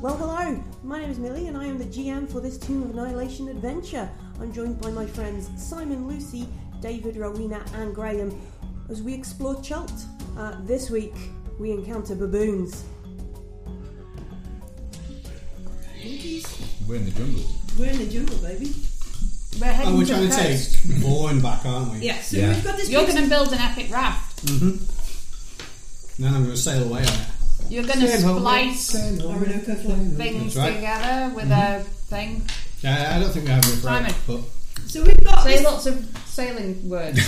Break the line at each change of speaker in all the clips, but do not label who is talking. Well, hello. My name is Millie, and I am the GM for this Tomb of Annihilation adventure. I'm joined by my friends Simon, Lucy, David, Rowena, and Graham as we explore Chult. Uh, this week, we encounter baboons.
We're in the jungle.
We're in the jungle, baby.
We're heading
Oh, we're
to
trying
the
to
coast.
take Boar and back, aren't we?
Yeah, so
Yeah.
we've got this.
You're
big-
going to build an epic raft.
And then I'm going to sail away on it.
You're going to splice
Sail away,
Orinoco
sail away.
things
That's right.
together with a thing.
Yeah, I don't think we have enough
Simon.
rope, but
So we've got
Say
this.
lots of sailing words.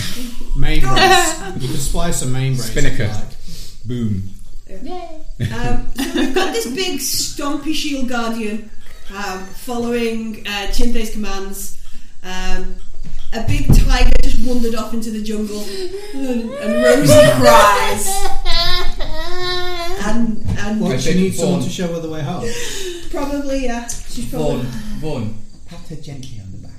main brace. you can splice a main brace. if you
Spinnaker.
like.
Boom.
Yay!
Um, so we've got this big stompy shield guardian um,
uh,
following uh, Chinte's commands. Um, a big tiger just wandered off into the jungle, and, and Rosie cries. And and
What,
I
she
think
needs someone
Bourne-
to show her the way home.
probably yeah, she's
Vaughn,
probably.
Vaughn, pat her gently on the back.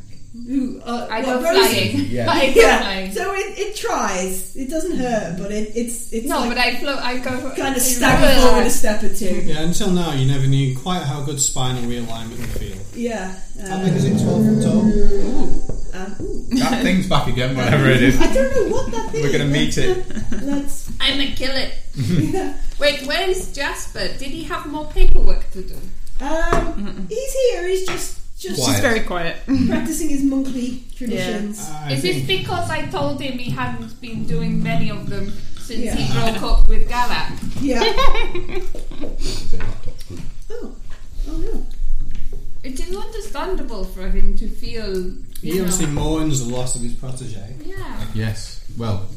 Ooh, uh,
I
well,
go
Rosie-
flying.
Yeah.
I go
Yeah,
flying.
so it, it tries. It doesn't hurt, but it, it's it's
no,
like
but I float. I go
kind
in
of stagger
reverse.
forward a step or two.
Yeah, until now, you never knew quite how good spinal realignment would feel.
Yeah.
Uh,
How
Um,
big is it? 12 from toe?
um, ooh.
That thing's back again, whatever it is.
I don't know what that thing.
We're gonna
is.
meet it.
Let's.
I'm gonna kill it.
Yeah.
Wait, where is Jasper? Did he have more paperwork to do?
Um, he's here. He's just just
Quiet.
Very quiet.
practicing his monkly traditions.
I
Is
think-
this because I told him he hadn't been doing many of them since he
Yeah.
broke up with Galak?
Yeah.
It's a laptop.
Oh. Oh no.
It is understandable for him to feel.
He
You know,
obviously mourns the loss of his protege.
yeah.
Yes. Well,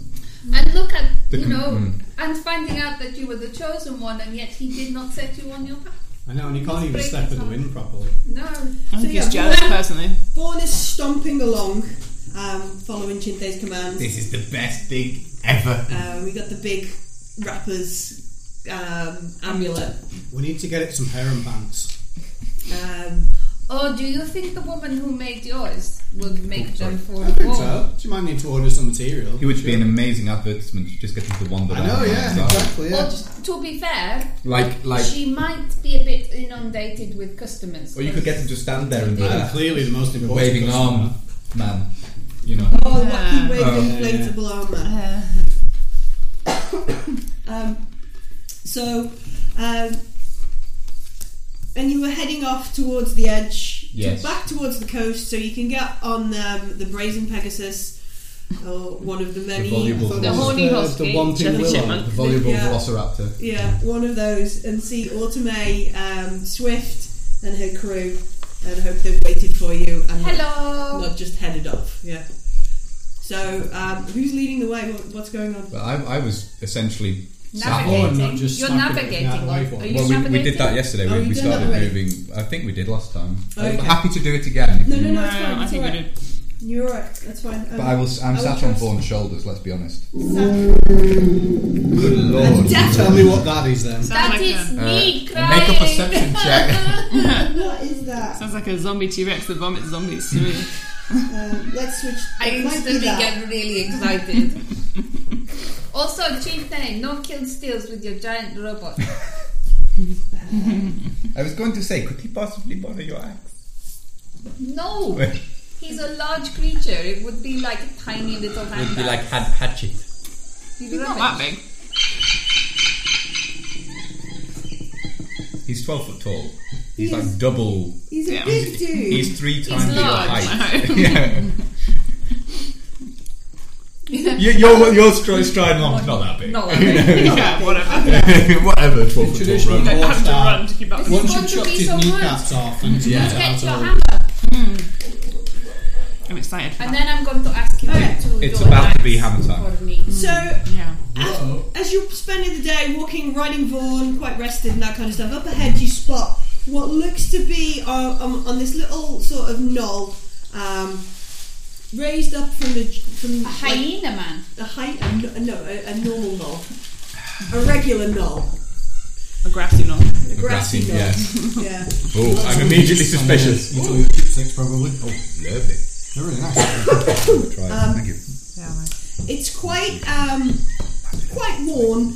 And look at
The
you
com-
know,
mm.
and finding out that you were the chosen one, and yet he did not set you on your path.
I know, and he can't even
Break
step
his
in the
arm.
wind properly.
No,
I think
yeah,
he's jealous,
Vaughan-
personally.
Vaughn is stomping along, um, following Chinte's commands.
This is the best thing ever.
Uh, we got the big rapper's um, amulet.
We need to get it some harem pants.
Um,
or do you think the woman who made yours would make
Oh,
them for
I think
all?
so. She might need to order some material.
it would be
Sure.
an amazing advertisement. You just get into the one that
I know, yeah, exactly. Yeah.
But to be fair,
Like, like,
she might be a bit inundated with customers.
or you could get him to stand there and be
I'm
like,
clearly the most important.
waving
customer.
arm, man. You know.
oh, wacky waving
Oh.
inflatable armor.
Uh,
Um, so, um, and you were heading off towards the edge, to-
Yes.
back towards the coast, so you can get on um, the Brazen Pegasus or one of the many.
voluble
I thought
The
it was
horny
the, uh,
husky,
The romping
Chevy
willow.
Chipmunk.
The voluble
Yeah.
velociraptor.
Yeah, one of those, and see Automay um, Swift and her crew, and hope they've waited for you and not-
Hello.
not just headed off. Yeah. So, um, who's leading the way? What, what's going on?
But I, I was essentially. sat-
Navigate.
Navigating.
Or not just
You're
smacking it
navigating.
out of the way for
Are you
it.
Well, we, we
navigating?
did that yesterday.
Oh,
we
you
we
did that
started
already?
moving. I think we did last time.
Oh, okay.
I'm happy to do it again. if
No,
you-
no, no, it's fine.
I
it's
think we
alright.
did.
You're alright. That's fine. Um,
But I was. I'm
I
sat
will
on
trust-
Vaughn's shoulders. Let's be honest.
Sat-
Good lord.
Tell me what that is then.
Sounds
That
like
is
a-
me
Uh,
crying.
make a perception check.
what is that?
Sounds like a zombie T Rex that vomits zombies to me.
Um, let's switch.
I
it might be
instantly
that.
get really excited. also, Chief Name, no kill steals with your giant robot.
I was going to say, could he possibly bother your axe?
No!
It
He's a large creature. It would be like a tiny little hand.
Would be like had hatchet.
He's
He's not that big.
He's twelve foot tall. He's like double.
He's a
Yeah.
big dude.
He's three times your
large.
height. yeah. you, your your stride stride long's not that big.
No, I mean,
yeah, whatever.
Whatever. Twelve foot tall.
Traditional
Robot.
I
war
have to
style.
run to keep up.
This is
Once
going
you've
to
chopped
be
his
so
kneecaps off and
Yeah.
yeah.
get
out
your
of
hammer.
I'm excited.
And then I'm going to ask you
Okay.
to
It's
do an
about to be hammer
axe
time.
For me.
So
yeah.
As, as you're spending the day walking, riding Vaughan, quite rested and that kind of stuff, up ahead you spot what looks to be uh, um, on this little sort of knoll, um, raised up from the from
A hyena man.
like, a height, a, no- no, a, a normal knoll, a regular knoll,
A grassy knoll.
a grassy knoll.
Yes.
Yeah,
Oh, I'm immediately suspicious.
Little chipsticks probably.
Oh, Lovely.
They're really nice.
Try it.
Um,
Thank you.
it's quite um, quite worn,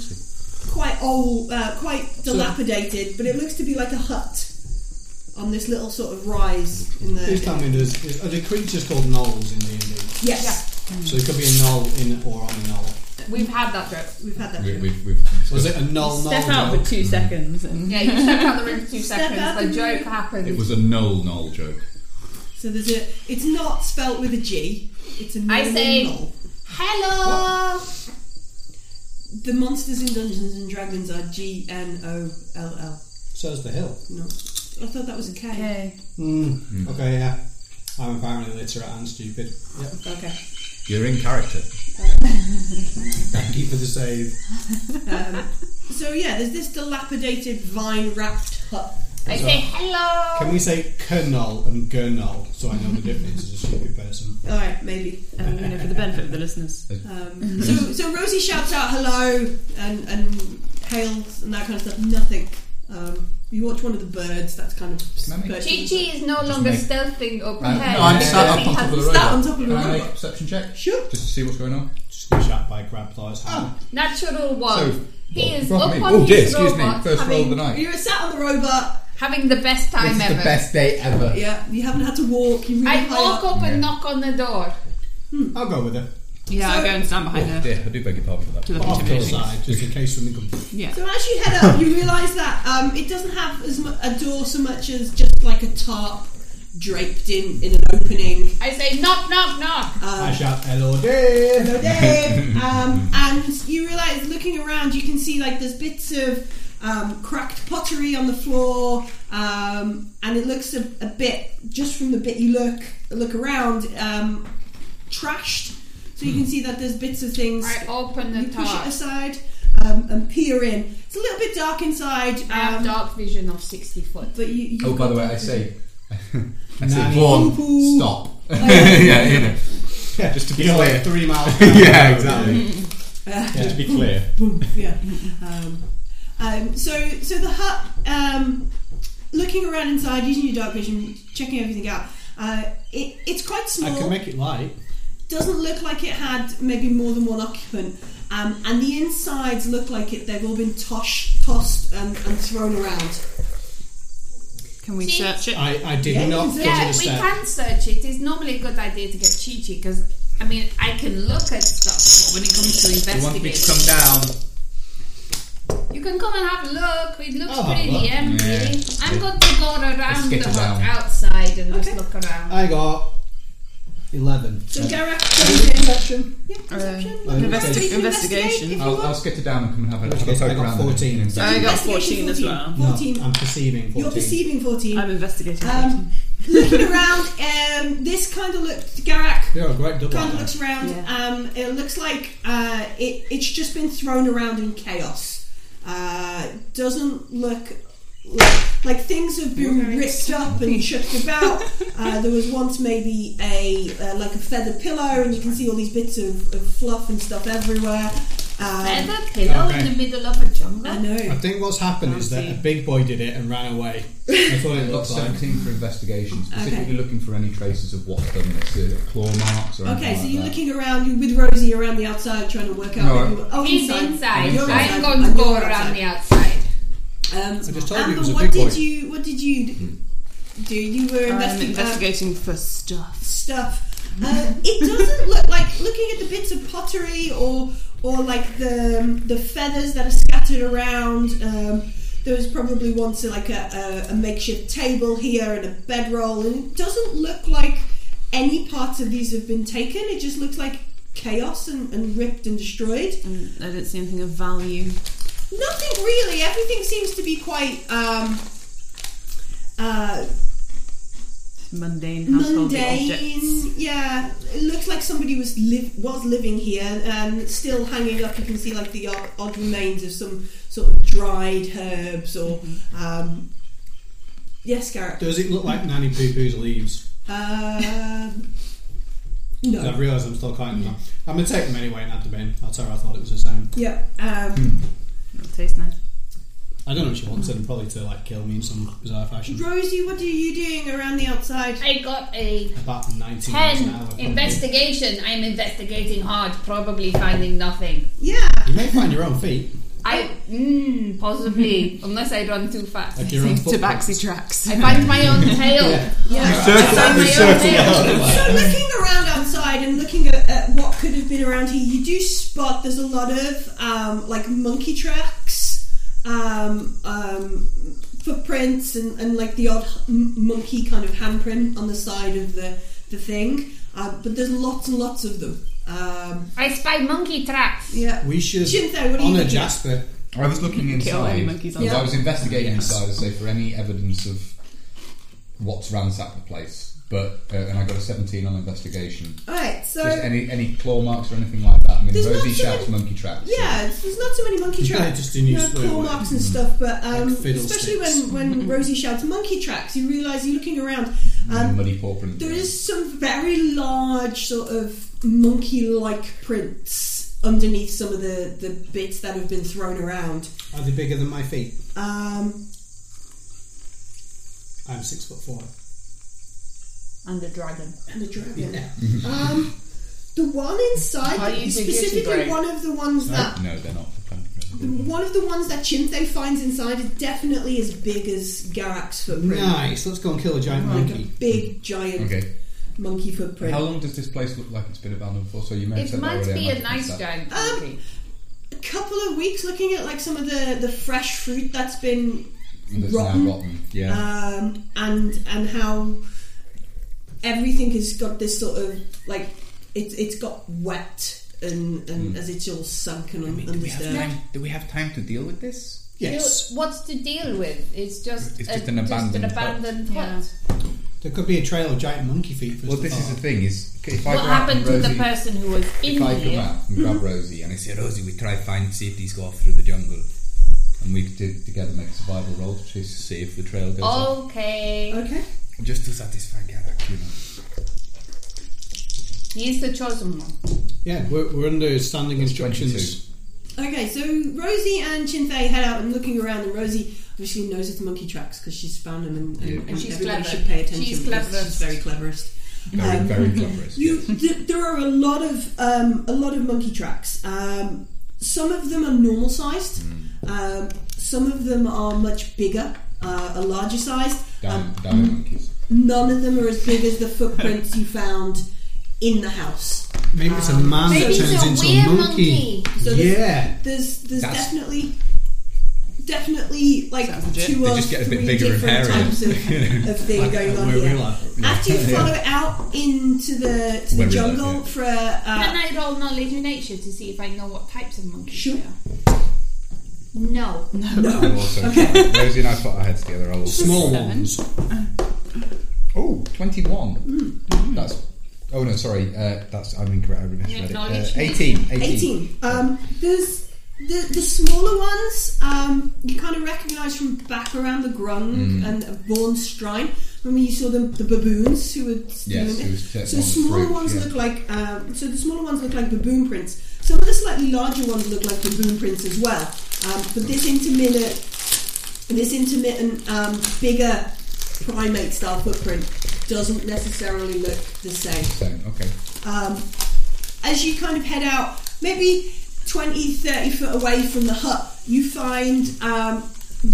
quite old, uh, quite dilapidated, but it looks to be like a hut. on this little sort of rise in
Please
the.
tell me, there's, there's- are there creatures called gnolls in D&D?
Yes,
So it could be a gnoll in or on a gnoll.
We've had that joke.
we've had that.
We,
joke.
we, we've
Was it a gnoll
Step
gnoll
out
joke?
for two seconds and
Yeah, you Mm. step out the room for two
Step out
seconds. The
the
joke
room.
happens.
It was a null null joke.
So there's a. It's not spelt with a G. It's a
I
normal
say-
null.
Hello.
The monsters in Dungeons and Dragons are G N O L L.
So's the hill.
No, I thought that was a K.
Okay.
Mm.
Hmm.
Okay, yeah. I'm apparently literate and stupid. Yep.
Okay.
You're in character.
Thank you for the save.
Um, so yeah, there's this dilapidated vine-wrapped hut.
I say hello.
Can we say kernol and gernol so I know the difference as a stupid person?
All right, maybe.
um, you know, for the benefit of the listeners.
Um, so so Rosie shouts out hello and and hails and that kind of stuff. Nothing. Um, you watch one of the birds. That's kind of
Can I make-
pertinent.
Chi Chi is no longer
make-
stealthing or
Uh,
prepared.
no, I'm
because
sat up
he
on top of
has-
the
Sat
robot.
on top of the
Can I make a
robot.
perception check?
Sure.
Just to see what's going on.
Just got shot by Grab Claw's hand.
Natural one.
So,
he
well,
is
fuck
up
me.
on
Oh
his
dear, excuse me.
robot,
First roll of the
having,
night.
You were sat on the robot.
having the best time
This is
ever.
the best day ever.
Yeah, you haven't had to walk. You really
I
high
walk
up.
up and knock on the door.
Ah, I'll go with it.
Yeah, I'll go and stand behind
Oh
her
dear, I do beg your pardon for that.
to the
Off to the
meeting.
side, just in case something
Uh.
comes.
Yeah.
So as you head up, you realise that um, it doesn't have as mu- a door so much as just like a tarp draped in in an opening.
I say knock, knock, knock.
I
Um,
shout, hello there!
Hello, Dave. um, and you realise, looking around, you can see like there's bits of um, cracked pottery on the floor, um, and it looks a, a bit just from the bit you look look around um, trashed. So you can see that there's bits of things.
I open
You
the
push it
top.
aside um, and peer in. It's a little bit dark inside,
I have
um,
dark vision of 60 foot.
but you. you
Oh, by the way, I say, I
Nanny.
say, Vaughn,
Poo-poo.
stop. yeah, you know.
Just
to be
You're
clear.
like three miles.
yeah, exactly.
Just to be clear,
boom, yeah. Um, um, so, so the hut. Um, looking around inside, using your dark vision, checking everything out. Uh, it, it's quite
I
small.
can make it light.
Doesn't look like it had maybe more than one occupant. Um, and the insides look like it. They've all been tosh, tossed and, and thrown around.
Can we
She-
search it?
I, I did
Yeah,
not
it's-
go
Yeah,
to the
we
step.
can search it. It's normally a good idea to get Chi Chi because, I mean, I can look at stuff but when it comes to
You want me to
investigation.
come down?
You can come and have a look. It looks
Oh,
I'll have a
pretty
look.
empty.
Yeah.
I'm going to go around the
get
hut
around.
outside and just
Okay.
look around.
I got 11.
So, Garak,
Perception.
yeah, perception.
Investi-
Uh,
You can
Um, investigation.
investigate if you
I'll,
want.
I'll skitter down and come and have a, have a
Okay,
poke
I got
around. and
14.
investigate.
I got
Investigation
14 as well.
No,
14.
I'm perceiving 14.
You're perceiving 14.
I'm investigating.
Um, looking around, um, this kind of looked, Garak
You're a great double.
kind
aren't
of looks around. Um, it looks like uh, it, it's just been thrown around in chaos. Uh, doesn't look like, like things have been ripped up and chucked about. Uh, there was once maybe a uh, like a feather pillow, and you can see all these bits of, of fluff and stuff everywhere. Um,
Feather pillow
Okay.
in the middle of a
I
Um,
jungle.
I
know.
think what's happened is that a big boy did it and ran away. That's what it
I've got
looks like.
17 for investigation, specifically
Okay.
looking for any traces of what's done this, uh, claw marks or anything
Okay, so
like
you're
that.
looking around you're with Rosie around the outside, trying to work out.
No,
where
I-
you were- oh,
He's
Oh,
inside.
you're
I'm
inside.
going to
And
go
you're
around
outside.
the outside.
Um,
I just told you it
Amber,
was a
what
big
did
boy.
you what did you do? You were
I'm
investi- uh,
investigating for stuff.
stuff. Uh, it doesn't look like looking at the bits of pottery or or like the um, the feathers that are scattered around. Um, there was probably once like a, a, a makeshift table here and a bedroll, and it doesn't look like any parts of these have been taken. It just looks like chaos and, and ripped and destroyed.
And I don't see anything of value.
Nothing really. Everything seems to be quite. Um, uh,
Mundane household objects.
mundane. Yeah, it looks like somebody was live was living here and still hanging up. You can see like the odd, odd remains of some sort of dried herbs or.
Mm-hmm.
Um, yes, Garrett.
Does it look like Nanny Poo Poo's leaves?
Um
I
no.
realise I'm still
Mm.
counting them. I'm going to take them anyway and add them in. I'll tell her I thought it was the same.
Yeah. Um,
It tastes nice.
I don't know if she wants them, probably to like kill me in some bizarre fashion.
Rosie, what are you doing around the outside?
I got a
About 19 miles an hour.
10
probably.
investigation. I'm investigating hard, probably finding nothing.
Yeah.
You may find your own feet.
I mm, possibly, unless I run too fast.
Like you're on
Tabaxi
footprints.
tracks.
I find my own tail.
Yeah.
Circle
I find
and
my own
circle
tail.
out.
So looking around outside and looking at, at what could have been around here, you do spot there's a lot of um, like monkey tracks, um, um, footprints, and, and like the odd m- monkey kind of handprint on the side of the the thing. Uh, but there's lots and lots of them. Um,
I spy monkey tracks.
yeah.
We should
Shintho, what do you
honour
think?
Jasper.
I was looking
Kill any
inside.
monkeys on
as
that.
I was investigating
Yes.
inside to say for any evidence of what's ransacked the place. But uh, and I got a 17 on investigation.
All right. So
Just any any claw marks or anything like that. I mean,
There's
Rosie
not so
shouts
many-
monkey traps.
Yeah, it's- there's not so many monkey
Yeah,
tracks.
just in use
you know, claw
slowly.
marks and stuff, but um,
Like fiddlesticks.
especially when, when Rosie shouts monkey tracks, you realise you're looking around.
Mm.
and
Um,
muddy paw prints.
there is some very large sort of monkey-like prints underneath some of the, the bits that have been thrown around.
Are they bigger than my feet?
Um,
I'm six foot four.
And the dragon.
and a dragon. Um, the one
Are
inside,
you
specifically
negotiating?
one of the ones that
No, they're not. for planting residents.
one of the ones that Chintho finds inside is definitely as big as Garak's
Mm-hmm.
footprint.
Nice. Let's go and kill a giant
Like a
monkey.
big giant
Okay.
monkey footprint.
How long does this place look like it's been abandoned for? So you may have
It
said that
might
already,
be
I might have
a nice
missed that.
giant
Um,
monkey.
A couple of weeks looking at like some of the, the fresh fruit that's been
That's
rotten.
now rotten. Yeah.
um, and and how everything has got this sort of like it's it's got wet and, and as it's all sunk and un- undisturbed.
do we have time to deal with this?
Yes.
What's to deal with? It's just,
It's
a-
just an abandoned hut.
abandoned hut.
Yeah.
There could be a trail of giant monkey feet for us
Well,
to
this is
follow.
the thing: is if I
What
go out
happened
and
to the
Rosie,
person who was in
if I come
here?
out and grab Rosie and I say, Rosie, we try find see if these go off through the jungle, and we did together make a survival roll to chase- see if the trail goes off,
Okay.
Okay.
Oh.
just to satisfy Garak, you know.
He's the chosen one.
Yeah, we're, we're under standing instructions.
Okay, so Rosie and Chin Fei head out and looking around, and Rosie obviously knows it's monkey tracks because she's found them, and, and,
Yeah.
and
she's
everybody
clever.
should pay attention.
She's
because
cleverest.
She's very cleverest.
Very,
Um,
very cleverest.
You,
yes.
th- there are a lot of um, a lot of monkey tracks. Um, some of them are normal sized.
Hmm.
Um, some of them are much bigger, uh, are larger sized.
Down,
Um,
mm.
down monkeys.
none of them are as big as the footprints you found in the house.
Maybe it's a man
Maybe
that
it's
turns
a
into
weird
a monkey.
monkey.
So there's-
yeah.
There's there's
That's-
definitely definitely like
Sounds legit.
two
They
or
just get a bit
three
bigger and
different
hairier.
types of, of thing going on
We're
here.
real life.
After you follow it out into the to the
Where we live,
jungle
yeah.
for a, uh,
Can I roll knowledge of nature to see if I know what types of monkeys
Sure.
they are? No.
I'm also trying. Rosie and I put our heads together. I will.
Small
Seven.
ones.
Oh, 21.
Mm.
That's. Oh no, sorry. Uh, that's I'm incorrect. I misread it. Uh,
Acknowledge.
18, 18.
18. Um, there's the, the smaller ones um, you kind of recognise from back around the Grung
Mm.
and Vaughan Strine. Remember you saw the, the baboons who were stealing
Yes,
it?
it was that
So
one
smaller
fruit,
ones
yeah.
look like um, so the smaller ones look like baboon prints. Some of the slightly larger ones look like baboon prints as well. Um, but this intermittent, this intermittent um, bigger primate style footprint doesn't necessarily look the same
Same, Okay.
um, as you kind of head out, maybe 20, 30 foot away from the hut, you find um,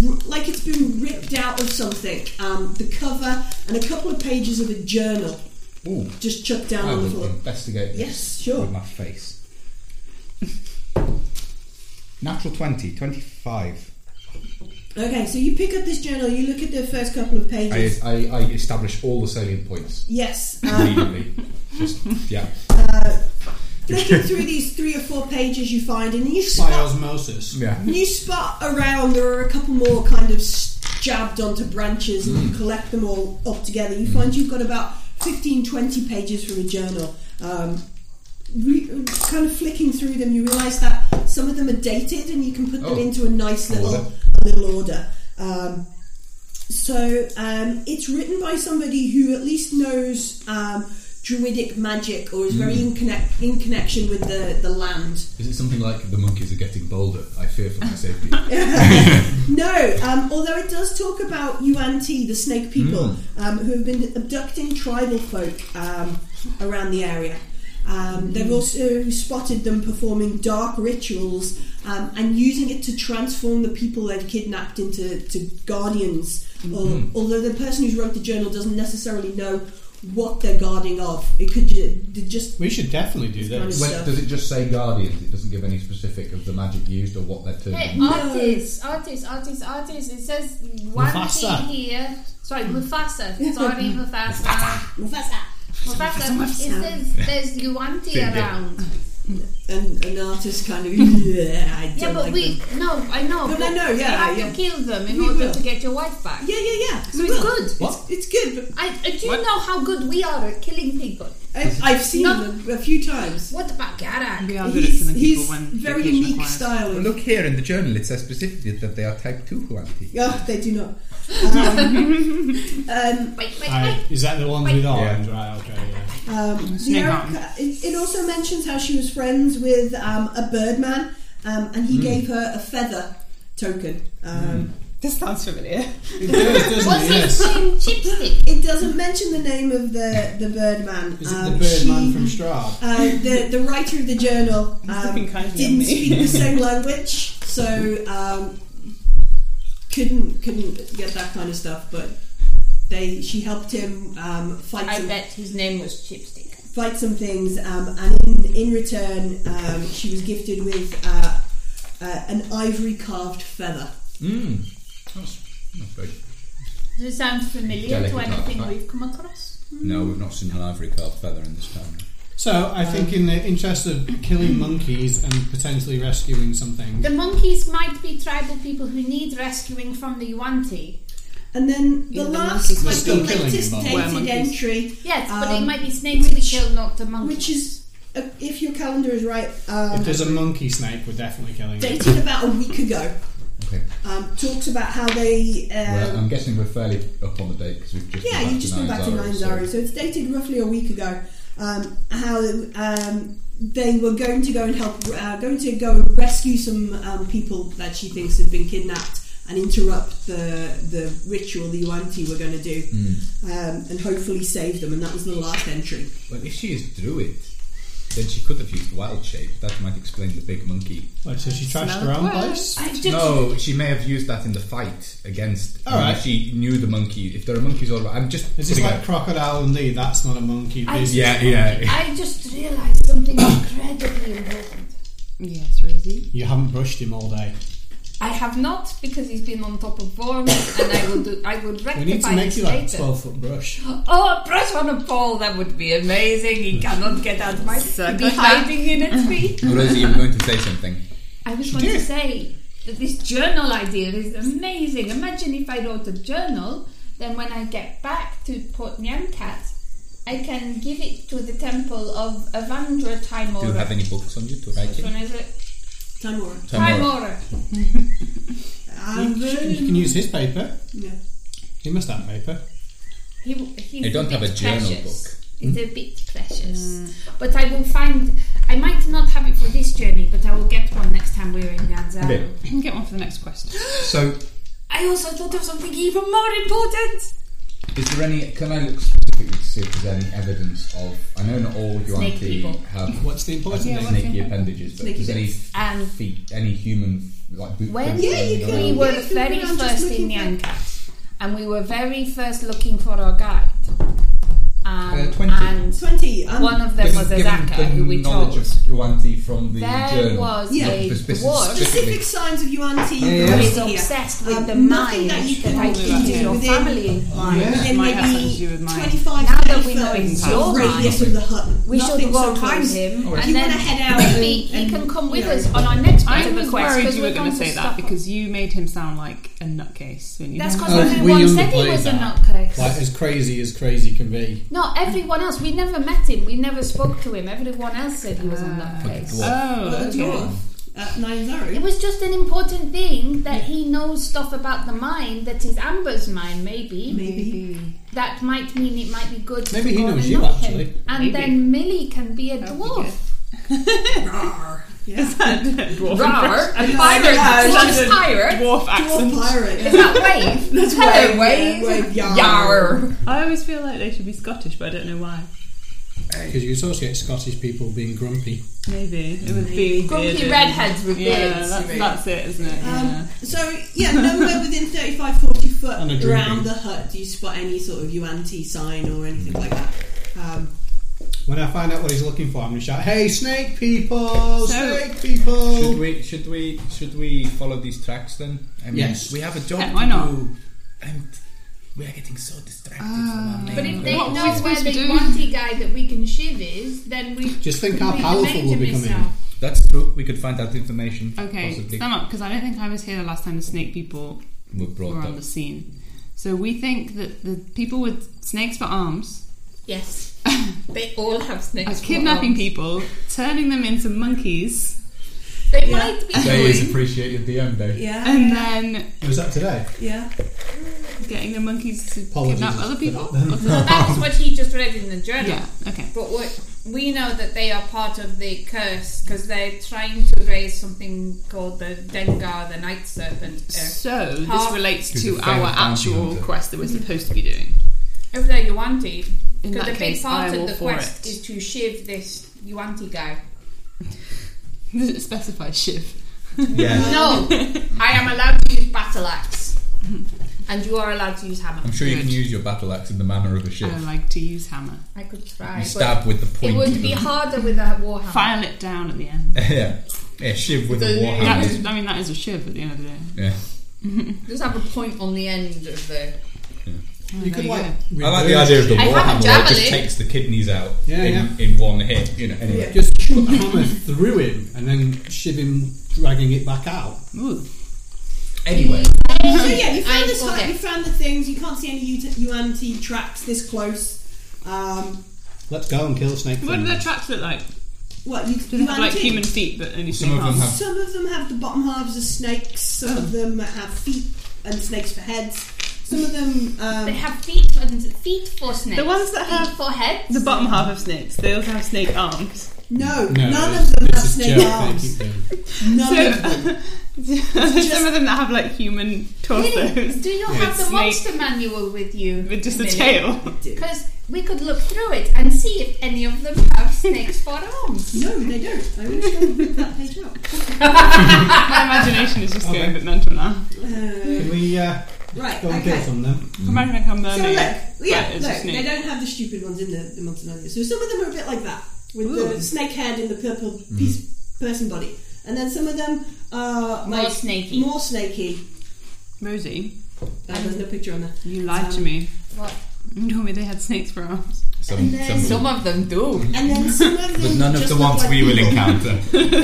r- like it's been ripped out of something. Um, the cover and a couple of pages of a journal
Ooh.
just chucked down
I
on the
would
floor.
investigate this
Yes, sure.
with my face. Natural 20, 25.
Okay, so you pick up this journal, you look at the first couple of
I,
pages.
I, I establish all the salient points
Yes. Um,
immediately. Just, yeah.
looking through these three or four pages you find, and you
By
spot
osmosis.
Yeah.
And you spot around there are a couple more kind of jabbed onto branches and
Mm.
you collect them all up together. You find you've got about 15, 20 pages from a journal. Um, re- kind of flicking through them, you realise that some of them are dated and you can put them
Oh.
into a nice little
Order.
little order. Um, so um, it's written by somebody who at least knows um, druidic magic or is
Mm.
very in, connect- in connection with the, the land.
Is it something like the monkeys are getting bolder? I fear for my safety.
No, um, although it does talk about Yuan Ti, the snake people, um, who have been abducting tribal folk um, around the area. Um, They've also spotted them performing dark rituals um, and using it to transform the people they've kidnapped into to guardians. Or, although the person who's wrote the journal doesn't necessarily know what they're guarding of, it could ju- they just
We should definitely do this.
When, does it just say guardians? It doesn't give any specific of the magic used or what they're
Hey,
turning.
artists, artists, artists, artists. It says one
Mufasa.
thing here. Sorry, Mufasa. Sorry, Mufasa.
Mufasa
Mufasa. It says there's Yuanti
Finger.
around.
and an artist kind of yeah, I don't
Yeah, but
like
we
them.
no, I know.
No, no,
but
no, yeah,
you have
yeah.
to kill them in
We
order
will.
to get your wife back.
yeah yeah yeah.
So it's good.
It's, it's good, but
I, I do
What?
know how good we are at killing people.
I've, I've seen
No.
them a few times.
What about Garak?
We are good at
He's,
killing people
he's
when
very
occasion
unique
requires.
style.
Well,
of-
look here in the journal. It says specifically that they are type two Huanti.
Oh, they do not. Um, um,
Wait, wait,
Aye,
wait.
is that the one with
Yeah.
orange? Right, okay, yeah.
um,
Snake
Naraka- it, it also mentions how she was friends with um, a birdman, um, and he
Hmm.
gave her a feather token. Um,
This sounds familiar.
It does, doesn't
What's
it?
his
Yes.
name? Chipstick.
It doesn't mention the name of the the birdman.
Is it
Um,
the Birdman
she-
from Stroud?
Uh, the, the writer of the journal um,
looking kindly at
didn't
me.
speak the same language, so um, couldn't couldn't get that kind of stuff. But they she helped him um, fight
I
some,
bet his name was Chipstick.
fight some things, um, and in, in return um, she was gifted with uh, uh, an ivory carved feather.
Mm. That's, that's very,
Does it sound familiar to
Delicate
anything
artifact.
we've come across?
Hmm.
no, we've not seen an ivory carved feather in this town.
So I think in the interest of killing monkeys and potentially rescuing something,
The monkeys might be tribal people who need rescuing from the Yuanti.
And then the
Yeah, the
last,
monkeys
like
are
the
still killing
latest
them.
Were
dated
monkeys.
entry,
Yes, but they
Um,
might be snakes we
which-
kill, not the monkeys.
which is uh, if your calendar is right, um,
if there's a monkey snake, we're definitely killing it.
dated about a week ago.
Okay.
um, talks about how they.
well,
Um,
I'm guessing we're fairly up on the date because we've just
yeah,
been back
you've just
to
been back to Nine
Nianzara, so-
Zaro, so it's dated roughly a week ago. Um, how um, they were going to go and help, uh, going to go rescue some um, people that she thinks had been kidnapped and interrupt the the ritual the Yuanti were going to do,
Hmm.
um, and hopefully save them. And that was the last entry.
Well, if she is druid, then she could have used wild shape. That might explain the big monkey.
Wait, so she trashed her own place?
I just,
No, she may have used that in the fight against.
All right.
If She knew the monkey. If there are monkeys all around, I'm just.
Is this
putting
like
out-
Crocodile and Lee? That's not a monkey.
I-
This is a
yeah,
monkey.
yeah.
I just realised something incredibly important.
Yes, Rosie.
You haven't brushed him all day.
I have not because he's been on top of worms, and I will do. I will rectify
We need to make
this
you like a
later.
12 foot brush.
Oh, a brush on a pole, that would be amazing. He cannot get out of my
Suck
be
on that.
hiding in a tree.
Rosie, you were going to say something.
I was going to say that this journal idea is amazing. Imagine if I wrote a journal, then when I get back to Port Nyankat, I can give it to the temple of Avandra
Do you have
Timora.
any books on you to write in?
Tanora.
Timora.
You,
Um,
you can use his paper.
yeah.
He must have paper.
He, he's
I don't
a
have
bit
a journal
precious.
book. Hmm?
It's a bit precious. But I will find. I might not have it for this journey, but I will get one next time we're in Yanzhou.
Okay.
I can get one for the next quest.
So,
I also thought of something even more important.
is there any? Can I look specifically to see if there's any evidence of? I know not all
Snake
Yuan-Ti
people.
have
What's the important
Yeah,
thing?
what's-
snaky appendages, but
Snaky
is any
Um,
feet, any human like boot
When
prints
Yeah, you
running
can-
around?
we were
yeah,
the
you were
very
around just
first in
looking
Yankat, and we were very first looking for our guide. Um,
Uh, 20.
and
Twenty. Um,
one of them
Given-
was a
given
Zaka,
the
who we
knowledge
chose.
of Yuan-Ti from the
There
journal.
was a
Yeah.
Not the business
dwarf
specific signs of Yuan-Ti.
Yeah,
who
yeah.
is
here.
obsessed with
Um,
the
nothing
mind
that you
that
can
I
do
think
within-
your family.
Yeah.
Then
Might have something
maybe
to do with mine.
25
Now that we
30
know it's
feet
your
radius
mine.
of the hut.
We should
Nothing
go
so
find
close.
him,
Or if
and
you
then
wanna head out
maybe
and-
he can come with
you know.
us on our next part
I
of the
was
quest
worried
because
you
we're
were going to say that
stop.
because you made him sound like a nutcase. When you
that's because
Oh, we
everyone said he
underplayed
was a
that.
nutcase.
Like as crazy as crazy can be.
No, everyone else. We never met him. We never spoke to him. Everyone else said he was a
Uh,
nutcase.
Oh,
But a
okay.
dwarf Uh, at
It
9
was just an important thing that he knows stuff about the mind that is Amber's mind, maybe.
maybe.
That might mean it might be good. to
Maybe he
go
knows
and
you,
knock
actually.
Him. And
Maybe.
then Millie can be a
would be
dwarf.
Rawr. Yeah.
Dwarf,
Rar, a pirate.
Yeah,
Dwarf
Dwarf's
accent.
pirate.
Dwarf
Dwarf
accent.
pirate.
Is that Wave?
That's
Hello,
Wave, yeah,
Wave.
Wave, yar.
Yar.
I always feel like they should be Scottish, but I don't know why.
Because you associate Scottish people being grumpy.
Maybe it would be
Grumpy
bearded.
redheads with
Yeah,
beards.
that's, that's it, isn't it? Yeah.
Um, so yeah, nowhere within 35, 40 foot
And a drinking.
around the hut do you spot any sort of Yuan-ti sign or anything like that. Um,
When I find out what he's looking for, I'm going to shout, "Hey, snake people!
So-
snake people!"
Should we should we should we follow these tracks then? I mean,
Yes.
We have a job
Yeah,
to
why not?
do, and we are getting so distracted from our main
But if they
goal.
know
supposed
where
to
the
do?
Yuan-ti guy that we can shiv is, then we
Just think how
we can
powerful
make
we'll
him
be coming.
himself.
that's true, we could find out information.
Okay,
possibly.
sum up because I don't think I was here the last time the snake people
We're brought
were on
up.
the scene. So we think that the people with snakes for arms
Yes. they all have
are
snakes. for
kidnapping
arms.
people, turning them into monkeys,
They
Yeah.
might be
Days
doing.
appreciate your DM day.
yeah,
and then
Was that today?
yeah.
getting the monkeys to
Apologies
kidnap other
for
people.
that.
Or
So
something.
that's what he just read in the journal.
yeah. Okay.
But what we know that they are part of the curse because they're trying to raise something called the Dengar, the Night Serpent. Earth.
So this
Half-
relates
To
to
the
our
failed bounty
actual
hunter.
quest that we're supposed to be doing.
If they're Uh, Yuanti,
In
because
that
a big
case,
part
I will
of the
for
quest
it.
is to shiv this Yuanti guy.
Does it specify shiv?
Yeah.
No, I am allowed to use battle axe, and you are allowed to use hammer.
I'm sure you
Good.
can use your battle axe in the manner of a shift.
I like to use hammer.
I could try.
You
but
stab with the point.
it would be harder with a war hammer.
File it down at the end.
yeah. Yeah, shiv with
So
a
you-
That
warhammer.
is, I mean, that is a shiv at the end of the day.
Yeah.
Just have a point on the end of the.
Oh,
You
there
could
you
like.
go.
I like the idea of the
I have a
warhammer where it just
javelin.
takes the kidneys out
Yeah,
in,
yeah.
in one hit. You know, anyway.
Just shoot a hammer through him and then shiv him, dragging it back out.
Ooh.
Anyway,
So yeah, you found
I-
this hut.
okay.
You found the things. You can't see any Yu- Yuan-ti tracks this close. Um,
Let's go and kill snake.
What do
Fingers.
their tracks look like?
what you,
Do they have like
Yuan-ti?
human feet, but only
Some of them have-
Some of them have the bottom halves of snakes. Some of
Oh.
them have feet and snakes for heads. Some of them,
They
um,
have feet for feet for snakes.
The ones that
feet
have-
for heads.
The bottom half of snakes. They also have snake arms.
no,
No,
none
this-
of them have
this is
snake
joke,
arms.
thank you.
None
So-
of them.
Some of them that have like human torsos
Do you have the
Snake.
monster manual with you?
with just a tail.
Because we could look through it and see if any of them have snakes for arms.
No, they don't. I will show you that page out.
My imagination is just
Okay.
going a bit mental now.
Uh,
Can we uh,
right,
go and kill
okay.
some then?
Mm.
Imagine like a
So
mermaid.
look, yeah,
Right, it's a
look, they
snake.
don't have the stupid ones in the, the monster manual. So some of them are a bit like that, with the
Ooh.
snake head and the purple
Mm-hmm.
piece person body. And then some of them are
More
like
snaky.
More snaky.
Rosie,
Uh, there's no picture on there.
you lied to
Um,
me.
What?
You told me they had snakes for arms.
some, some,
of them do.
And then some of them
but none of
just
the
look
ones
like
we will
people.
encounter.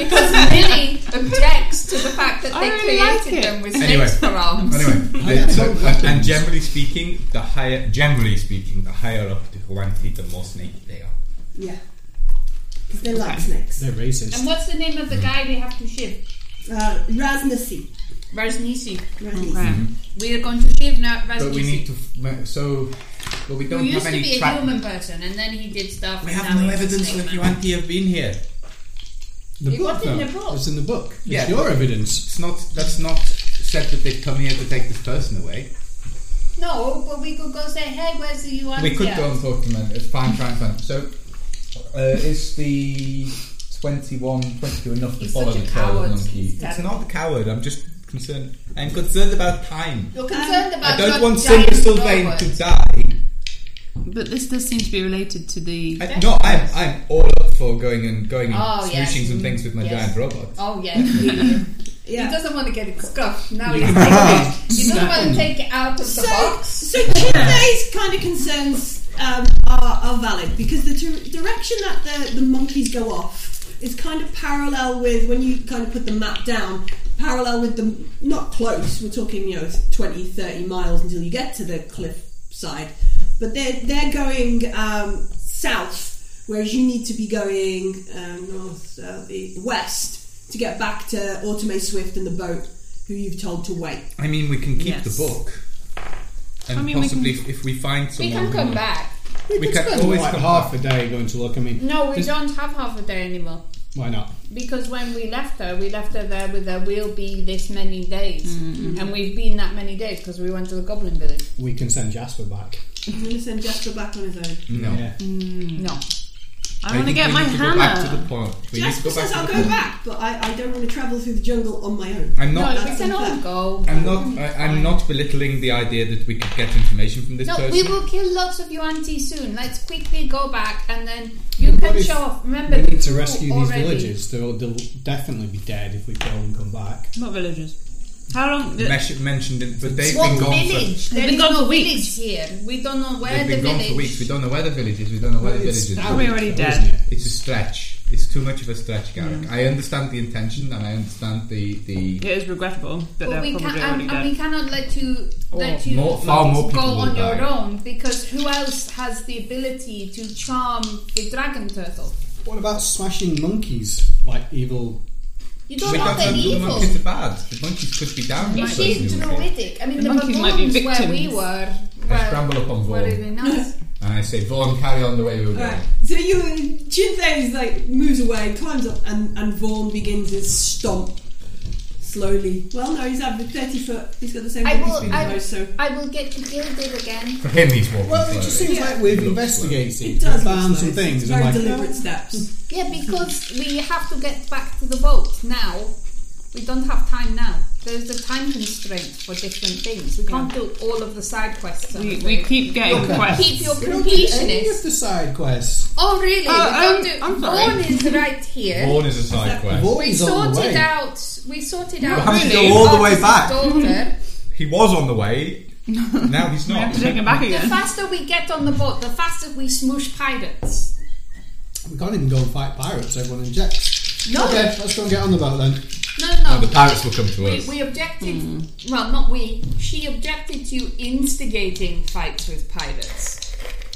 Because Millie objects to the fact that
I
they
really like
created
it.
them with
Anyway.
snakes for arms.
Anyway,
yeah,
the- so-
no
and, and
weapons.
generally speaking, the higher, generally speaking, the higher up the Huanti, the more snaky they are.
Yeah. Because they like snakes.
They're racist.
And what's the name of the guy we have to shiv?
Uh, Rasnasi.
Where's Nisi?
Rasnasi.
Right.
We are going to shiv now. Where's
But we
Nisi?
need to. f- ma- So, but we
Who
don't
used
have
to be
any
a
track.
human person and then he did stuff.
We
and
have
now
no
he's a
evidence of
snake man.
Yuanti have been here.
The
It
book,
wasn't in
though.
the book.
It's in the book. It's
Yeah.
your evidence.
It's not. That's not said that they've come here to take this person away.
No, but we could go say, hey, where's the Yuanti?
we could
at?"
go and talk to them. It's fine, fine, fine. So, uh, is the 21, 22 enough to
He's
follow
such a
the tail of
coward.
the monkey?
He's
It's
terrible.
not a coward. I'm just concerned. I'm concerned about time.
Um,
You're concerned about
I don't
not
want
giant
Silver Sylvain
robots.
to die.
But this does seem to be related to the.
I, no, I'm I'm all up for going and going and
Oh, yes.
smooshing some things with my
Yes.
giant robot.
Oh yeah, he, he
Yeah.
doesn't want to get it scuffed. Now he's taking it. He doesn't want to take it out of the
So,
box.
so Chinte's kind of concerns um, are, are valid because the dir- direction that the, the monkeys go off is kind of parallel with when you kind of put the map down, parallel with the not close. We're talking you know 20, 30 miles until you get to the cliff side, but they're they're going um, south, whereas you need to be going um, north, south, east, west to get back to Automate Swift and the boat, who you've told to wait.
I mean, we can keep
Yes.
the book, and
I mean, we
possibly if we find
We
someone,
can
who-
come back.
We can
Spend
always
like
come
half
back.
a day going to look. I mean,
No, we
Just-
don't have half a day anymore
why not?
because when we left her, we left her there with there will be this many days, and we've been that many days because we went to the Goblin Village.
We can send Jasper back.
I'm going to send Jasper back on his own.
No,
Yeah.
No,
I want to
think
get
we
my
need to Go back to
hammer.
the point. We need to
Jasper
go back
says
to
I'll
the
go
point.
back, but I, I don't want to travel through the jungle on my own.
I'm not.
No,
That's
we can all
unfair.
go.
I'm not. I, I'm not belittling the idea that we could get information from this
No,
person.
we will kill lots of you aunties soon. Let's quickly go back and then you can
if
show off. Remember,
We need to
you
rescue these
already-
villagers. They'll, they'll definitely be dead if we go and come back.
What villages? How long?
Mesh- mentioned it, but they've
What
been gone
village?
They've
There
been
is
gone
no
for
village
weeks.
here. We don't know
for.
where
They've
the
been gone
village.
for weeks. We don't know where the village is. We don't know where the village is.
Are we already
Isn't
dead?
it?
It's a stretch. It's too much of a stretch, Garrick. I understand the intention and I understand the the.
It is regrettable that
But
they're
we um,
probably
can,
already
and, and
dead.
we cannot let you let you
more- far more
go
people will
on your
die.
own because who else has the ability to charm the dragon turtle?
What about smashing monkeys? Like evil.
You don't
we
know
don't
they're
know that the
evil.
monkeys are bad. The monkeys could be down.
If she's druidic, I mean,
The
the,
monkeys might be
baboons where we
victims.
were,
I
were,
scramble up on
were
Vaughan
really nice.
and I say, Vaughan, carry on the way we were going.
Right. So you, Chintay is like moves away, climbs up, and and Vaughn begins his stomp slowly. Well, no, he's had the thirty foot. He's got the same.
I
thing
will-
he's been
I-
doing, so
I will get you gilded again.
For him, he's walking
Well, it
slowly.
just seems
Yeah.
like we've
It looks
investigated,
it does look
found
slow.
some things,
It's
and
very
like
deliberate
"Oh,
steps.
Yeah, because we have to get back to the boat now. We don't have time now. There's a time constraint for different things. We can't do all of the side quests. I'm
We, we
afraid.
keep getting
Okay.
quests.
keep your
we don't do any
completionist.
of the side quests.
Oh, really?
Oh, um,
we don't do.
I'm sorry.
Vaughan is right here.
Vaughan is a side
We've
quest.
We
always on the
sorted
way.
out. We sorted out.
have to
go
all the way
Arthur's
back.
Daughter.
He was on the way. Now he's
We
not.
have to take it back
the
again.
faster we get on the boat, the faster we smoosh pirates.
We can't even go and fight pirates. Everyone injects.
No.
Okay, let's go and get on the boat then.
No, no.
No, the pirates will come to
we,
us.
we objected.
Hmm.
Well, not we. She objected to instigating fights with pirates,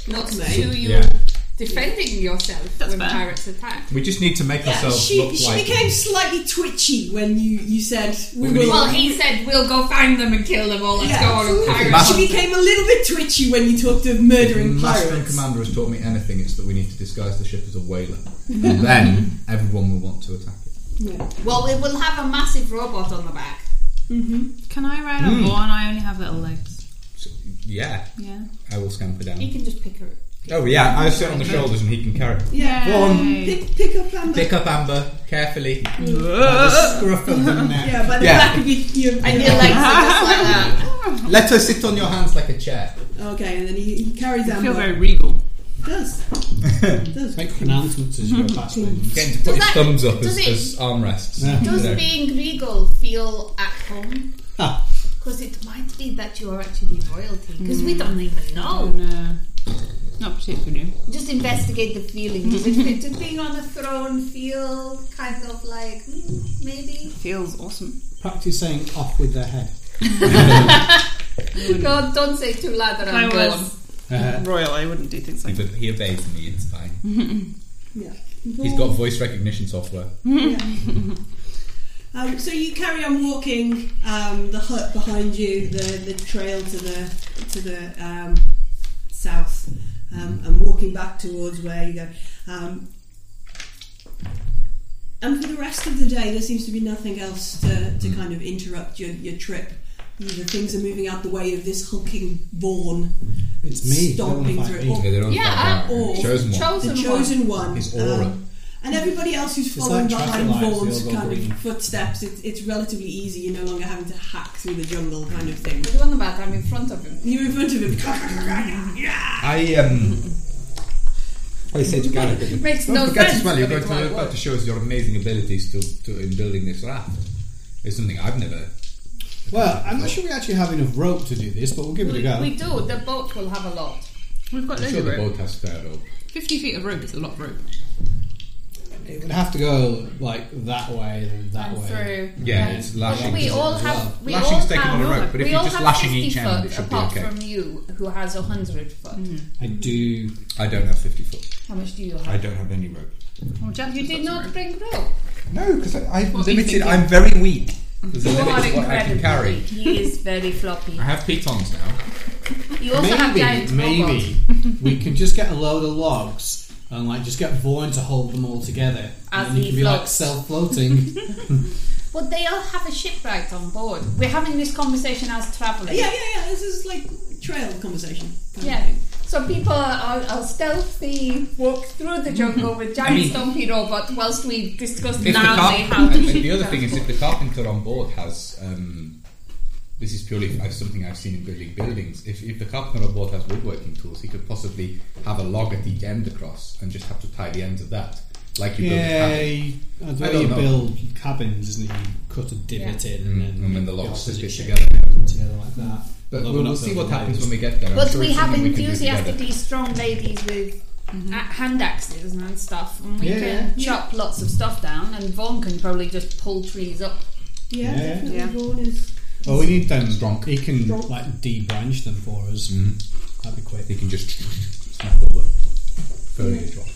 not to you
Yeah.
defending yourself
That's
when
fair.
pirates attack.
We just need to make
Yeah,
ourselves
she
look
she
like.
became slightly twitchy when you you said we
Well,
will.
Well, he said we'll go find them and kill them all. Let's
Yeah.
go on a pirate.
Master-
She became a little bit twitchy when you talked of
If
murdering
Master and
pirates.
Commander has taught me anything, it's that we need to disguise the ship as a whaler. and then everyone will want to attack it.
Well, we will have a massive robot on the back.
Can I ride
Hmm.
on Vaughan? I only have little legs.
So, yeah,
Yeah.
I will scamper
You
down.
can just pick her.
Oh, yeah, I sit on the shoulders and he can carry.
Yeah.
Go on.
Yay.
Pick, pick up Amber.
Pick up Amber carefully.
Scruff of the neck.
Yeah, by the
Yeah.
back of your. your
And your legs are just like that.
Let her sit on your hands like a chair.
Okay, and then he, he carries
I feel
Amber.
very regal.
does. does.
Make pronouncements as you go past things.
Getting to put his
that-
thumbs up
does
as,
it-
as armrests.
Yeah.
Does
No.
being regal feel at home?
Ah.
Because it might be that you are actually royalty. Because we don't even know.
No. Not particularly.
Just investigate the feeling. Does it does being on a throne feel kind of like mm, maybe?
Feels awesome.
Practice saying off with their head.
God, don't say too loud that
I
I'm gone.
was
Uh,
royal. I wouldn't do things like
But he obeys me, it's fine.
Yeah.
He's got voice recognition software.
Um, so you carry on walking. Um, the hut behind you, the, the trail to the to the um, south, um, and walking back towards where you go. Um, and for the rest of the day, there seems to be nothing else to, to kind of interrupt your, your trip. Either things are moving out the way of this hulking Vaughn,
It's me. Don't
Stomping
wanna
through
fight me.
it.
Yeah, they're on
Yeah, oh,
fire.
or-
Chosen one.
Chosen, one.
the chosen one, Um,
His aura.
and everybody else who's
like
following
traffic
behind
lights,
Vaughan's
they'll go
kind
green.
of footsteps. It's, it's relatively easy. You're no longer having to hack through the jungle kind of thing.
What do you want about? I'm in front of him.
You're in front of him. Yeah.
I um. I say to Garrick, that-
Makes
don't
no
forget
sense,
as well. You're
but
going
it's
to,
my
about to show us your amazing abilities to, to in building this raft. It's something I've never.
Well, I'm not sure we actually have enough rope to do this, but we'll give it a
We,
go.
we do. The boat will have a lot.
We've got
I'm
loads
sure
of
the
rope.
boat has fair rope.
50 feet of rope is a lot of rope.
It would have to go like that way, then that
And
way.
through.
Yeah, it's lashing.
we all
as well.
have. We
Lashing's
all
taken
have,
on a rope, but if
we
you're
all
just
have
lashing
50
each end,
foot
it should be
apart
okay.
from you, who has a hundred foot.
I do.
I don't have 50 foot.
How much do you have?
I don't have any rope.
Well, Jack,
You did not
rope.
bring rope.
No, because I'm
What are you thinking?
very weak. There's a
You
limit
are
to what I can
incredibly
carry.
weak. He is very floppy.
I have pitons now.
You also have giant
Maybe,
robots.
maybe we could just get a load of logs and like just get Vaughan to hold them all together,
As
and then
he
you can be like
floats.
self-floating.
But they all have a shipwright on board. We're having this conversation as travelers.
Yeah, yeah, yeah. This is like trail conversation. kind of
Yeah.
thing.
So people are, are stealthy, walk through the jungle with giant
I mean-
stompy robot whilst we discuss
If the,
loudly
carp-
how to
and
shoot
the other
them.
thing is if the carpenter on board has um, this is purely uh, something I've seen in building buildings if, if the carpenter on board has woodworking tools he could possibly have a log at each end across and just have to tie the ends of that like you build a cabin.
Yeah, uh, the
I
way
don't
you
know.
build cabins, isn't it? You cut a divot in
Mm,
and,
and then the
you
logs
opposite
fit
shape
together.
together like that.
but
Although
we'll,
not
we'll see
building
what happens
those.
when we get there I'm
But
sure
we
it's
have
something can do together.
enthusiastically strong ladies with uh hand axes and stuff, and we
Yeah,
can chop lots of stuff down. And Vaughn can probably just pull trees up.
Yeah,
Yeah.
definitely.
Yeah.
Vaughan is.
Oh, we need them.
Strong.
He can
Strong.
like debranch them for us. That'd be quick.
they can just snap all the foliage off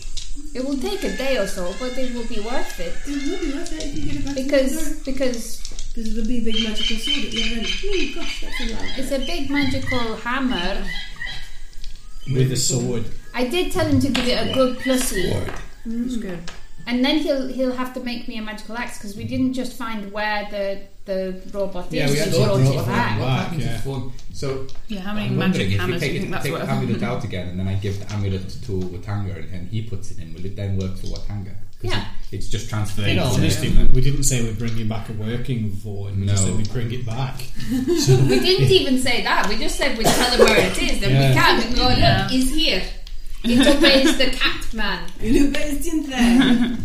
It will take a day or so, but it will be worth it
It would be worth it if you get it back
because because
Because there'll be a big magical sword at the other end. Oh, gosh, that's a lot.
it's a big magical hammer.
with a sword.
I did tell him to give it a good plussy.
That's good.
And then he'll he'll have to make me a magical axe because we didn't just find where the the robot
Yeah,
is.
we had to
brought
draw
it back.
it back.
what happens
yeah.
if one so
Yeah, how many
I'm wondering
magic
if we
hammers do
take,
you
it,
think that's
take the
worth?
amulet out again and then I give the amulet to Watanga and, and he puts it in, will it then work for Watanga? 'Cause
Yeah.
it- it's just transferred.
In all
to
honesty,
him.
we didn't say we're bringing back a working void. We just
No.
said we'd bring it back.
We didn't even say that. We just said we tell him where it is, and
Yeah.
we can and go. Look,
Yeah.
he's here. It obeys the cat man.
Who based in there?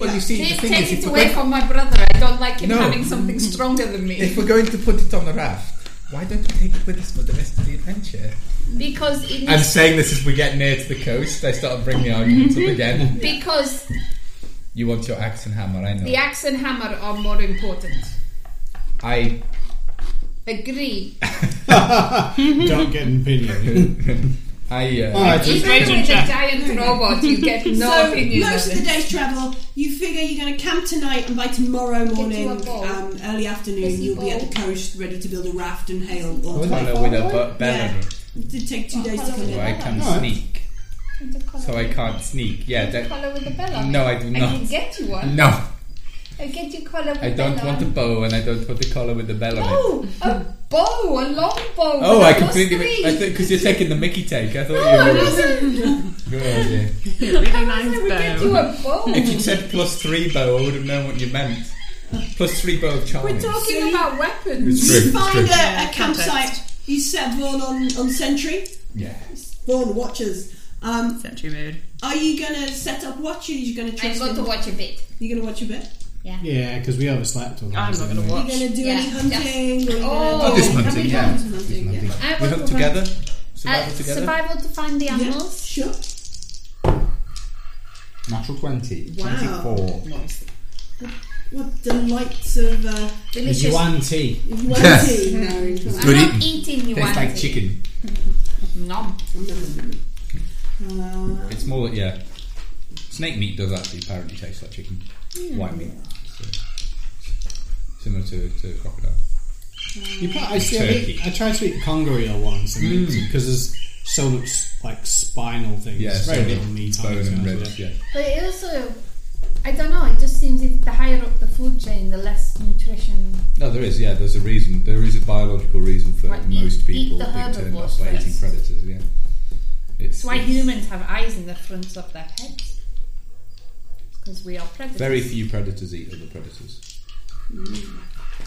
Well, you see,
Please
the thing is,
take
if
it
we're,
away
going,
from my brother. I don't like him
No.
having something stronger than me
if we're going to put it on a raft, why don't we take it with us for the rest of the adventure?
because it
I'm
needs,
saying this as we get near to the coast. I start bringing the arguments up again.
because
You want your axe and hammer, I know.
the axe and hammer are more important.
I
Agree.
Don't get an opinion.
I uh,
All right,
Just
Even
wait
with
and
a
check.
giant robot, you get no
so
opinion.
most
of
of the
it.
day's travel, you figure you're going to camp tonight, and by tomorrow morning,
a bowl.
um, early afternoon,
Busy
you'll be at
bowl.
the coast ready to build a raft and hail. All
Well,
follow with a bu- bell
Yeah.
on it.
It did take two days to come
So
in.
I can
Alright.
sneak. So I can't sneak. Yeah, that,
collar with a bell on.
No, I do
I can
not.
get you one.
No,
I get you collar with
I
a
don't
bell
want a
on.
bow and I don't want a collar with a bell on it.
Oh, a bow, a long bow.
Oh,
with
I
a
completely.
plus
I
three.
because you're taking the Mickey take. I thought
I
you were.
wasn't.
Good idea.
Really
I
nice
would get you
bow.
a bow.
If you'd said plus three bow, I would have known what you meant. Plus three bow of charming.
We're talking-
Talking about weapons.
It's
You
true.
find
It's true.
a, a
Yeah,
campsite.
context.
You set Vaughn on, on sentry.
Yeah.
Vaughn watches. Um,
Century mood.
are you going to set up watch or are you going to
I'm
trust
going to
him?
watch a bit.
You're going to watch a bit?
Yeah, because we overslept. on
I'm
those,
not gonna
didn't we?
You're
watch.
going to do
Yeah,
any hunting? Or
Oh,
are
this
you
Hunting,
gonna-
hunting,
Can
yeah.
we
This hunting.
hunt hunting? Yeah.
I
We
want
hunt
to run.
together.
Uh,
Survival together.
survival to find the animals.
Sure.
Natural 20.
Wow.
24.
Nice.
What delights of uh,
Is
Delicious.
Yuan tea?
humanity.
I'm
Good
not
eating.
eating you
Tastes like chicken.
No.
Uh,
It's more, yeah. Snake meat does actually apparently taste like chicken. White meat. So, similar to, to crocodile.
You put, I, see, I,
Turkey. Mm.
eat- I tried to eat conger eel once because there's so much like spinal things.
Yeah,
It's
so
very
meat,
little meat on
bone
it. to be
and
honest with
ribs,
you.
yeah.
But it also, I don't know, it just seems if the higher up the food chain, the less nutrition.
No, there is. Yeah, there's a reason. There is a biological reason for
Right, eat-
most
eat
people
the
being turned off
herbivores
by eating
first.
predators. Yeah, it's,
It's why
it's
humans have eyes in the fronts of their heads. Because we are predators.
Very few predators eat other predators.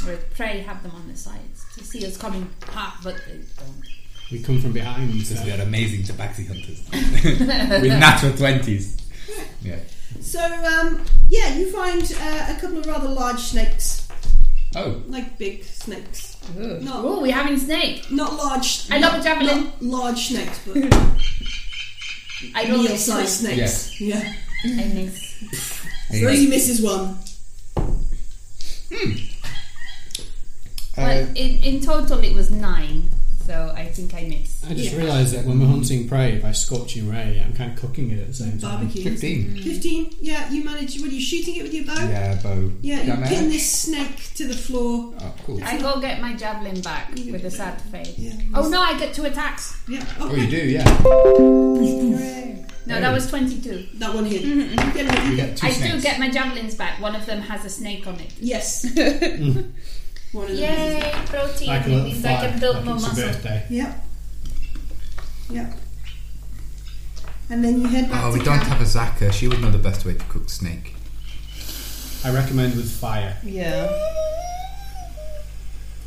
Where prey have them on the sides to see us coming apart, but they don't.
We come from behind. so-
Because we are amazing tabaxi hunters with natural twenties. Yeah.
so, um, yeah, you find uh, a couple of rather large snakes,
Oh,
like big snakes. Not,
Oh, we're having snake.
not large.
I love a javelin.
Not large snakes, but
I don't
meal
miss
sized
one.
snakes. Yeah.
I miss.
So he misses one.
uh,
well, in, in total, it was nine, so I think I missed.
I just
Yeah.
realised that when we're hunting prey, if I scotch and ray, I'm kind of cooking it at the same time.
Barbecue.
fifteen.
15. Yeah, you manage. What are you shooting it with your bow?
Yeah, bow.
Mm. Yeah, you
Damn
pin
it.
this snake to the floor.
Oh, cool.
I go get my javelin back with a sad face.
Yeah.
Oh no, I get two attacks.
Yeah,
Oh,
okay.
you do. Yeah.
No, that was 22.
That one here.
Mm-hmm,
Get it.
You get two
I
snakes.
do get my javelins back. One of them has a snake on it.
Yes. one of them.
Yay, protein.
Like a
it
little
means I
fly,
can build
like
more
it's a
muscle.
birthday.
Yep. Yep. and then you head back
Oh,
to
we don't
camp.
have a Zaka. She would know the best way to cook snake.
I recommend with fire.
Yeah.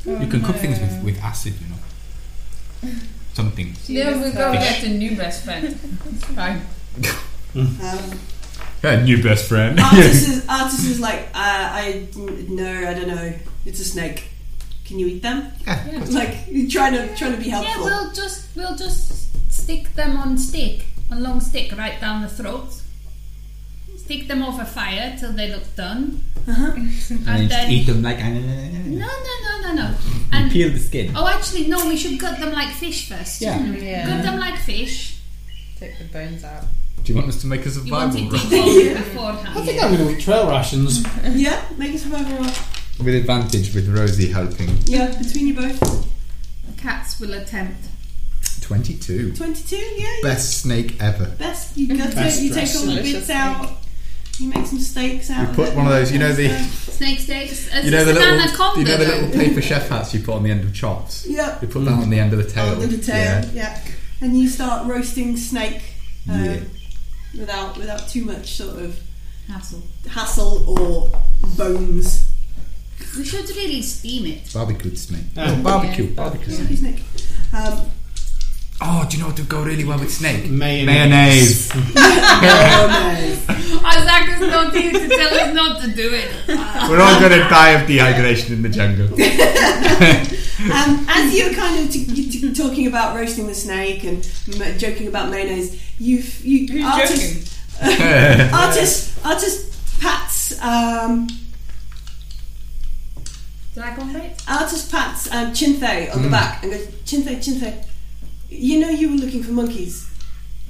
you can cook things with, with acid, you know. Some things.
Yeah, we go get a new best friend. Fine.
Um,
Yeah, new best
Oh,
friend.
Artis is, Artis is like, uh, I no, I don't know. It's a snake. Can you eat them?
Yeah.
Like trying to trying to be
Yeah,
helpful.
we'll just we'll just stick them on stick, on long stick, right down the throat. Stick them over fire till they look done, and then
them like
no, no, no, no, no. And
peel the skin.
oh, actually, no, we should gut them like fish first.
Yeah.
shouldn't we?
Yeah.
gut them like fish.
Take the bones out.
Do you want us to make a
You want
survival
it
roll?
deboned
I
beforehand.
think I'm going to eat trail rations.
yeah, make a survival roll.
With advantage, with Rosie helping.
Yeah, between you both,
Cats will attempt.
22.
twenty-two. Yeah,
Best snake ever.
best. You got
Best
it. You take
dressed
all the
delicious
bits out. You make some steaks out.
You
of
put
it.
one of those, you know the,
Snake steaks. It's
you know the
an
little,
anaconda.
you know the
though.
little paper chef hats you put on the end of chops.
Yep.
You put that on the end of the tail.
Oh, with the tail. Yeah. and you start roasting snake um,
Yeah.
without without too much sort of
Hassle.
hassle or bones.
We should really steam it.
Barbecue snake.
Um,
oh, barbecue, barbecue snake.
Barbecue snake. Um,
Oh, do you know what would go really well with snake?
Mayonnaise.
Isaac is not here to tell us not to do it.
We're all gonna die of dehydration in the jungle.
um, as you're kind of t- you t- talking about roasting the snake and m- joking about mayonnaise, you've you
Who's joking?
artist, artist artist pats um,
Dragon bait?
artist pats um, Chinthe on the back and goes Chinthe Chinthe, you know you were looking for monkeys.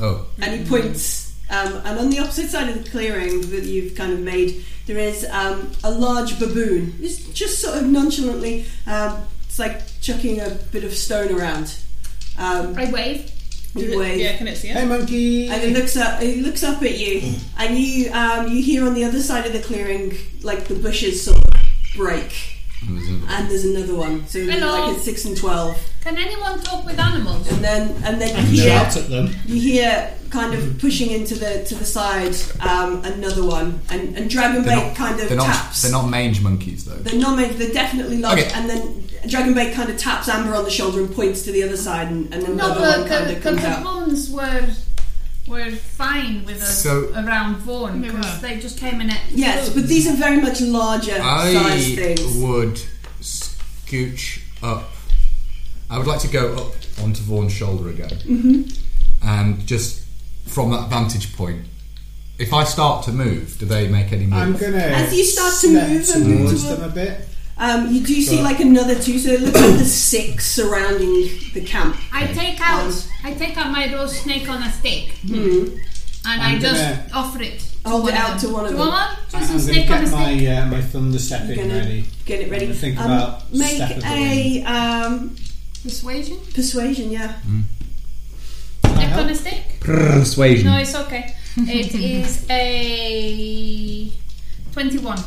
Oh,
and
Hmm.
he points. Um, and on the opposite side of the clearing that you've kind of made, there is um, a large baboon. It's just sort of nonchalantly, um, it's like chucking a bit of stone around. Um,
I wave.
you wave.
Yeah, can it see
Hey,
it?
monkey.
And it looks up. It looks up at you,
Mm.
and you um, you hear on the other side of the clearing, like the bushes sort of break,
it was in-
and there's another one. So
Hello.
like it's six and twelve,
Can anyone talk with animals?
and then and then
And
you hear
shout at them.
You hear kind of pushing into the to the side um, another one, and, and Dragonbait
they're not,
kind of
they're not,
taps.
They're not mange monkeys though.
They're not made- They're definitely large.
Okay.
And then Dragonbait kind of taps Amber on the shoulder and points to the other side, and, and
No,
another
the
one kind of comes out.
Catacombs were were fine with us
So-
around Vaughan
They
because
were.
they just came in at
Yes, but these are very much larger size
I
things.
would scooch up. I would like to go up onto Vaughan's shoulder again, mm-hmm. and just from that vantage point. If I start to move, do they make any
I'm
move?
going to.
As you start to
step
move and move
towards
toward-
them a bit.
Um, you do see like another two, so it looks like the six surrounding the camp.
I take out I take out my roast snake on a stick. And i
I'm
just
gonna-
offer it. to
Hmm. uh, Hold it
one of
out
them.
to one of
Do
them. Uh,
you want one? Just
I'm
a
going to
snake on a
get
stick.
my uh, my thunder stepping
Gonna
ready.
Get it ready.
I'm gonna think
Um,
about
make
step of the
a um,
Persuasion?
persuasion. Yeah.
I
Snake on
help?
a stick?
Persuasion.
No, it's okay. It is a twenty-one.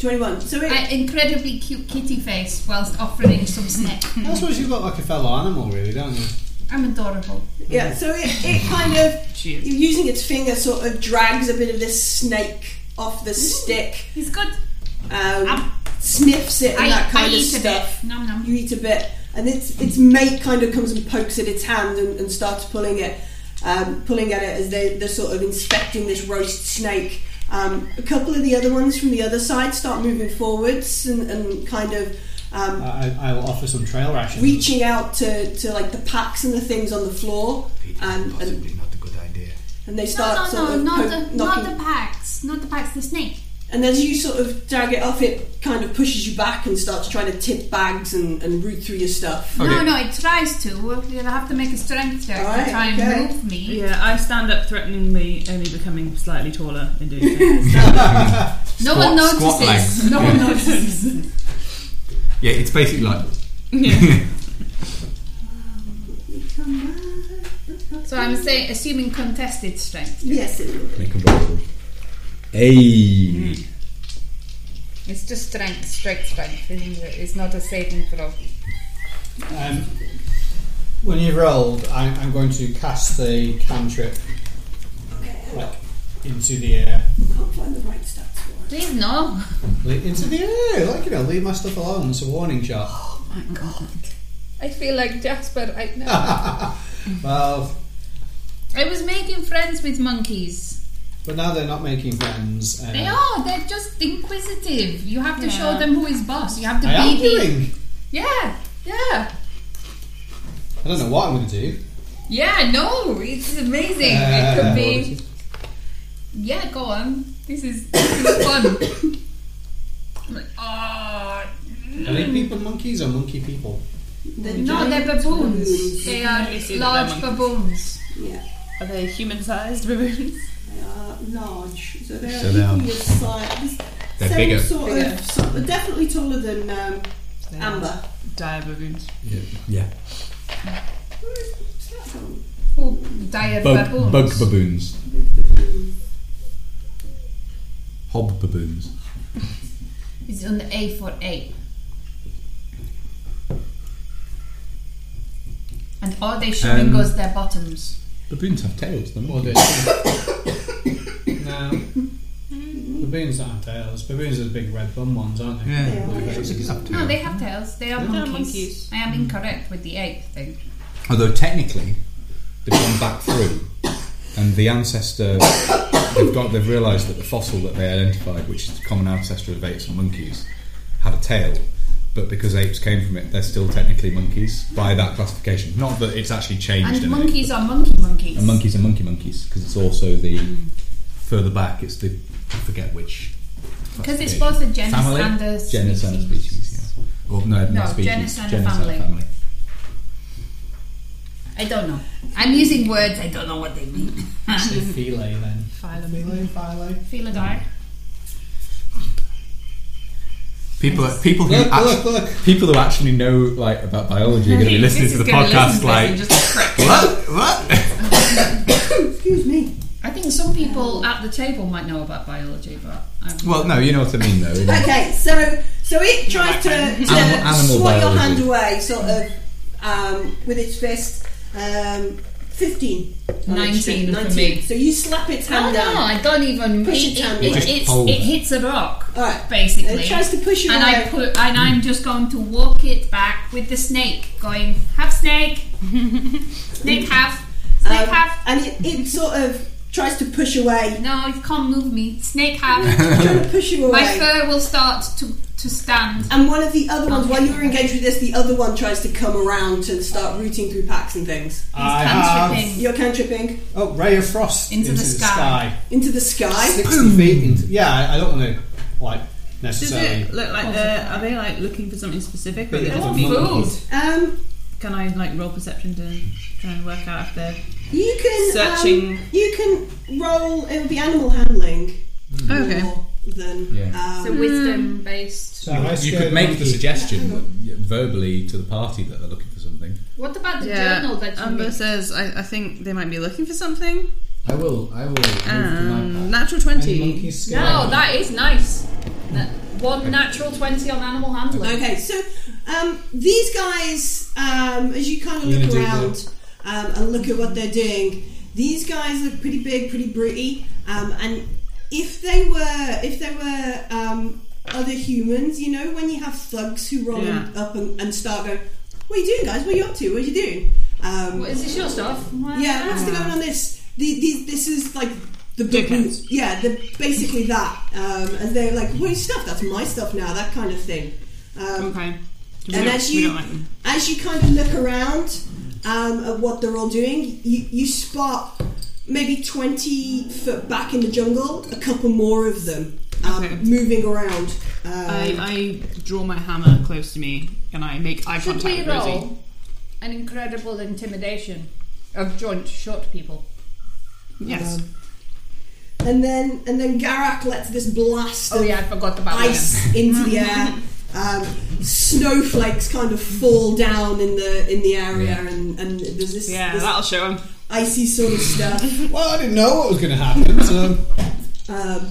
Twenty-one. So it,
An incredibly cute kitty face whilst offering some snack.
I suppose you look like a fellow animal, really, don't you?
I'm adorable.
Yeah, so it, it kind of
She is.
using its finger sort of drags a bit of this snake off the stick,
He's good.
um, sniffs it and
I,
that kind
I
of
eat
stuff.
a bit. Nom nom.
You eat a bit, and its its mate kind of comes and pokes at its hand and, and starts pulling it, um, pulling at it as they they're sort of inspecting this roast snake. Um, a couple of the other ones from the other side start moving forwards and, and kind of um,
I, I- I will offer some trail rations.
reaching out to, to like the packs and the things on the floor, and, Um, and,
Possibly not a good idea.
and they
No,
start sort
no, no,
of
not
poke-
the,
uh, knocking.
not the packs. Not the packs, the snake.
And as you sort of drag it off, it kind of pushes you back and starts trying to tip bags and, and root through your stuff.
No,
Okay.
no, it tries to. You'll have to make a strength check
Alright,
to try and
okay.
move me.
Yeah, I stand up threateningly, only becoming slightly taller in doing so.
No
Squat- squat
one notices.
legs.
No one notices.
Yeah, it's basically like
so I'm saying, assuming contested strength.
Yes, it will.
make a roll. Hey.
It's just strength, strength, strength. isn't it? It's not a saving throw.
Um, when you've rolled, I'm, I'm going to cast the cantrip like into the air.
I can't find the right stats for it.
Please no.
Like, into the air, like you know, leave my stuff alone. It's a warning shot.
my god.
I feel like Jasper right now.
Well,
I was making friends with monkeys.
but now they're not making friends. Uh,
They are. They're just inquisitive. You have to show
Yeah.
them who is boss. You have to
I am
be the.
doing.
Yeah. Yeah.
I don't know what I'm going to do.
Yeah. No. It's amazing. it
Uh,
could be. Yeah. Go on. This is, this is fun. I'm like, oh.
Are they people monkeys or monkey people?
They're
No,
giant
they're baboons.
baboons.
They are
You see that
large
they're monkeys.
baboons.
Yeah,
Are they human sized baboons?
they are large. So they're
So they are-
equally as size.
They're
Same
bigger.
Sort
Bigger.
Of, so, they're definitely taller than um, Amber.
Dire baboons.
Yeah. yeah.
Where is that from?
Oh, dire baboons.
Bug, bug baboons. Hob baboons.
It's on the A for A. And all they showing
Um,
was their bottoms.
Baboons have tails, don't
Or
they?
do No. Baboons don't have tails. Baboons are the big red bum ones, aren't they?
Yeah.
Blue faces.
No, they have tails. They are
They're
monkeys.
monkeys.
I am incorrect with the ape thing.
Although technically, they've gone back through, and the ancestor they've got they've realised that the fossil that they identified, which is the common ancestor of apes and monkeys, had a tail. But because apes came from it, they're still technically monkeys by that classification. Not that it's actually changed.
And
in it,
monkeys are monkey monkeys.
but- and monkeys are monkey monkeys because it's also the
Mm.
further back. It's the I forget which.
Because it's
classification.
both a genus
Family?
and a species.
genus and a species. Yeah. Or no, not
No,
species.
genus and a
and
family. I don't know. I'm using words. I don't know what they mean.
Say Philae then. Philae, Philae.
Philodai.
People, people who
Look,
act-
look, look.
people who actually know like about biology are going to be listening
This
to
is
the
gonna listen
podcast
to
like
this and just like, "Crap."
what what
Excuse me.
I think some people at the table might know about biology, but I'm
well no you know what I mean though you know.
Okay, so so it tries to, to
Animal- animal
swat your
biology.
hand away, sort of, um, with its fist. Um, 15.
Nineteen for me.
So you slap its
Oh
hand
no,
down.
I don't even.
Push
It,
it down.
it,
Just
it, it's-
hold
it
it.
hits a rock,
Alright.
basically.
It tries to push you
and
away.
I put, and I'm just going to walk it back with the snake, going have snake, snake have, snake
Um,
have.
and it, it sort of tries to push away,
No, it can't move me. Snake have.
trying to push you away.
My fur will start to to stand.
and one of the other ones, while you were engaged with this, the other one tries to come around to start rooting through packs and things.
I
cantrip
have.
thing.
You're cantripping
Oh, ray of frost
Into
into,
the
the,
sky.
sky.
into the sky.
60 feet into. Yeah, I, I don't want to, like,
Does
necessarily.
it look like they're. Are they like looking for something specific? Or
But
are they
it's
just
a
being-
monkey.
Um,
Can I like roll perception to try and work out if they're.
you can
Searching.
Um, you can roll. It would be animal handling
Mm.
Okay.
more than
Yeah.
um,
So wisdom based.
So I
you
scared
could make the
monkey.
suggestion that- verbally to the party that they're looking for something
What about the journal that
Yeah,
you
Amber
read?
says I, I think they might be looking for something.
I will I will
Um, natural twenty.
Any monkeys scared?
No, that is nice. Na- One natural 20 on animal handling.
Okay, so um, these guys, um, as you kind of
You're
look
gonna do
around um, and look at what they're doing, these guys are pretty big, pretty britty, um, and if they were, if they were um, other humans, you know, when you have thugs who roll
Yeah.
up and, and start going, "What are you doing, guys? What are you up to? What are you doing?" Um,
What, is this your stuff? Why-
Uh,
yeah, what's going on this? The, the, this is like the
Dickheads.
Yeah, the, basically that. Um, and they're like, "What is stuff? That's my stuff now." That kind of thing. Um,
Okay. We
and
don't-
as
we
you
don't like them.
as you kind of look around um, at what they're all doing, you, you spot maybe twenty foot back in the jungle a couple more of them um,
Okay.
moving around. Um,
I, I draw my hammer close to me and I make eye
Should
contact
we
with Rosie.
roll an incredible intimidation of joint short people?
Yes.
and then and then Garak lets this blast
Oh
of
yeah, I forgot about that.
ice into the air. Um, snowflakes kind of fall down in the in the area,
Yeah.
and, and there's this,
yeah,
this
that'll show him.
icy sort of stuff.
Well, I didn't know what was going to happen, so.
Um,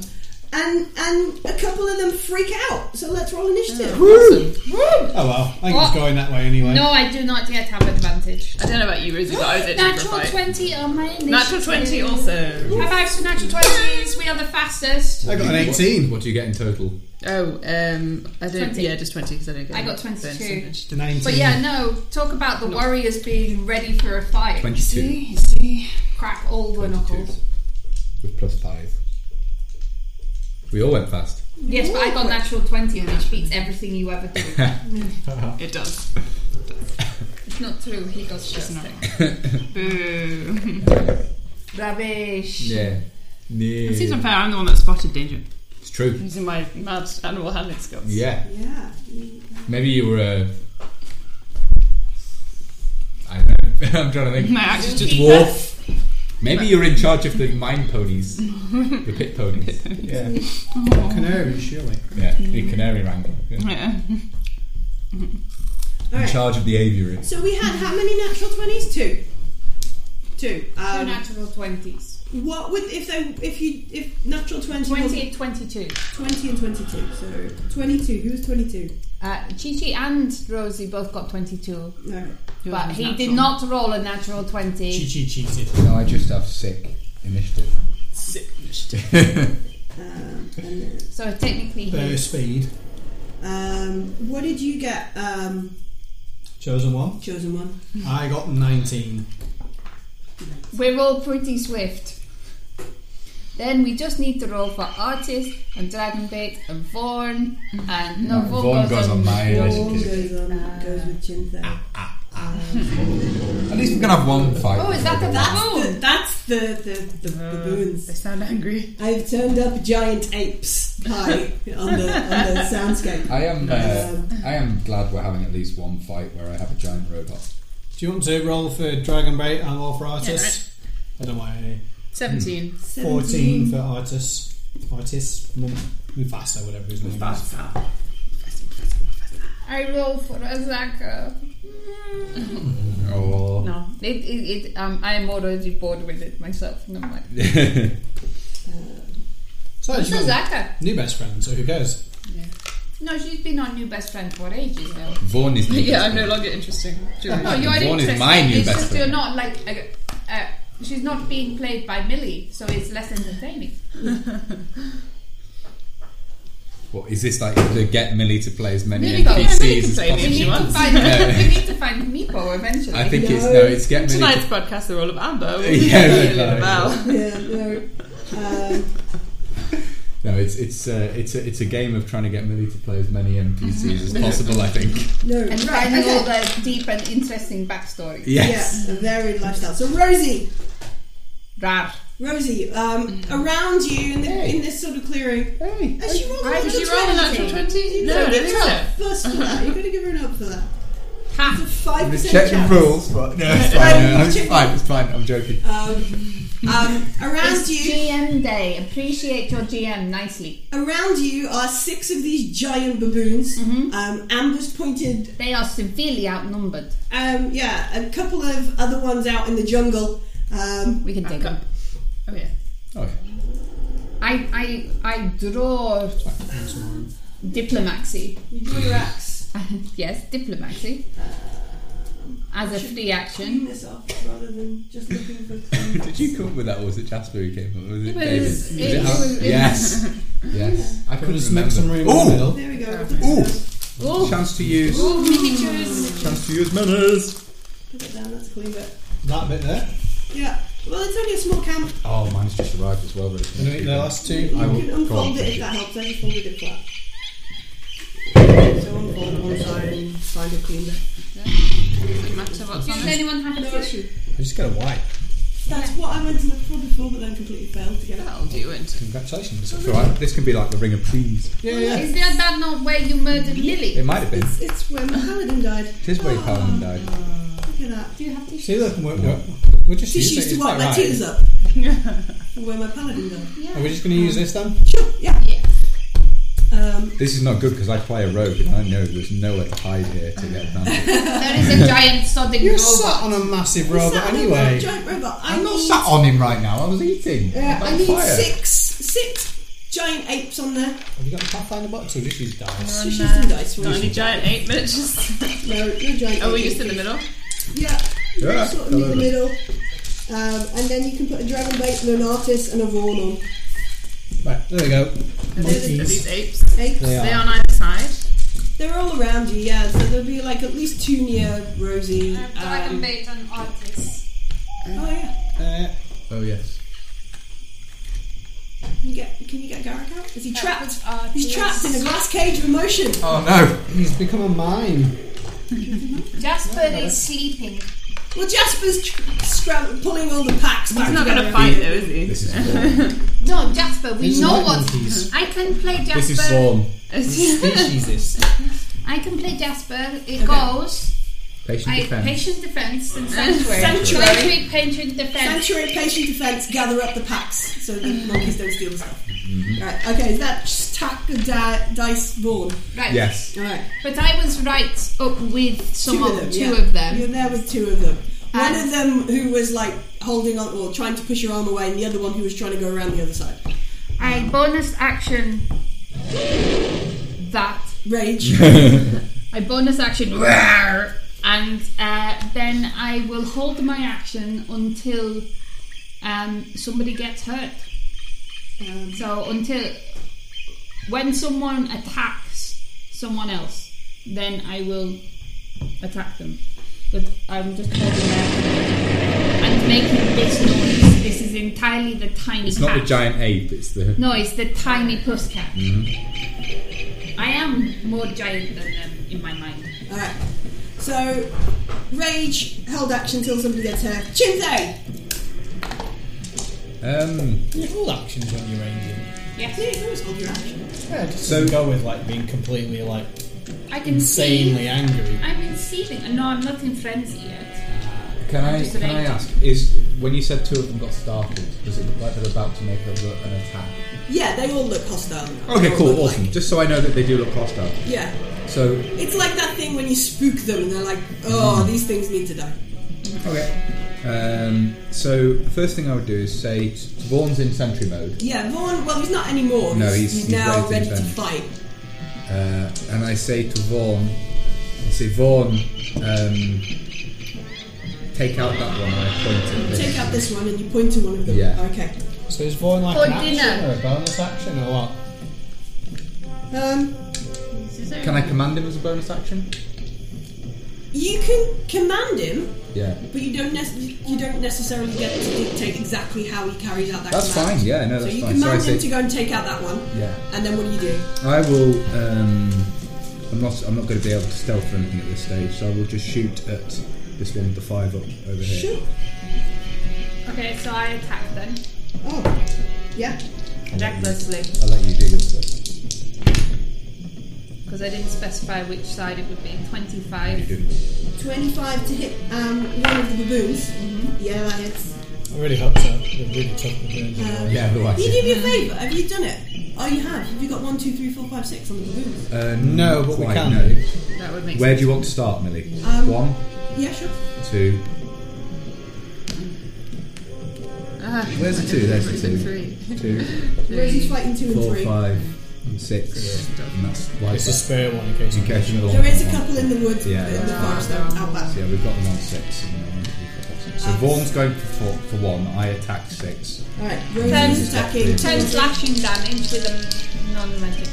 and and a couple of them freak out. So let's roll initiative.
Oh well, I think
What?
it's going that way anyway.
No, I do not yet have advantage.
I don't know about you, Rosie, but I was itching for
Natural
a fight.
20 on my initiative.
Natural 20 also.
Have I some natural 20s? We are the fastest.
I got an
What-
18.
What do you get in total?
Oh, um, I don't.
20.
Yeah, just 20 because I don't get
I
any
got 22.
bonus damage.
To 19.
But yeah, no, talk about the warriors being ready for a fight.
22.
You see? Crack all the knuckles.
With plus five. We all went fast.
Yes, but I got natural 20, which beats everything you ever do.
It does.
It's not true, he got just
Boo.
Rubbish.
Yeah.
It seems unfair. I'm the one that spotted danger
It's true.
using my mad animal handling skills.
Yeah.
Yeah.
Maybe you were a. I don't know. I'm trying to think.
My actions just
Dwarf. Maybe you're in charge of the mine ponies, the pit ponies.
yeah. Canary, surely.
Yeah, the canary wrangler. Yeah.
Yeah.
All
In
right.
charge of the aviary.
So we had how many natural twenties? Two. Two.
Two
Um,
natural 20s.
what would if they if you if natural twenty
20
20,
and 22.
20 and twenty two? So twenty two. Who was twenty two?
Uh, Chichi and Rosie both got 22,
No.
but
was
he
natural.
did not roll a natural 20.
Chi Chi cheated.
No, I just have sick initiative.
Um, and then,
So technically,
Their
he,
speed.
um, what did you get? Um,
Chosen one.
chosen one.
I got 19.
we're all pretty swift. Then we just need to roll for artist and dragonbait and Vaughn and no Vaughn,
Vaughn goes on my
One
initiative.
goes on. goes with Chintha.
Ah. At least we can have one fight.
Oh, is that the
That's the,
Vaughn?
that's the the, the
Uh,
baboons.
They sound angry.
I've turned up giant apes high on the on the soundscape.
I am. Uh,
Um,
I am glad we're having at least one fight where I have a giant robot.
Do you want to roll for Dragon Bait and roll for Artists? I don't want any.
17.
14 for Artists. Artists. Mum- Mufasa, whatever his name is.
I roll for a Zaka.
Oh.
No.
It, it, it, um, I am already bored with it myself. No mind.
So
What's a
actually got
Zaka?
new best friend, so who cares?
No, she's been our new best friend for ages now.
Vaughn is. the
Yeah, I'm
best
no longer interesting.
No, you're
Vaughn is
interested.
my new
it's
best
just
friend.
you're not like a, uh, she's not being played by Millie, so it's less entertaining.
What is this like? To get Millie to play as many
Millie got-
NPCs
Millie can
as
play
We
if she
need
possible.
to
wants.
find
Yeah.
we need to find Meepo eventually.
I think it's no. It's get Millie.
Tonight's
To,
podcast, the role of Amber.
Yeah,
We'll be
yeah,
dealing about.
Yeah, no. Um,
no, it's it's uh, it's a, it's a game of trying to get Millie to play as many NPCs as possible. I think.
no.
and
right,
finding
okay.
all the deep and interesting backstory.
Yes.
Yeah, a varied lifestyle. So Rosie,
Rar.
Rosie, um,
Mm.
around you in, the, in this sort of clearing.
Hey.
Has she rolled a
Why
natural
did she roll a natural
20?
20?
No,
No, I don't think so.
First for that, you're going to give her an up for that. It's a
Ha.
five
I'm
percent
check
chance.
the rules, but no, it's fine. No, I'm- it's fine. It's fine. I'm joking.
Um, um, around
It's
you,
GM day. Appreciate your GM nicely.
around you are six of these giant baboons. Um, Amber's pointed
They are severely outnumbered.
Um, yeah, a couple of other ones out in the jungle. Um,
We can take them.
Oh, yeah.
Oh, yeah.
I I I draw diplomacy.
you draw your axe.
yes, diplomacy. As a free
Clean
action.
this off rather than just looking for.
Did you come up with that, or was it Jasper who came up? with it,
It
David?
was-
Was
it
Har-
was- it-
yes, yes. I
Could
couldn't
just make some room in the
Oh,
middle.
There we go.
Ooh.
Oh,
chance to use,
oh miniatures.
chance to use manners.
Put it down. That's clean bit.
That bit there.
Yeah. Well, it's only a small camp.
Oh, mine's just arrived as well. but it's-
And the the last two.
You
I will
can
go on,
unfold it
thank
if
you.
that helps. I just folded it flat. So unfold one side and find a clean bit.
Doesn't matter what's on
Does
it.
anyone have a tissue?
I just got a wipe.
That's what I went to look for before, but then completely failed to get it.
That'll do it.
Congratulations.
It's all right. This can be like the ring of trees.
Yeah, yeah.
Is there that not where you murdered Lily?
It might have been.
It's, it's where my paladin died.
It is where
Ah,
Paladin died.
Look at that.
Do you have tissue?
See, look, we're,
No.
we're, we're just
She
using
used to
it.
wipe my
right.
tears up. where my paladin died.
Are we just going to use this then?
Sure. Yeah.
Yeah.
Um,
This is not good because I play a rogue and I know there's nowhere to hide here to get advantage.
There is a giant sodding
You're
robot.
sat on a massive robot
Sat on a
anyway.
giant robot. I
I'm not
need- uh,
sat on him right now. I was eating.
Yeah,
By
I need
fire.
six, six giant apes on there.
Have you got the Pathfinder box or just use dice?
Just use some dice.
Got
rolls.
any giant ape bitches?
No, no giant
Are we
apes.
Oh, just in the middle?
Yeah,
Yeah,
yeah sort of in the
hello.
middle. Um, and then you can put a dragon bait and an artist and a Vaughn on.
Right, there we go.
Are these, are
Monkeys.
these apes?
Apes.
They
They
are.
on either side.
They're all around you, yeah. So there'll be like at least two near Rosie.
Um, dragon
Um,
bait and artists.
oh yeah.
Uh,
Oh yes.
Can you get can you get Garak out? Is he trapped?
Artists.
He's trapped in a glass cage of emotion.
Oh no.
he's become a mime.
Jasper is sleeping.
Well, Jasper's tr- scram- pulling all the packs back
He's not going to
together.
fight though, is he?
This is Zorn.
No, Jasper, we
These
know
are
what.
monkeys.
I can play Jasper.
This is Zorn.
Species this.
I can play Jasper. It goes.
Patient
I
defense.
patient defense and sanctuary.
Sanctuary.
Sanctuary, patient defense.
Sanctuary patient defense, gather up the packs so the monkeys don't steal the stuff.
Mm-hmm.
Right, okay, is that stack of di- dice Vaughn?
Right.
Yes.
Alright.
But I was right up with some
two
of,
of them.
two
yeah.
of them.
You're there with two of them. One
And-
of them who was like holding on or trying to push your arm away, and the other one who was trying to go around the other side.
I bonus action that.
Rage.
I bonus action roar, and uh, then I will hold my action until um, somebody gets hurt.
Um,
So until when someone attacks someone else, then I will attack them. But I'm just holding my action and making this noise. This is entirely the tiny.
It's not the
cat.
giant ape. It's the.
No, it's the tiny puss cat.
Mm-hmm.
I am more giant than them in my mind.
Alright. So, rage, held action until somebody gets hurt. Chinte!
Um.
You hold actions when you're ranging.
Yeah,
Yes,
you always hold your action.
Yeah, just
So-
so go with like being completely like
I can
insanely
see.
angry.
I'm conceiving. No, I'm not in frenzy yet.
Can I
Just an
can I
ape.
ask? Is when you said two of them got startled, does it look like they're about to make a, an attack?
Yeah, they all look hostile. now. They
Okay,
all
cool,
look like-
awesome. Just so I know that they do look hostile.
yeah.
So
It's like that thing when you spook them and they're like,
Mm.
oh, these things need to die.
okay. Um, so the first thing I would do is say Vaughn's in sentry mode,
Yeah, Vaughn, well, he's not anymore.
No,
he's,
he's- he's
now ready
ready to
to
defend.
fight.
uh, and I say to Vaughn, I say Vaughn, um, take out that one. And I point at this.
Take out this one and you point to one of them.
Yeah.
Okay.
So is Vaughn like
For
an action
dinner.
or a bonus action or what?
Um,
Can I command him as a bonus action?
you can command him,
Yeah,
But you don't nec- you don't necessarily get to dictate exactly how he carries out that.
that's
command.
fine. Yeah, no,
So
that's
you
fine. So I
command him
say
to go and take out that one,
yeah.
and then what do you do?
I will. Um, I'm not. I'm not going to be able to stealth or anything at this stage, so I will just shoot at this one with the five up over here.
Shoot.
Okay, so I attack then.
Oh, yeah.
Recklessly.
I'll let you do your first.
Because I didn't specify which side it would be.
You
25.
didn't.
Twenty-five to hit um, one of the baboons. Yeah, that hits.
I really hope so. They're really tough baboons.
Um,
Yeah, otherwise.
Can you do me a favour? Have you done it? Oh, you have. Have you got one, two, three, four, five, six on the baboons?
Uh,
Mm, No, but we
quite,
can
no.
do.
That would make
Where do you want to start, Millie?
Um,
one,
Yeah, sure.
two.
sense. Ah,
Where's the two? There's the
three,
two.
three,
Two,
Rosie's fighting two and
four,
three.
five, and six. And that's why.
It's a spare one in case
In case you
know.
know.
There is a couple in the woods,
Yeah,
in the
that's
forest, out out back.
Yeah, we've got them on six. and then we've got So
Um,
Vaughn's going for, four, for one. I attack six.
All right, Rosie's attacking.
So slashing damage with a non magical.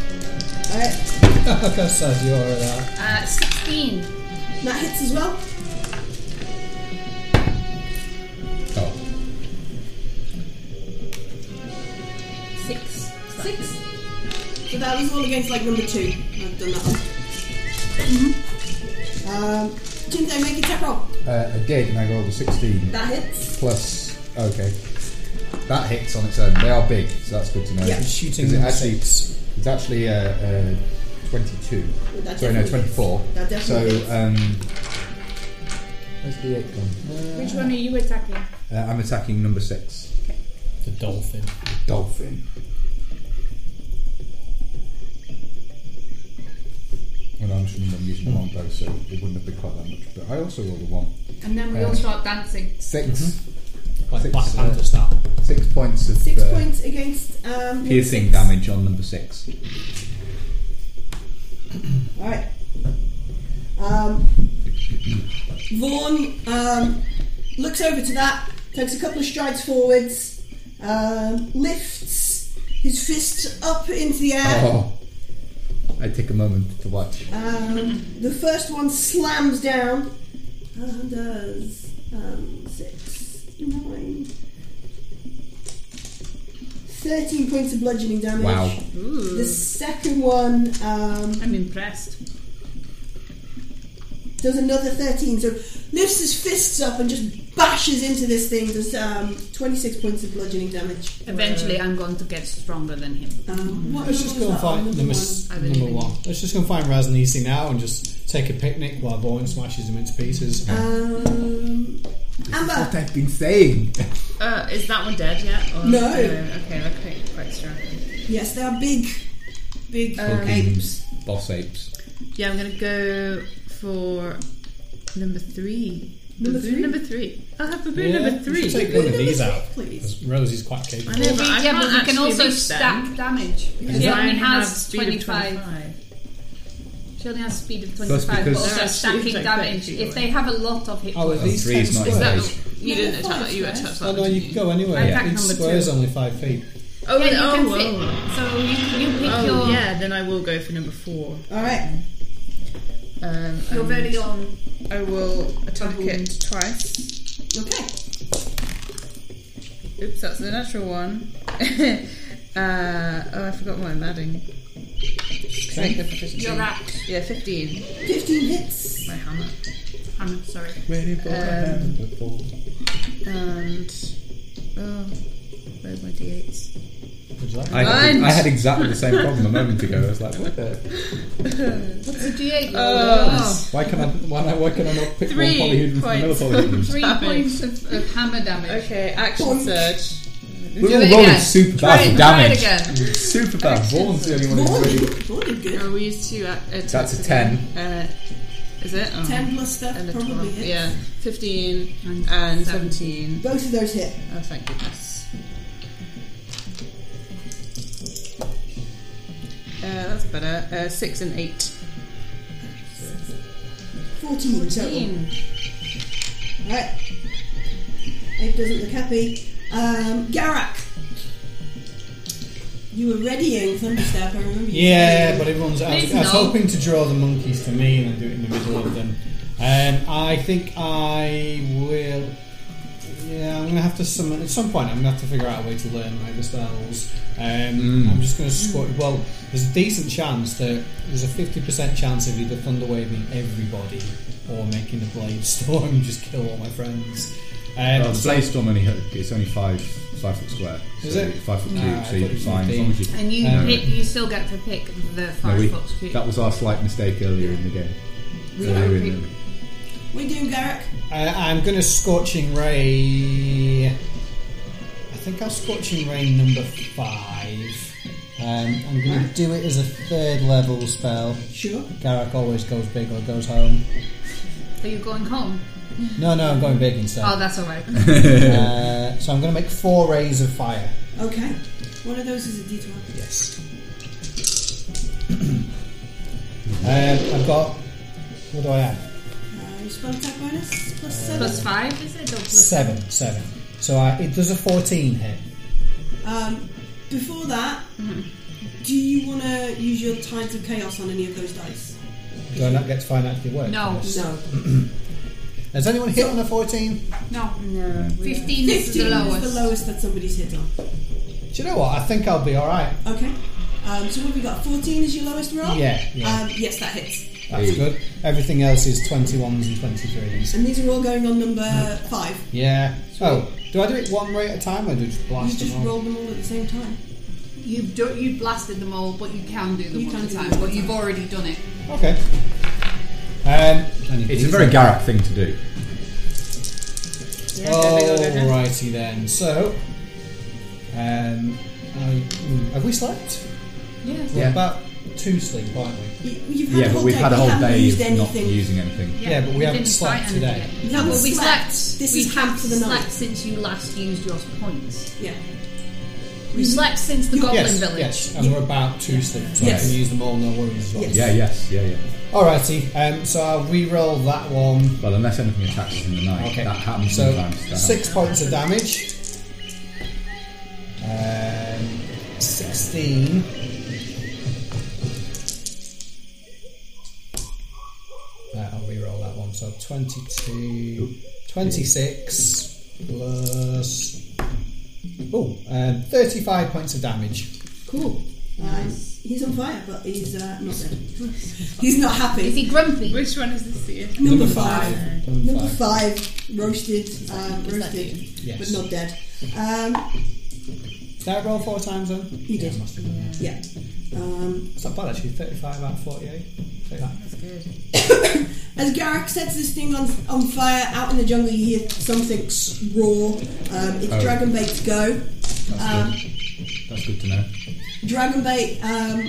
All right,
That's sad you are that.
Uh, 16.
that hits as well.
Oh,
6.
Six. So that was all against like number two. I've done that one. Um, Jinzo, make a tap roll.
uh, I did, and I rolled a sixteen.
That hits.
plus okay that hits on its own they are big so that's good to know
Yeah.
Shooting
Is it actually-
six.
it's actually uh, uh, 22
Well, that
sorry no
definitely
24
hits. That definitely
so
hits.
um where's the 8 gone
Which one are you attacking?
uh, I'm attacking number 6
The dolphin.
dolphin well I'm just remembering using the longbow so it wouldn't have been quite that much but I also rolled a 1
And then we
Uh,
all start dancing.
6
Like
Six,
Black
uh,
Panther style.
six points of
Mm-hmm. Six
uh,
points against um,
piercing
six.
damage on number six.
Alright. Um, Vaughn um, looks over to that, takes a couple of strides forwards, um, lifts his fists up into the air.
Oh, I take a moment to watch.
Um, the first one slams down and does um, six, nine, 13 points of bludgeoning damage.
Wow.
The second one um,
I'm impressed.
does another 13, so lifts his fists up and just bashes into this thing, does um, 26 points of bludgeoning damage.
Eventually, I'm going to get stronger than him.
Um, what
Let's just go and find
Another
number,
one.
s-
I
number
believe in
one. Let's just go and find Raznisi now and just take a picnic while Bowen smashes him into pieces.
Uh, Um, Amber,
What I've been saying.
Uh, is that one dead yet? Or,
No.
Uh, okay, they're quite, quite strong.
yes, they are big, big uh,
Um,
apes.
Boss apes.
Yeah, I'm gonna go for number three.
Number
Baboon
three?
Number three. I'll have baboon
Yeah,
number
we
three.
should take one of these out.
Please.
because Rosie's quite capable.
I know, but I
yeah,
can't
but we can
actually
also
reach
stack
Them.
damage.
because
She
I
only
have
has
speed of
25.
25.
She only has speed of
That's
25, but
because-
also
They're actually
stacking
like
damage.
30
If they have a lot of hit
Oh, are
points.
these
three is
ten
not
Is that
squares?
you
No,
didn't attach?
five
You
squares.
attached
Oh
that.
no,
one,
you
didn't
can go anywhere.
Attack
Each
number
square is
two.
only five feet.
Oh,
yeah, you
oh,
can fit.
whoa.
So you, you pick
Oh,
your.
yeah. Then I will go for number four.
Alright,
Um,
Your
and
very own.
I will attack it twice.
okay.
Oops, that's the natural one. uh, oh, I forgot my adding. Strength and proficiency.
Your axe.
Yeah, 15.
15 hits.
My hammer.
I'm sorry.
Um, and. Oh, where's my d8s?
Would you like?
I,
Mine.
had, I had exactly the same problem a moment ago. I was like, what the?
What's a D8?
Oh,
Why can I? Why, not- why can I not pick
Three
one polyhedron from another
points.
polyhedron?
Three
Damage.
points of, of hammer damage.
okay. Action surge.
We're
Do
all
it
rolling
again.
super
Try
bad
it-
for
try it
damage.
again.
Super bad. Vaughn's the only one
Vaughn,
who's really.
Vaughn did good.
Oh, we used two. Uh, attacks
That's a
again. Uh, is it? Oh.
10 plus that
And a
probably
12.
hits.
Yeah, 15 and, 17.
Both of those hit.
Oh, thank goodness. Uh, that's better. Uh, 6 and 8.
14 total. Alright. Ape doesn't look happy. Um, Garak. You were readying Thunderstep, I remember you
Yeah,
saying.
but everyone's. I was,
Please
I was
no.
hoping to draw the monkeys to me and then do it in the middle of them. Um, I think I will. Yeah, I'm gonna have to summon. At some point, I'm gonna have to figure out a way to learn my other spells. Um,
Hmm.
I'm just gonna squat. Well, there's a decent chance that there's a 50% chance of either thunder waving everybody or making the blade storm and just kill all my friends. Um,
Well, the blaze storm only it's only five five foot square.
Is
so
it?
Five foot
No,
cube,
I
so you'd
thought it
be
was
fine as long as you.
And you
No.
pick, you still get to pick the
No,
five
we,
foot cube.
that was our slight mistake earlier in the game.
don't
Earlier in
think-
the-
We do, Garak.
Uh, I'm going to Scorching Ray. I think I'll Scorching Ray number five. Um, I'm going to do it as a third level spell.
Sure.
Garak always goes big or goes home.
Are you going home?
No, no, I'm going big
Oh,
instead.
that's alright.
Uh, so I'm going to make four rays of fire.
Okay. One of those is a D12.
Yes. um, I've got. What do I have?
Uh, your spell attack bonus plus seven.
plus five, is it? Or plus
Seven. Seven. So I, it does a 14 hit.
Um, before that,
Mm-hmm.
do you want to use your Tides of Chaos on any of those dice?
Do I not get to find out if it works?
No.
No.
Has anyone hit on a 14?
No.
No.
15 is the
15
lowest.
is the lowest that somebody's hit on.
Do you know what? I think I'll be all right.
Okay. Um, so what have we got? 14 is your lowest roll?
Yeah, yeah.
Um, yes, that hits.
That's
Hey.
good. Everything else is twenty ones and twenty threes.
And these are all going on number five.
Yeah. Oh, do I do it one rate at a time, or do I just
You
blast
just
them all?
rolled them all at the same time.
You do, you blasted them all, but you can do them
You
one
can
at a
do them
time.
one
But
at a
you've
time.
already done it.
Okay. Um, I need
It's a
these
very
then.
Garak thing to do.
Yeah, go big or go home.
Alrighty then. So, um, I, mm, have we slept?
Yeah.
What
Yeah.
About two sleep, aren't we?
You, you've had
Yeah,
a
but
whole
we've
day.
had a
you
whole
haven't
day
used
of not
anything.
using anything.
Yeah, but we
we
haven't
didn't
slept
fight
today.
anything
You
yet. No,
haven't
but we
slept.
slept.
This
we
is camp for the night.
slept since you last used your points.
Yeah.
We slept since the Goblin
yes,
Village.
yes, and we're about two sleep, so
Yes.
I can use them all, no worries. as well.
Yes.
Yeah, yes, yeah, yeah.
Alrighty, um, so I'll re-roll that one.
Well, unless anything attacks in the night,
Okay.
that happens
so
sometimes. that happens.
six points of damage. Um, sixteen. Right, I'll re-roll that one. So 22, 26 plus. Oh, um, 35 points of damage.
Cool. Uh, he's on fire, but he's uh, not dead. he's not happy.
Is he grumpy?
Which one is this here?
Number five.
Number
Number
five.
five, roasted, um, roasted,
Yes.
but not dead. Um,
Did I roll four times then?
You did.
Yeah, must have done, yeah.
yeah. Um,
It's not bad actually, 35 out of 48. Take that.
as Garrick sets this thing on on fire out in the jungle, you hear something s- roar. Um, it's
Oh.
Dragonbait's go.
That's,
Um,
good. That's good to know.
Dragonbait um,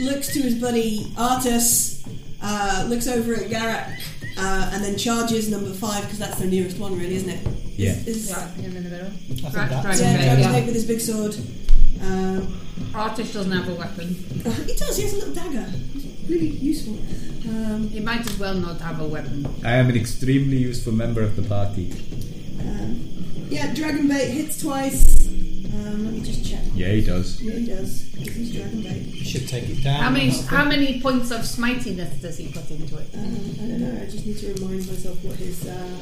looks to his buddy Artus, uh, looks over at Garrick, uh, and then charges number five because that's the nearest one, really, isn't it?
Yeah.
Is,
Right, in the middle.
I think
Right,
that's
right.
yeah,
Okay,
Dragonbait
yeah.
with his big sword. Um, oh,
Artist doesn't have a weapon.
He does. He has a little dagger. It's really useful. Um,
He might as well not have a weapon.
I am an extremely useful member of the party.
um, yeah, Dragonbait hits twice. Um, let me just check.
Yeah, he does.
Yeah, he does. 'cause He's Dragonbait.
You should take it down.
How many
That's
how many points of smitiness does he put into it?
Um, I don't know. I just need to remind myself what his. Uh,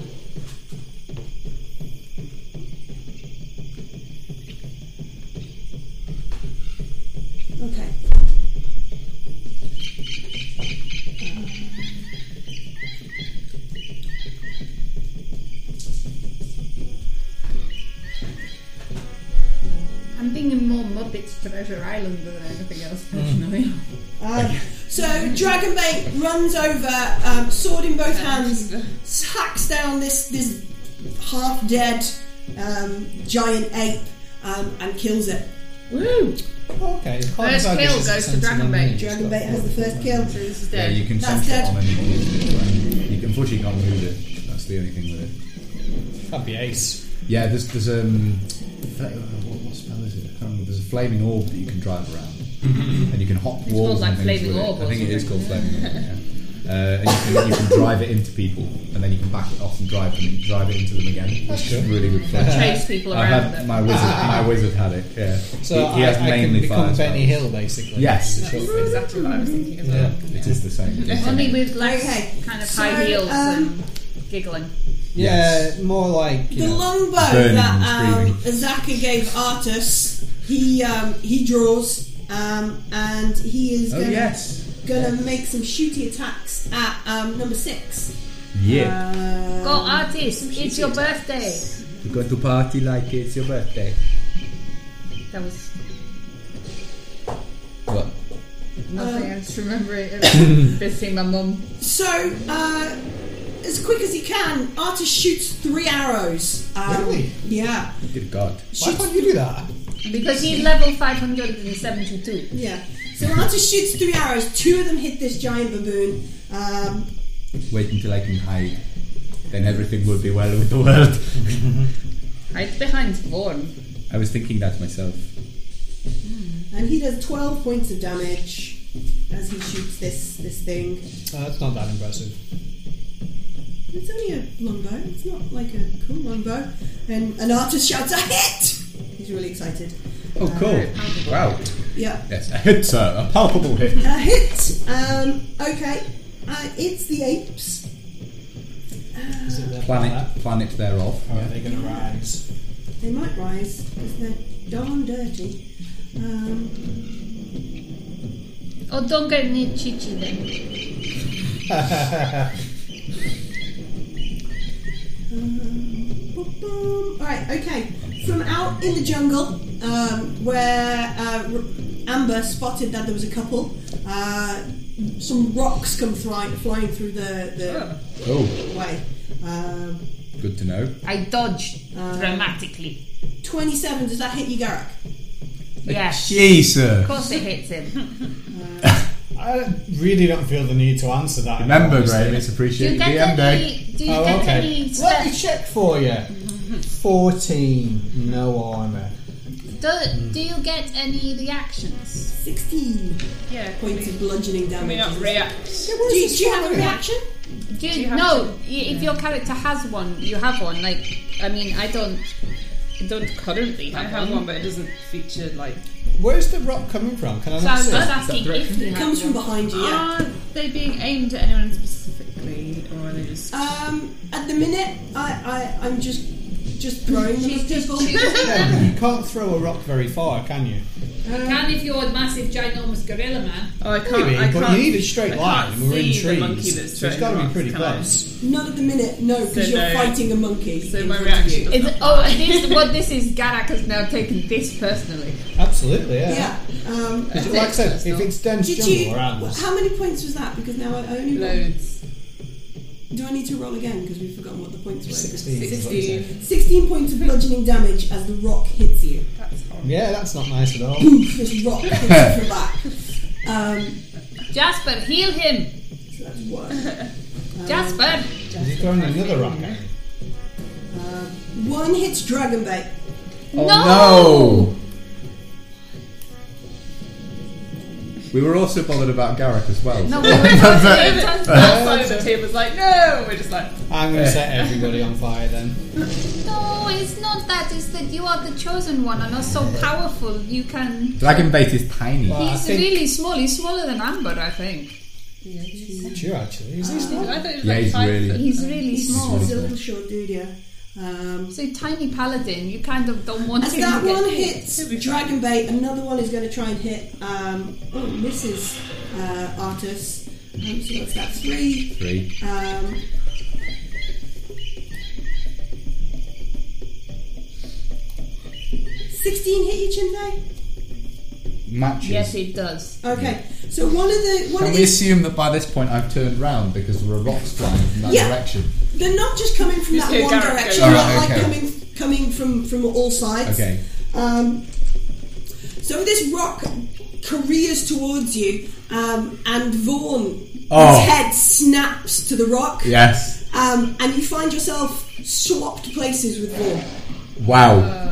Okay.
I'm thinking more Muppets Treasure Island than anything else personally.
Um, so Dragonbait runs over, um, sword in both hands, hacks down this this half dead um, giant ape um, and kills it.
Woo!
Oh, Okay.
First kill goes to Dragon Bait.
Dragonbait has the first kill.
So this is
Yeah,
dead.
you can sense
That's
it
dead.
on any movement. You can, unfortunately, you can't move it. That's the only thing with it.
That'd be ace.
Yeah, there's there's um, fla- uh, what, what spell is it? I can't remember. There's a flaming orb that you can drive around, and you can hop
called,
walls
like,
and things
flaming
with
orb
it. I
or
think it is
something.
called flaming orb. Yeah. Uh, and you can, you can drive it into people, and then you can back it off and drive them, drive it into them again. That's
good.
Really good fun.
Chase people
I
around
had
them.
my wizard. my wizard had it. Yeah.
So
he, he
I,
has
I can
mainly
become
fire
Benny
spells.
Hill, basically.
Yes.
That's
That's
what we-
exactly what I was thinking as
Yeah.
well.
It is the same.
Only with like
Okay,
kind of
so,
high heels
um,
and giggling.
Yeah,
Yes.
more like you
The
know,
longbow
Burning
that
and
um, Azaka gave Artus, he um, he draws um, and he is
Oh
gonna,
yes.
gonna make some shooty attacks at um, number six.
Yeah.
Um,
Go artist, it's your birthday.
We're going to party like it's your birthday.
That was
What?
Uh,
Nothing, I just remember it. Visiting my mum.
So, uh, as quick as he can, Artis shoots three arrows. Um,
Really?
Yeah.
Good God.
Why can't you do that?
because he's level 572.
Yeah. So Artis shoots three arrows. Two of them hit this giant baboon. Um,
Wait until I can hide. Then everything will be well with the world.
Hide behind Vaughn.
I was thinking that myself.
and he does 12 points of damage as he shoots this, this thing.
Uh, it's not that impressive.
It's only a longbow. It's not like a cool longbow. And an artist shouts, "A hit!" He's really excited.
Oh,
Uh,
cool. Wow.
Yeah,
Yes, a hit, sir. A palpable hit.
a hit. Um, okay, uh, it's the apes.
Is it
Planet, planet thereof.
How are they going to rise?
They might rise because they're darn dirty. Um,
Oh, don't get near Chichi then.
um, boom, boom. All right, okay. From out in the jungle, um, where uh, R- Amber spotted that there was a couple, uh, some rocks come fly- flying through the, the
Oh,
way. Um,
good to know.
I dodged dramatically.
27, does that hit you, Garrick?
Yes.
Gee, sir.
Of course it hits him.
I really don't feel the need to answer that.
Remember,
honestly.
Graham, it's
Do you
appreciated.
get
DM day.
any? Do you
Oh,
get
okay.
any?
Let
Spe-
me check for you. Fourteen, no armor.
do, do you get any reactions?
16
Yeah.
points of bludgeoning
Can we
damage.
not react?
Do you, do you have a reaction?
Do you,
you have
no? y If your character has one, you have one. Like, I mean, I don't. I don't currently
I
have,
have one, but it doesn't feature like.
Where's the rock coming from? Can I
So I
not
was
see?
just asking if you
It
have
comes from
one.
behind you, yeah.
Are they being aimed at anyone specifically, or are they just?
Um, at the minute, I, I, I'm just just throwing them at people.
Yeah, you can't throw a rock very far, can you?
Can if you're a massive, ginormous gorilla man.
Oh, I can't.
Maybe,
I can't
but you need a straight
I
line.
can't
and We're in
see the monkey
trees,
that's
so it's
throwing
got to
the
be pretty
rocks, can I?
close.
Not at the minute, no, because
So
you're
no.
fighting a monkey.
So
in
my
front of
reaction
you.
doesn't
It's, oh, this, what this is, Garak has now taken this personally.
Absolutely, yeah.
Yeah. Um,
Is it- Like I said, if it's dense
did
jungle
you?
or animals,
How many points was that? Because now I only.
loads.
Do I need to roll again? Because we've forgotten what the points were.
16. is what you said.
Sixteen.
16 points of bludgeoning damage as the rock hits you.
That's horrible.
Yeah, that's not nice at all.
This rock hits you from the back. Um,
Jasper, heal him!
so that's one.
Jasper!
Is he throwing another rock at you?
One hits dragon bait.
Oh
No!
no. We were also bothered about Garrick as well.
No, we were talking
That's why the team was like, no. We're just like,
I'm going to set everybody on fire then.
No, it's not that, it's that you are the chosen one and are so powerful you can.
Dragon bait is tiny.
Well, I
He's
think
really small, he's smaller than Amber, I think.
you actually. Is he
I
small?
thought it was
Yeah,
like
he's
five
really-
foot.
He's really small.
He's a little short dude, yeah. Um,
So, tiny paladin, you kind of don't want
As
him
that
to get
one
hit.
hits Dragon Bait, another one is going to try and hit um, oh, Mrs. Uh, Artis. Um, so what's that? Three.
Three.
Um, Sixteen hit you, Chinte?
Matches.
Yes, it does.
Okay. So one of the one
Can
of
we
these
assume that by this point I've turned round because there are rocks flying from that
Yeah.
direction?
they're not just coming from
Just
that
hear
one
Garrett go,
direction,
"Alright,
they're like
okay."
coming coming from from all sides.
Okay.
Um, so this rock careers towards you, um, and Vaughn's
Oh.
head snaps to the rock,
Yes.
um, and you find yourself swapped places with Vaughn.
Wow.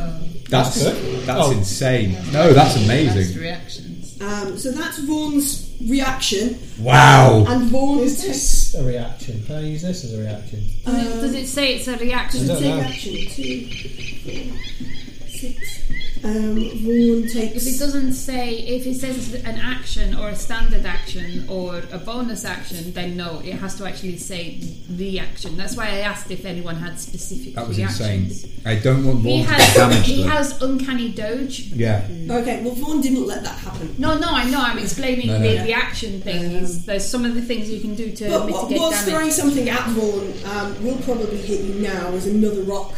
that's
good.
That's
Oh.
insane. No, that's
Best
amazing.
reactions.
Um, so that's Vaughn's reaction,
Wow.
and Vaughn
Is this a reaction? Can I use this as a reaction?
Does, it, does it say it's a reaction?
I
takes
don't know.
action. Two, four, six. Um, Vaughn
If it
takes.
doesn't say, if it says it's an action or a standard action or a bonus action, then no, it has to actually say reaction. That's why I asked if anyone had specific
That was insane.
reactions.
I don't want
He
more to be
has,
damaged.
he
though.
has uncanny doge.
yeah.
Okay, well Vaughn didn't let that happen.
No, no, I know. I'm explaining
No, no.
the reaction thing. Is there's some of the things you can do to
Um, But what
mitigate
was
damage.
throwing something at Vaughn um, will probably hit you now as another rock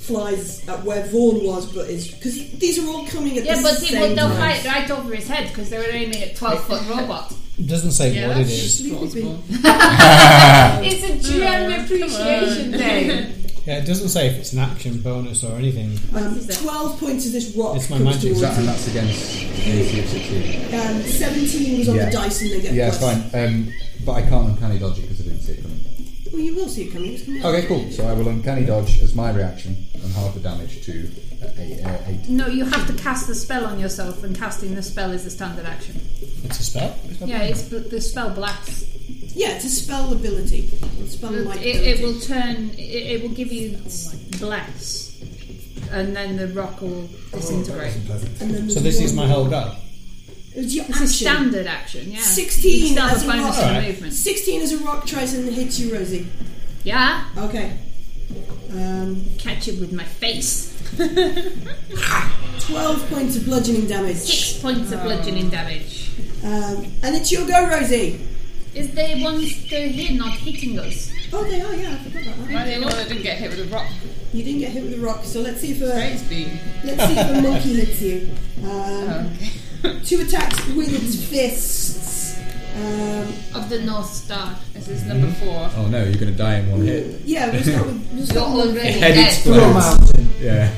flies at where Vaughn was, but is because these are all coming at
Yeah,
the
but
same
they, well, they'll
time.
fight right over his head because they were aiming at 12 foot robot.
It doesn't say
Yeah,
what it
that's
is.
just plausible.
It's
Oh,
a GM appreciation day.
Yeah, it doesn't say if it's an action bonus or anything.
Um, Twelve points of this rock
It's my
comes
magic,
towards
That,
you.
and that's against AC of 16.
Um, Seventeen was on
Yeah.
the dice, and they get
Yeah,
plus.
fine. Um, but I can't uncanny dodge it because I didn't see it coming.
Well, you will see it coming. It's coming. out.
Okay, cool. So I will uncanny dodge as my reaction and half the damage to uh, eight. Uh, eight.
No, you have to cast the spell on yourself, and casting the spell is a standard action.
It's a spell.
Yeah, it's bl- the spell blacks.
Yeah, it's a spell ability. It's a Spell
It,
like
it will turn. It, it will give you s- blacks, and then the rock will disintegrate.
And then
So
there's
this is my
one-
whole go.
It was your
It's a
action.
standard action. Yeah,
16
You start
as
a
a
bonus
rock.
to
Alright.
movement.
Sixteen as a rock tries and hits you, Rosie.
Yeah,
Okay. Um,
catch it with my face.
Twelve points of bludgeoning damage.
Six points of bludgeoning damage.
Um, and it's your go, Rosie.
Is there ones they're here not hitting us?
Oh, they are, yeah, I forgot about that.
Why the hell didn't get hit with a rock?
You didn't get hit with a rock, so let's see if a,
Praise be.
let's see if a monkey hits you. Um,
Oh, Okay.
two attacks with its fists. Um,
Of the North Star.
This is number four.
Oh no, you're going to die in one hit.
yeah, we'll start with. We'll
You're
start with
already
Head
dead.
explodes. Yeah.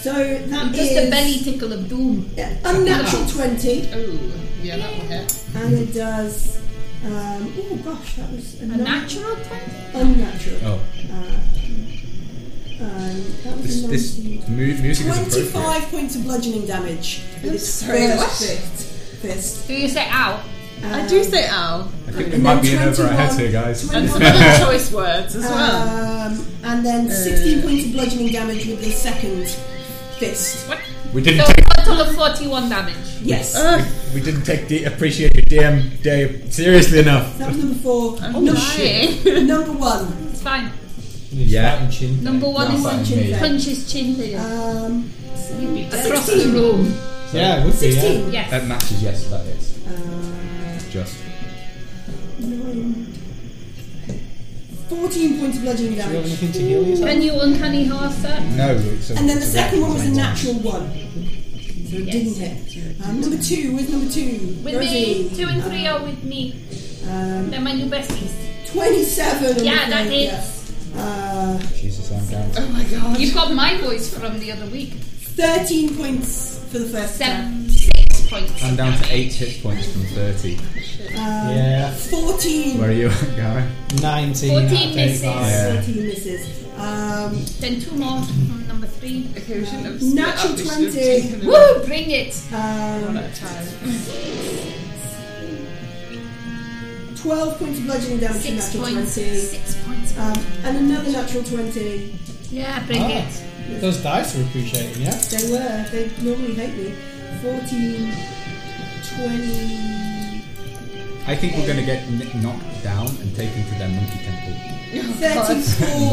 so that
Just
is
a belly tickle of doom.
Yeah, unnatural 20.
Oh. Yeah, that will hit.
and it does. Um, oh gosh, that was a,
A
nat-
natural 20?
unnatural.
Oh,
Uh, um, that
this,
was a
this
nineteen.
mu- music is appropriate.
Twenty-five points of bludgeoning damage. with its
sorry,
first
what?
Fist. fist.
Do you say ow?
I do say ow.
I think we
and
might
then
be in over our
21
heads here, guys.
And some other choice words as well. Uh,
Um, and then 16 points of bludgeoning damage with the second fist.
We didn't
So
take
total of 41 damage.
Yes.
Uh,
we didn't take the appreciate your DM day seriously enough.
that was number 4
I'm
number,
dying.
number one.
It's fine.
Yeah.
Starting chin.
Number one is
One chin thing.
punch his chin here.
Um,
Across the room.
Yeah, it would be. Yeah.
16.
Yes.
That matches, yes, that is. Just.
Uh, Nine. 14 points of bludgeoning
Do you have
damage.
anything to heal yourself?
Can you uncanny half that?
No, it's a,
And then the
it's a
second one was a
random
natural one. So it didn't hit. Um, number two, with number two,
With
Rosie.
me, two and three are with me.
Um,
They're my new besties.
27. on
Yeah,
the
that
thing,
hits.
yeah. Uh,
one. Jesus, I'm down.
Oh my god.
You got my voice from the other week.
13 points for the first time.
Seven, six points.
I'm down to 8 hit points from 30.
Yeah.
14
Where are you, Gary?
19.
14
out of Ah.
misses.
85.
Yeah.
13 misses. Um,
Then two more from number three.
Okay, we shouldn't have split
Natural
up, we should have
20.
taken it
Woo! Bring it.
um,
one at a time.
12 points of bludgeoning damage from
Six
natural
points.
20.
Six points.
Um, and another natural 20.
Yeah, bring
Ah,
it.
those dice are appreciating, yeah?
They were. They normally hate me. 14, 20,
I think we're going to get kn- knocked down and taken to their monkey temple.
Oh,
34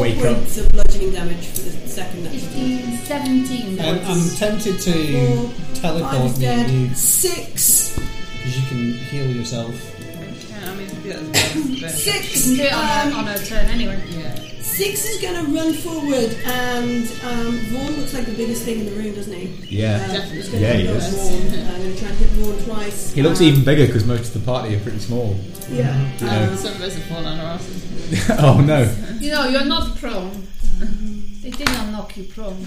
Wake up.
points of bludgeoning damage for the second natural
15, 17.
Um, I'm tempted to teleport
Five
me
dead.
and you
Six.
because you can heal yourself.
Yeah, I mean, yeah, that's better.
You can do it
Um,
on, a, on a turn anyway.
yeah.
Six is going to run forward, and um, Vaughn looks like the biggest thing in the room, doesn't he?
Yeah.
Uh, he's gonna
Yeah, he
hit
is.
Vaughn. I'm going to try and hit Vaughn twice.
He looks
Uh,
even bigger because most of the party are pretty small.
Yeah.
Um, some of us have fallen on our asses.
oh no.
You know, you're not prone. Mm-hmm. They did not knock you prone.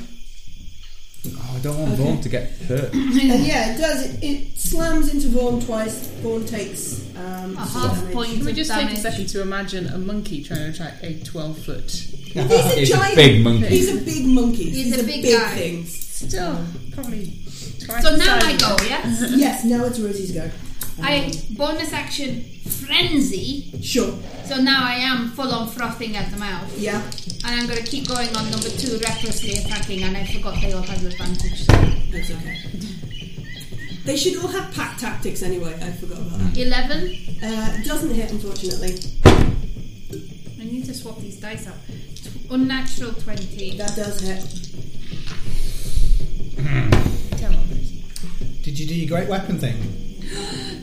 Oh, I don't want Vaughn to get hurt.
And yeah, it does. It, it slams into Vaughn twice. Vaughn takes um,
A
some
half
damage.
point.
Can we just
damage.
take a second to imagine a monkey trying to attack a 12 foot?
He's a
He's a
giant.
big monkey.
He's a big monkey.
He's a big guy.
thing.
Still, probably. twice
So
the
now I
size.
go, yeah?
Yes, now it's Rosie's go.
I bonus action frenzy.
Sure.
So now I am full on frothing at the mouth.
Yeah.
And I'm going to keep going on number two, recklessly attacking, and I forgot they all had advantage.
That's okay. They should all have pack tactics anyway. I forgot about that.
11.
Uh, doesn't hit, unfortunately.
I need to swap these dice out. Unnatural 20.
That does hit.
Did you do your great weapon thing?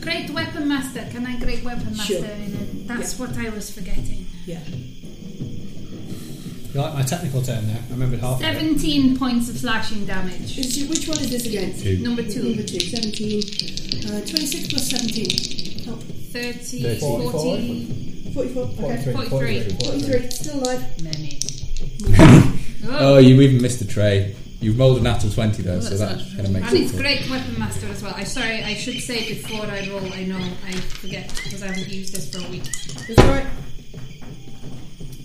Great Weapon Master. Can I Great Weapon Master?
Sure.
in it? That's what I was forgetting.
Yeah.
You like my technical term there? I remembered half. of it.
17 points of slashing damage.
Is you- which one is this against?
Number 2.
Number two. 17. Uh, 26 plus 17. Help.
30,
Thirty.
40,
44. Okay.
43.
43. Still alive.
Many.
Oh, you even missed the tray. You've rolled a natural 20 though, so
that's
that's
not
going to make
And
it
it's
cool.
Great Weapon Master as well. I'm sorry, I should say before I roll, I know, I forget because I haven't used this for a week.
It's alright.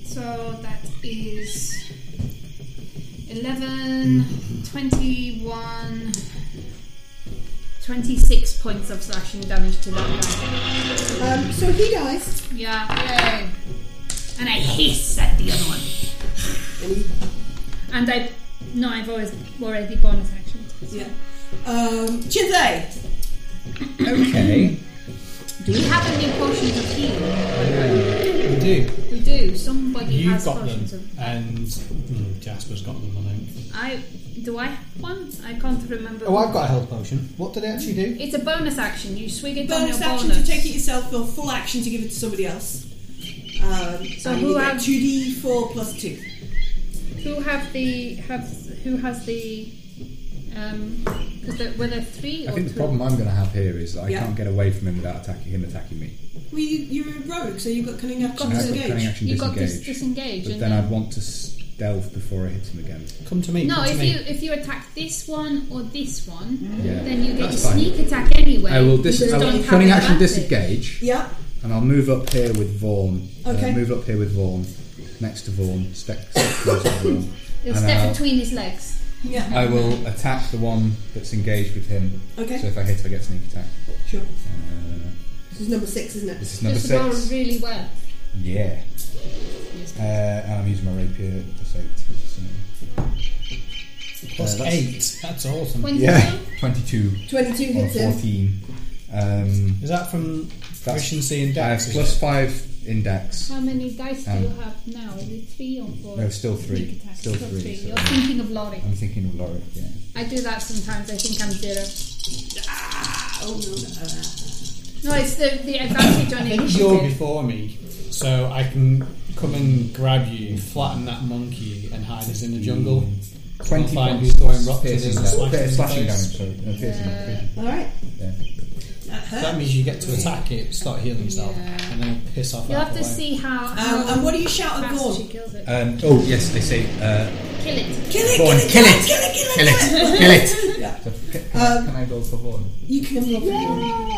So that is 11, 21, 26 points of slashing damage to that guy.
Um, so he dies.
Yeah. And I hiss at the other one.
And he
And I. No, I've always already bonus action.
Yeah. Um, Chinte.
Okay.
Do we have any potions of healing?
We do.
We do. Somebody
You've
has
got them,
potions of.
and mm, Jasper's got them. I think.
I do I have one? I can't remember.
Oh, I've got a health potion. What did it actually do?
It's a bonus action. You swig it
Bonus
on your
action
bonus.
to take it yourself, or full action to give it to somebody else. Um,
So
and
who
you get
have-
2d4 plus 2.
Who have the has who has the um? Cause there, were there three
I
or
think
two?
the problem I'm going to have here is that I
Yeah.
can't get away from him without attacking him attacking me.
Well, you, you're a rogue, so you've got cunning action
got
to
to-
I've got cunning
engage.
action
you got this
disengage.
disengage,
But
and
then
then
I'd want to s- delve before it hits him again.
Come to me.
No,
come to
if
me.
you if you attack this one or this one,
Yeah,
then you get a
that's fine.
sneak attack anyway.
I will
You
dis-
just
I
don't
will
have
cunning action
advantage.
disengage,
Yeah.
and I'll move up here with Vaughn. Uh,
Okay.
move up here with Vaughn. Next to Vaughn. Step, step close to Vaughn.
You'll
And
step
I'll-
between his legs.
Yeah.
I will attack the one that's engaged with him.
Okay.
So if I hit, I get sneak attack.
Sure.
Uh,
This is number six, isn't it?
this is number
just
six.
roll really well.
Yeah. Uh, and I'm using my rapier plus eight. So.
Plus
Uh, that's-
eight. That's awesome.
When
Yeah. Twenty-two
Twenty-two
or
hits him.
fourteen. Um,
Is that from proficiency in
I have
dex? is
plus
it?
five in dex.
How many dice do
Um,
you have now? Is it three or four?
No, still three.
Sneak attack.
Still three, so-
You're thinking of Laurie.
I'm thinking of Laurie. Yeah.
I do that sometimes. I think I'm zero.
Oh no, no, no.
No, it's the, the advantage on
I think you're
initiative.
before me, so I can come and grab you, flatten that monkey, and hide us in the jungle.
Twenty
I'll find
points
who's throwing rocks at
piercing,
us and
damage.
slashing
Uh,
us in
slashing damage.
the face.
Sorry, no, piercing damage.
All right.
Yeah.
That hurt.
That means you get to attack it, start healing yourself, and then I'll piss off.
You'll
out
have
the
to
way.
see how, how
Um, and what do you shout at
fast
Vaughn?
she kills
Uh,
it.
Um, oh yes, they say uh,
Kill it.
Kill it,
Go on,
kill
kill
it,
it,
kill it, kill
kill
it,
it, kill it.
Yeah.
Can,
Um,
I go for Vaughn?
You can roll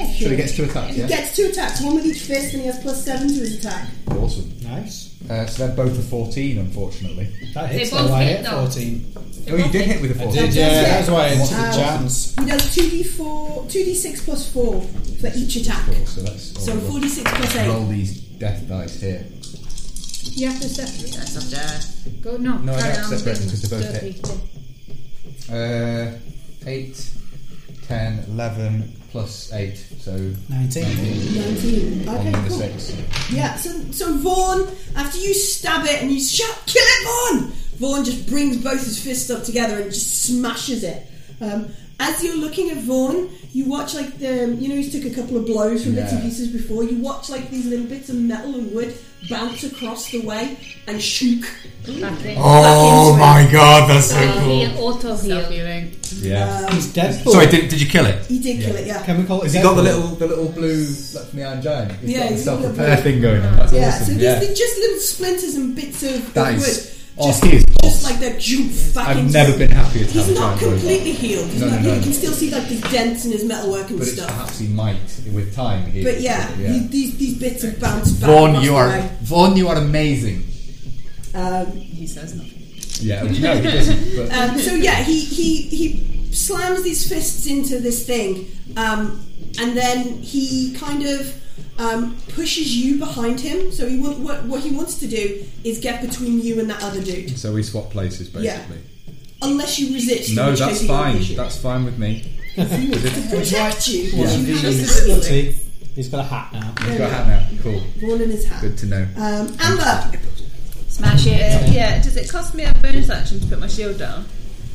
for
Should I get two attacks?
He
Yeah.
gets two attacks, one with each fist, and he has plus seven to his attack.
Awesome.
Nice.
Uh, so they're both a 14, unfortunately.
That hits.
They both
though. I
hit,
hit
though.
fourteen.
Oh, you did hit with a 14.
Did
yeah,
yeah?
that's
That's why I took
What's
the
the
chance.
He does 2d4, 2d6 plus 4 for each attack.
So that's
So
oh, roll-
46 plus 8.
roll these death dice here.
You have to separate.
That's up there.
Go no.
No, I
carry
don't
on.
separate them 'cause they both
Dirty.
Uh, 8, 10, 11, plus 8. So
Nineteen.
19.
on
Okay,
number
cool.
6.
Yeah, so, so Vaughn, after you stab it and you shout, kill it, Vaughn! Vaughn just brings both his fists up together and just smashes it. Um, as you're looking at Vaughn, you watch like the, um, you know, he's took a couple of blows from bits and
Yeah.
pieces before. You watch like these little bits of metal and wood bounce across the way and shook.
Back in.
Oh
Back into
my god, that's
Um,
so
Auto
cool.
heal. Auto
Self
heal.
healing.
Yeah.
He's dead.
Uh,
Sorry, did, did you kill it?
He did kill it, yeah.
Can we call it?
Has he got the
Deadpool?
little, the little blue left from the Iron Giant? He's
Yeah,
got the
he's got the
self-repair
blue-
thing going on. That's
Yeah, so
awesome.
just,
Yeah.
just little splinters and bits of of
That
wood.
is. Oh,
Just,
he is boss.
just like that jump back
I've
into
never
it.
been happier to have
He's
a
not
giant robot.
completely healed. He's
No,
not,
no,
you
no.
can still see like these dents in his metalwork and
But it's
stuff.
perhaps he might with time. He
But yeah, these- these these bits have bounced back.
Vaughn,
across
you
the
are
way.
Vaughn, you are amazing.
Um,
He says nothing.
Yeah, no, he doesn't. But
um, so yeah, he, he he slams these fists into this thing, um, and then he kind of um, pushes you behind him. So he want, what what he wants to do is get between you and that other dude,
so we swap places basically.
unless you resist. in
No,
which case
that's
he won't
fine.
push you.
That's fine with me.
protect you.
One of these. Let's see. He's got a hat now.
Um,
He's got a hat now. Cool.
One in his hat.
Good to know.
Um, Amber,
Smash it. Uh, yeah. Does it cost me a bonus action to put my shield down?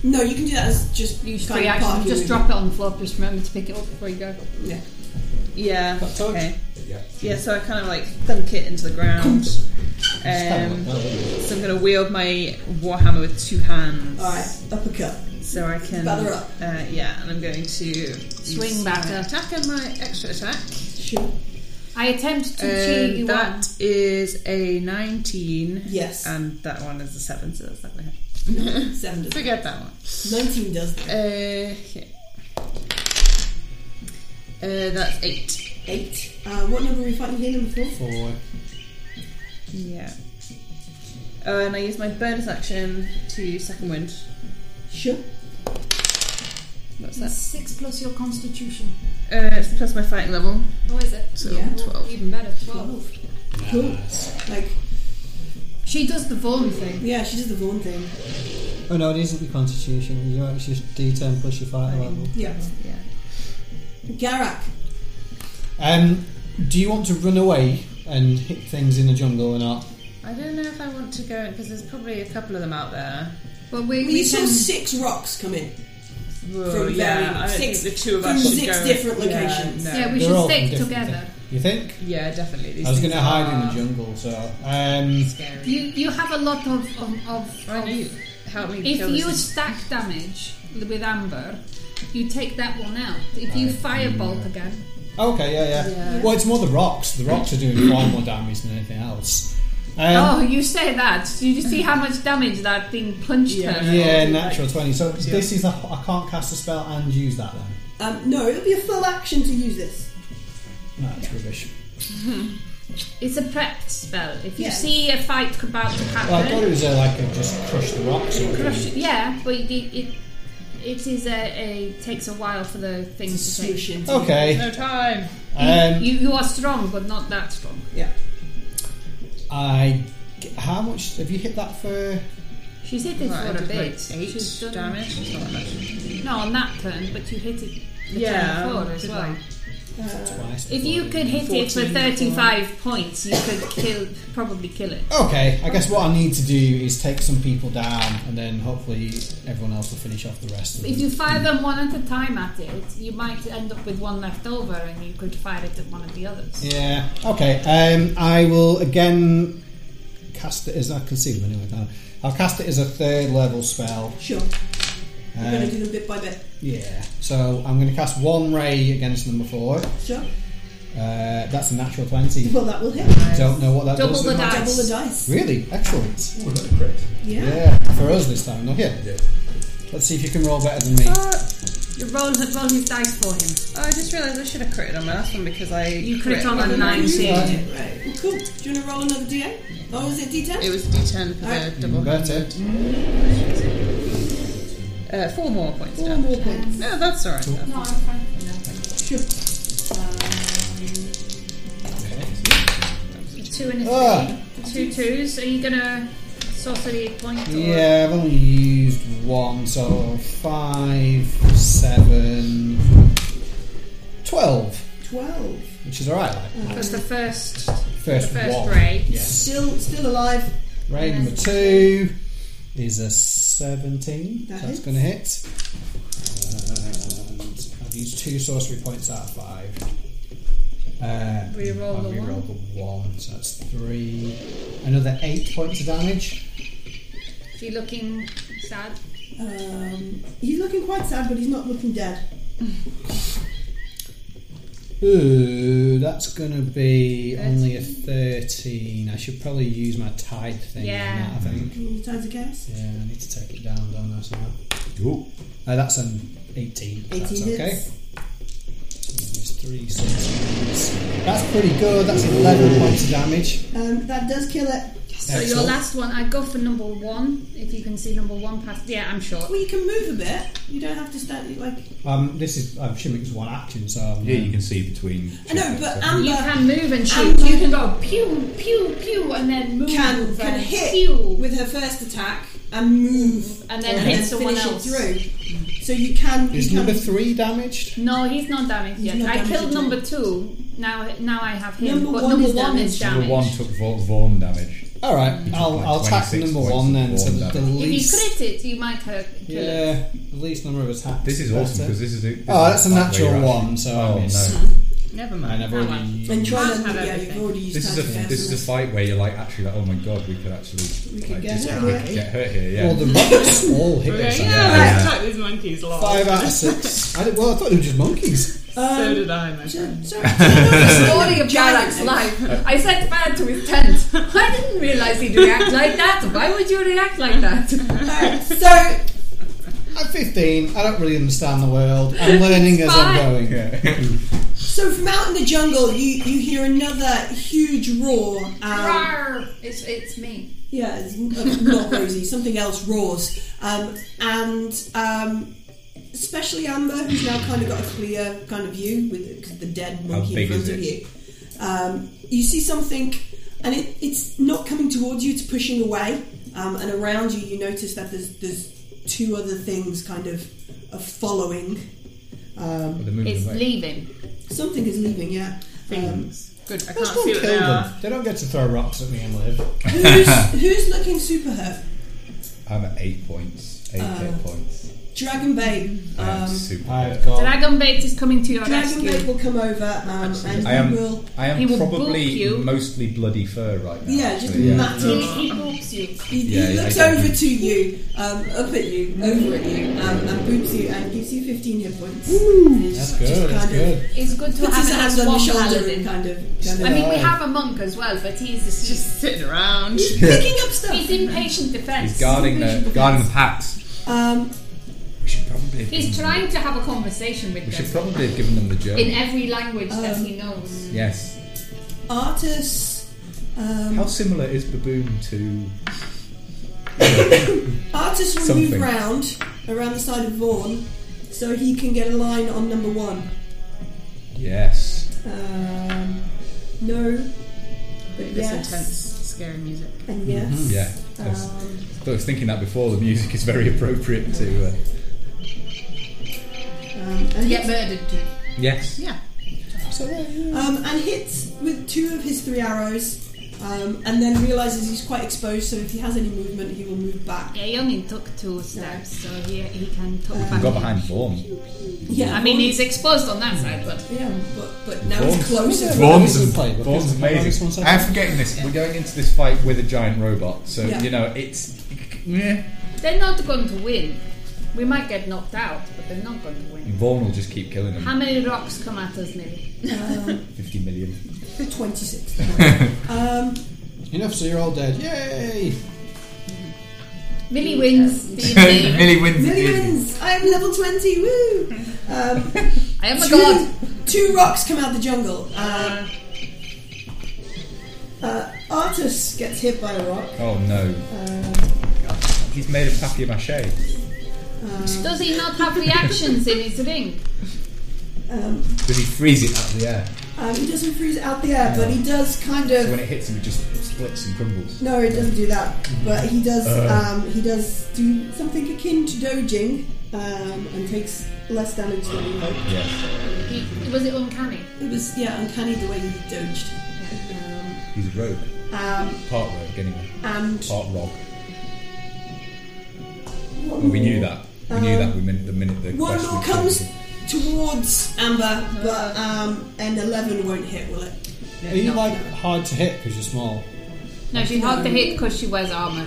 no, you can do that as just
You
kind
free
of part
action.
of
Just
your-
drop it on the floor. Just remember to pick it up before you go.
Yeah.
Yeah.
That's all.
Okay.
Yeah.
Yeah. So I kind of like thunk it into the ground.
It's kinda
Um,
like that, isn't it?
so I'm going to wield my warhammer with two hands.
All right, uppercut.
So I can.
Batter up.
Uh, yeah, and I'm going to
Swing
use
batter.
my attack and my extra attack.
Sure.
I attempt to cheat
Um,
you one.
that is a 19.
Yes.
And that one is a 7, so that's not going to hit.
Seven does.
Forget that one.
Nineteen does. that.
Uh, yeah. Uh, that's 8.
Eight. Uh, what number are we fighting here? Number four.
Forward.
Yeah. Oh, and I use my bonus action to second wind.
Sure.
What's that?
Six plus your constitution.
Uh, it's plus my fighting level,
Oh, is it?
so
Yeah.
12.
Even better. Twelve.
Cool. Like,
She does the Vaughn thing.
yeah, she does the Vaughn thing.
Oh no, it isn't the constitution. You actually D10 plus your fighter level.
Yeah.
Yeah.
Garak.
Um, do you want to run away and hit things in the jungle or not?
I don't know if I want to go because there's probably a couple of them out there.
But we,
Well, you
we
saw
can.
six rocks come in.
Well,
very-
yeah, I don't
six-
think the two of
from
us should
six
go-
different
yeah,
locations.
no.
Yeah, we
They're
should
all
stick
different.
together.
You think?
Yeah, definitely. These
I was
going
going
to
to hide in the jungle, so um,
Scary.
You you have a lot of of, of,
Why
of
don't you help me
If
kill
you
this?
stack damage with Amber, you take that one out. If you firebolt again,
okay, yeah, yeah,
Yeah.
Well, it's more the rocks. The rocks are doing far more damage than anything else. Um,
oh, you say that. Did you see how much damage that thing punched her?
Yeah, natural 20. So this is a. I can't cast a spell and use that then.
Um, no, it'll be a full action to use this.
That's rubbish.
It's a prep spell. If you
Yeah.
see a fight about to happen,
Well, I thought it was uh, like a just crush the rocks or
crush it. Yeah, but it it, it is a, a takes a while for the thing to take.
Solution.
Okay.
No time.
Um,
You you are strong, but not that strong.
Yeah.
I. How much have you hit that for?
She's hit it
Right, I
for a
did
bit.
like eight
She's done-
damage. It's not that much.
No, on that turn, but you hit it. The
Yeah,
turn before
I
as
did
well.
like-
Twice.
If you could hit it for
14,
35 points, you could kill, probably kill it.
Okay, I guess what I need to do is take some people down, and then hopefully everyone else will finish off the rest. Of
If
them.
you fire them one at a time at it, you might end up with one left over and you could fire it at one of the others.
Yeah. Okay. Um, I will again cast it as I can see them anyway. Now. I'll cast it as a third level spell.
Sure. We're
Uh,
going to do them bit by bit.
yeah. So I'm going to cast one ray against number four. Uh,
Sure.
that's a natural twenty.
Well, that will hit.
Don't know what that
Double
does.
the dice.
Double the dice.
Really excellent.
What about the crit?
Yeah.
Yeah, for us this time, not here.
Yeah.
Let's see if you can roll better than me.
Oh, You roll, roll his dice for him.
Oh, I just realised I should have critted on my last one because I
You crit on
one
a
and
nine
Right.
Right. Well, cool. Do you want to roll another D8? Or was it D10?
It was D10 for
Alright.
the double.
Better.
Uh, four more points.
Four
down.
more points.
No, that's alright. then.
No, I'm fine.
Sure.
Two and a three.
Ah.
Two twos. Are you going to sorcery point? Or?
Yeah, I've only used one, so five, seven, twelve,
12.
which is alright. Like
Because the first,
first,
Oh, the first
one.
ray.
Yes.
Still, still alive.
Ray number two is a seventeen.
That
That's
hits.
going to hit. And I've used two sorcery points out of five. Uh,
Reroll
I've
the one.
rerolled the one, so that's three. Another eight points of damage.
Is he looking sad?
Um, he's looking quite sad, but he's not looking dead.
Ooh, that's gonna be only a thirteen. I should probably use my tide thing. on
Yeah.
that, I think.
Ooh, Times of chaos.
Yeah, I need to take it down, don't I? Somehow.
Ooh.
Uh, that's an eighteen.
18
that's
hits.
okay. There's three sixes. That's pretty good. That's eleven points of damage.
Um, that does kill it.
So your
Excellent.
last one, I'd go for number one. If you can see number one past, yeah, I'm sure.
Well, you can move a bit. You don't have to stand like.
Um, this is. I'm assuming it's one action, so um, I'm
Yeah, you can see between.
I know, but
You
Amber
can move and shoot.
uh, And
You can go pew pew pew and then move
can
and
can hit
pew
with her first attack and move
and then hit someone
finish
else.
it through. So you can.
Is
you can
number three damaged?
No, he's not damaged
He's
yet.
not
I
damaged
killed
at all.
number two. Now, now I have him.
Number
but
one
number
is
one is
damaged.
damaged.
Number one took Va- Vaughn damage.
All right, I'll,
like
I'll attack
26
number
points
one
of
then. So
one
the
damage.
If you
least.
crit it, you might hurt. kill it.
Yeah, the least number of attacks.
This is
better.
awesome because this is a. This
Oh,
is
that's a
part where
natural
you're actually-
one, so
Oh
I miss.
no!
Never
I
mind.
never
Oh, well.
really.
And try
Can't
to.
have
Yeah,
everything.
you've already used
This is a
times of chaos
this is a
on
fight where you're like actually like oh my god we could actually
We could
like,
get
just-
her,
we could
right?
get hurt here yeah
Well, the rocks all hit us.
yeah,
Yeah.
let's attack these monkeys lot.
Five out of six. I did, well, I thought they were just monkeys.
So did I, my
this.
friend.
So- so-
Story of Balak's life. I set fire to his tent. I didn't realize he'd react like that. Why would you react like that?
Alright, so
I'm 15. I don't really understand the world. I'm learning as I'm
Fine.
going.
So from out in the jungle, you, you hear another huge roar. Um,
Rawr. It's it's me.
yeah, it's n- uh, not Rosie. Something else roars, um, and um, especially Amber, who's now kind of got a clear kind of view with 'cause the dead
How
monkey in
big
front
is
of
it?
you. Um, you see something, and it, it's not coming towards you. It's pushing away, um, and around you, you notice that there's there's two other things kind of, of following.
But they're moving
It's
away.
leaving.
Something is leaving. Yeah. Um,
Good. I can't
Let's go
see
and kill
what they
them.
are.
They don't get to throw rocks at me and live.
who's, who's looking super hurt?
Um,
I'm at eight points eight hit points
Dragonbait.
I'm
Um,
super.
I've got.
Dragonbait is coming to your rescue.
Dragonbait will come over um, and
I am.
he will.
I
he
am
will
probably
book you.
mostly bloody fur right now.
Yeah, just
actually, yeah.
matted.
He, he books you.
He, he
Yeah, yeah,
looks
I-
over to you, um, up at you, over at you, um, and boots you and gives you 15 hit points. And he's
That's
just-
good.
just
that's
kind of
good.
It's good to
Puts his
have
hands
a
on your
one
shoulder
paladin.
and kind of. Kind of
I mean, we have a monk as well, but he's just
sitting around.
picking up stuff.
he's impatient defense.
He's guarding the guarding the packs.
Um,
We should probably. Have
He's
given
trying to have a conversation with
Them, we should
them
probably have given them the
in
German.
every language that
Um,
he knows.
Yes.
Artis. Um,
How similar is Baboon to?
Artis will move
Something.
round around the side of Vaughn so he can get a line on number one.
Yes.
Um, no. But
This intense,
yes.
scary music.
And yes.
Mm-hmm. Yeah.
Uh,
I was,
Um,
I was thinking that before. The music is very appropriate to. Uh,
um, and,
Get
hits,
murdered too.
yes.
Yeah.
um, and hits with two of his three arrows um, and then realises he's quite exposed, so if he has any movement, he will move back.
Yeah, he only took two steps, so he, he can talk
Um,
back.
Got behind Vaughn.
Yeah,
I mean,
Vaughn-
he's exposed on that side, but
Yeah, but, but now
Vaughn-
he's closer. to
Vaughn-
Vaughn's,
Play, but
Vaughn's
can- can I just one
amazing.
second?
I'm forgetting this. We're going into this fight with a giant robot, so
Yeah.
you know it's. Yeah.
they're not going to win. We might get knocked out, but they're not going to win.
Vaughn will just keep killing
How
them.
many rocks come at us, Millie?
Fifty million.
the 26th. um,
Enough, so you're all dead. Yay!
Millie wins. D&D.
Millie wins. the evening.
Millions! I am level 20, woo! Um,
I am a
two,
Oh god.
two rocks come out of the jungle. Uh, uh, Artus gets hit by a rock.
Oh no.
Uh,
He's made of papier mache.
um,
Does he not have reactions in his ring?
um,
Does he freeze it out of the air?
um, he doesn't freeze out the air, but he does kind
So when
of.
it hits him, it just splits and crumbles.
No, he doesn't do that. But he does. Um, he does do something akin to dodging, um, and takes less damage than he hoped.
Yes.
He, was it uncanny?
It was yeah, uncanny the way he dodged. Um,
He's a rogue.
um,
Part rogue, anyway.
and
Part rogue. Well, we knew that. We knew
Um,
that. We meant the minute the
One
question
more
was
comes
posed.
towards Amber, but um, an 11 won't hit, will it?
Are you like hard to hit because you're small?
No, she's hard to hit because she wears armor,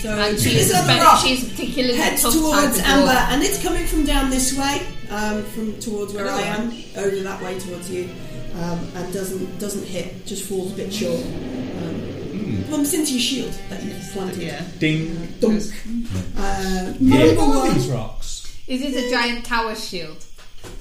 So
and she
this
is
other
spe-
rock
she's particularly
heads
tough type
towards
of
Amber,
dwarf.
and it's coming from down this way, um, from towards where I am, over that way towards you, um, and doesn't doesn't hit, just falls a bit short. Um, Bumps into your shield that you planted.
Yeah.
Ding.
Dunk. Uh, Number
These
one.
rocks.
Is it a giant tower shield?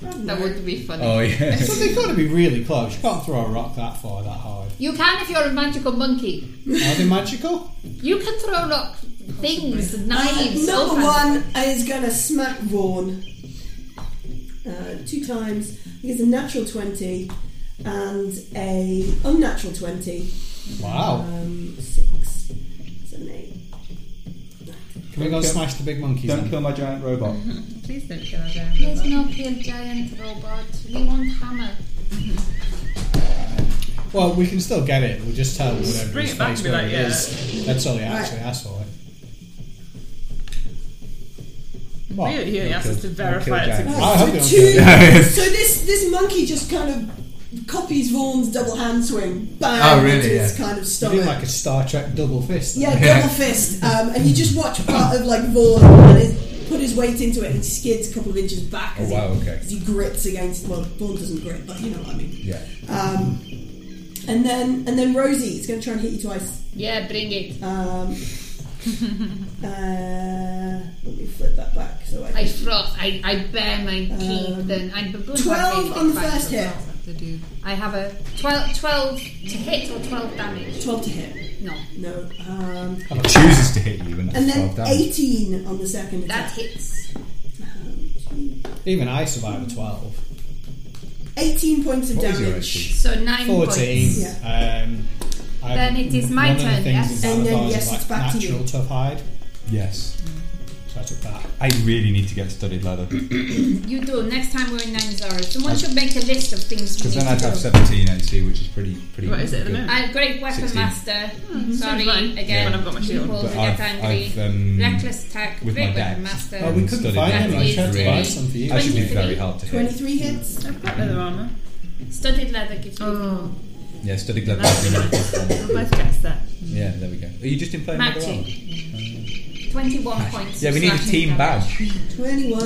That would be funny.
Oh yeah.
So they've got to be really close. You can't throw a rock that far, that hard.
You can if you're a magical monkey.
Are they magical?
You can throw rock things, knives, all
Number
kinds of-
one is going to smack Vaughn uh, two times. He gets a natural 20 and a unnatural 20.
Wow.
Um, six, seven, eight.
Can we go and smash the big monkeys
Don't
then?
kill my giant robot.
Please don't kill our
Let's
giant
not kill giant robot. We want hammer.
Well, we can still get it. We'll just tell whatever
bring
his
it back
face
and be
where
like,
it
yeah.
is. That's all he actually asked for. What?
Really, he asked us to
kill
verify it.
giant.
I hope they don't
so,
kill it.
two, so this this monkey just kind of copies Vaughn's double hand swing. Bang!
Oh, really,
into his
yeah.
kind of
You do
stomach.
like a Star Trek double fist.
yeah,
Yeah.
double fist. Um, and you just watch part of like Vaughn and his, put his weight into it and he skids a couple of inches back.
Oh
as
wow.
He,
Okay.
as he grits against. Well, Vaughn doesn't grit, but you know what I mean.
Yeah.
Um, and then and then Rosie is going to try and hit you twice.
Yeah, bring it.
Um, uh, let me flip that back so I
I
can
froth. I, I bare my teeth.
Um,
then I'm baboon.
12
have
on the
basic
first
fights
hit.
as well, they do. I have a 12, 12 to hit or 12 damage.
12 to hit.
No,
No. Um,
It chooses to hit you and, does
and then
twelve damage.
18 on the second
that
attack.
hits.
Even I survive a 12.
18 points of
What was your
damage.
AC?
So 9
14.
points.
Um, I-
Then it is my
one of the
turn,
things
yes?
in
And then
Battlefy is
yes,
like
it's back to you.
natural tough hide.
Yes.
So I took that.
I really need to get studied leather because
You do. Next time we're in Nanzara. Someone should make a list of things you need
then I'd
to
have
do.
seventeen NC, which is pretty pretty.
What is it at the
good.
moment? Uh, great weapon
16.
master.
Hmm,
Sorry
sounds fine.
again.
When I've got my shield.
People
But
who get
I've-
angry.
I've, um,
Reckless attack.
with
great
my
weapon
dex,
master.
Oh, we couldn't
Studied
find
leather.
any. I tried to buy
Really?
some for you.
I should be
23.
very hard to hit.
23 hits.
I've got leather armour.
Studded leather gives you.
Oh,
Yeah, studied leather. would be really
we
good.
both guessed that.
yeah, there we go. Are you just in playing leather
Matching.
armor?
21 points.
Yeah, we need a
slashing
team
damage.
badge.
21.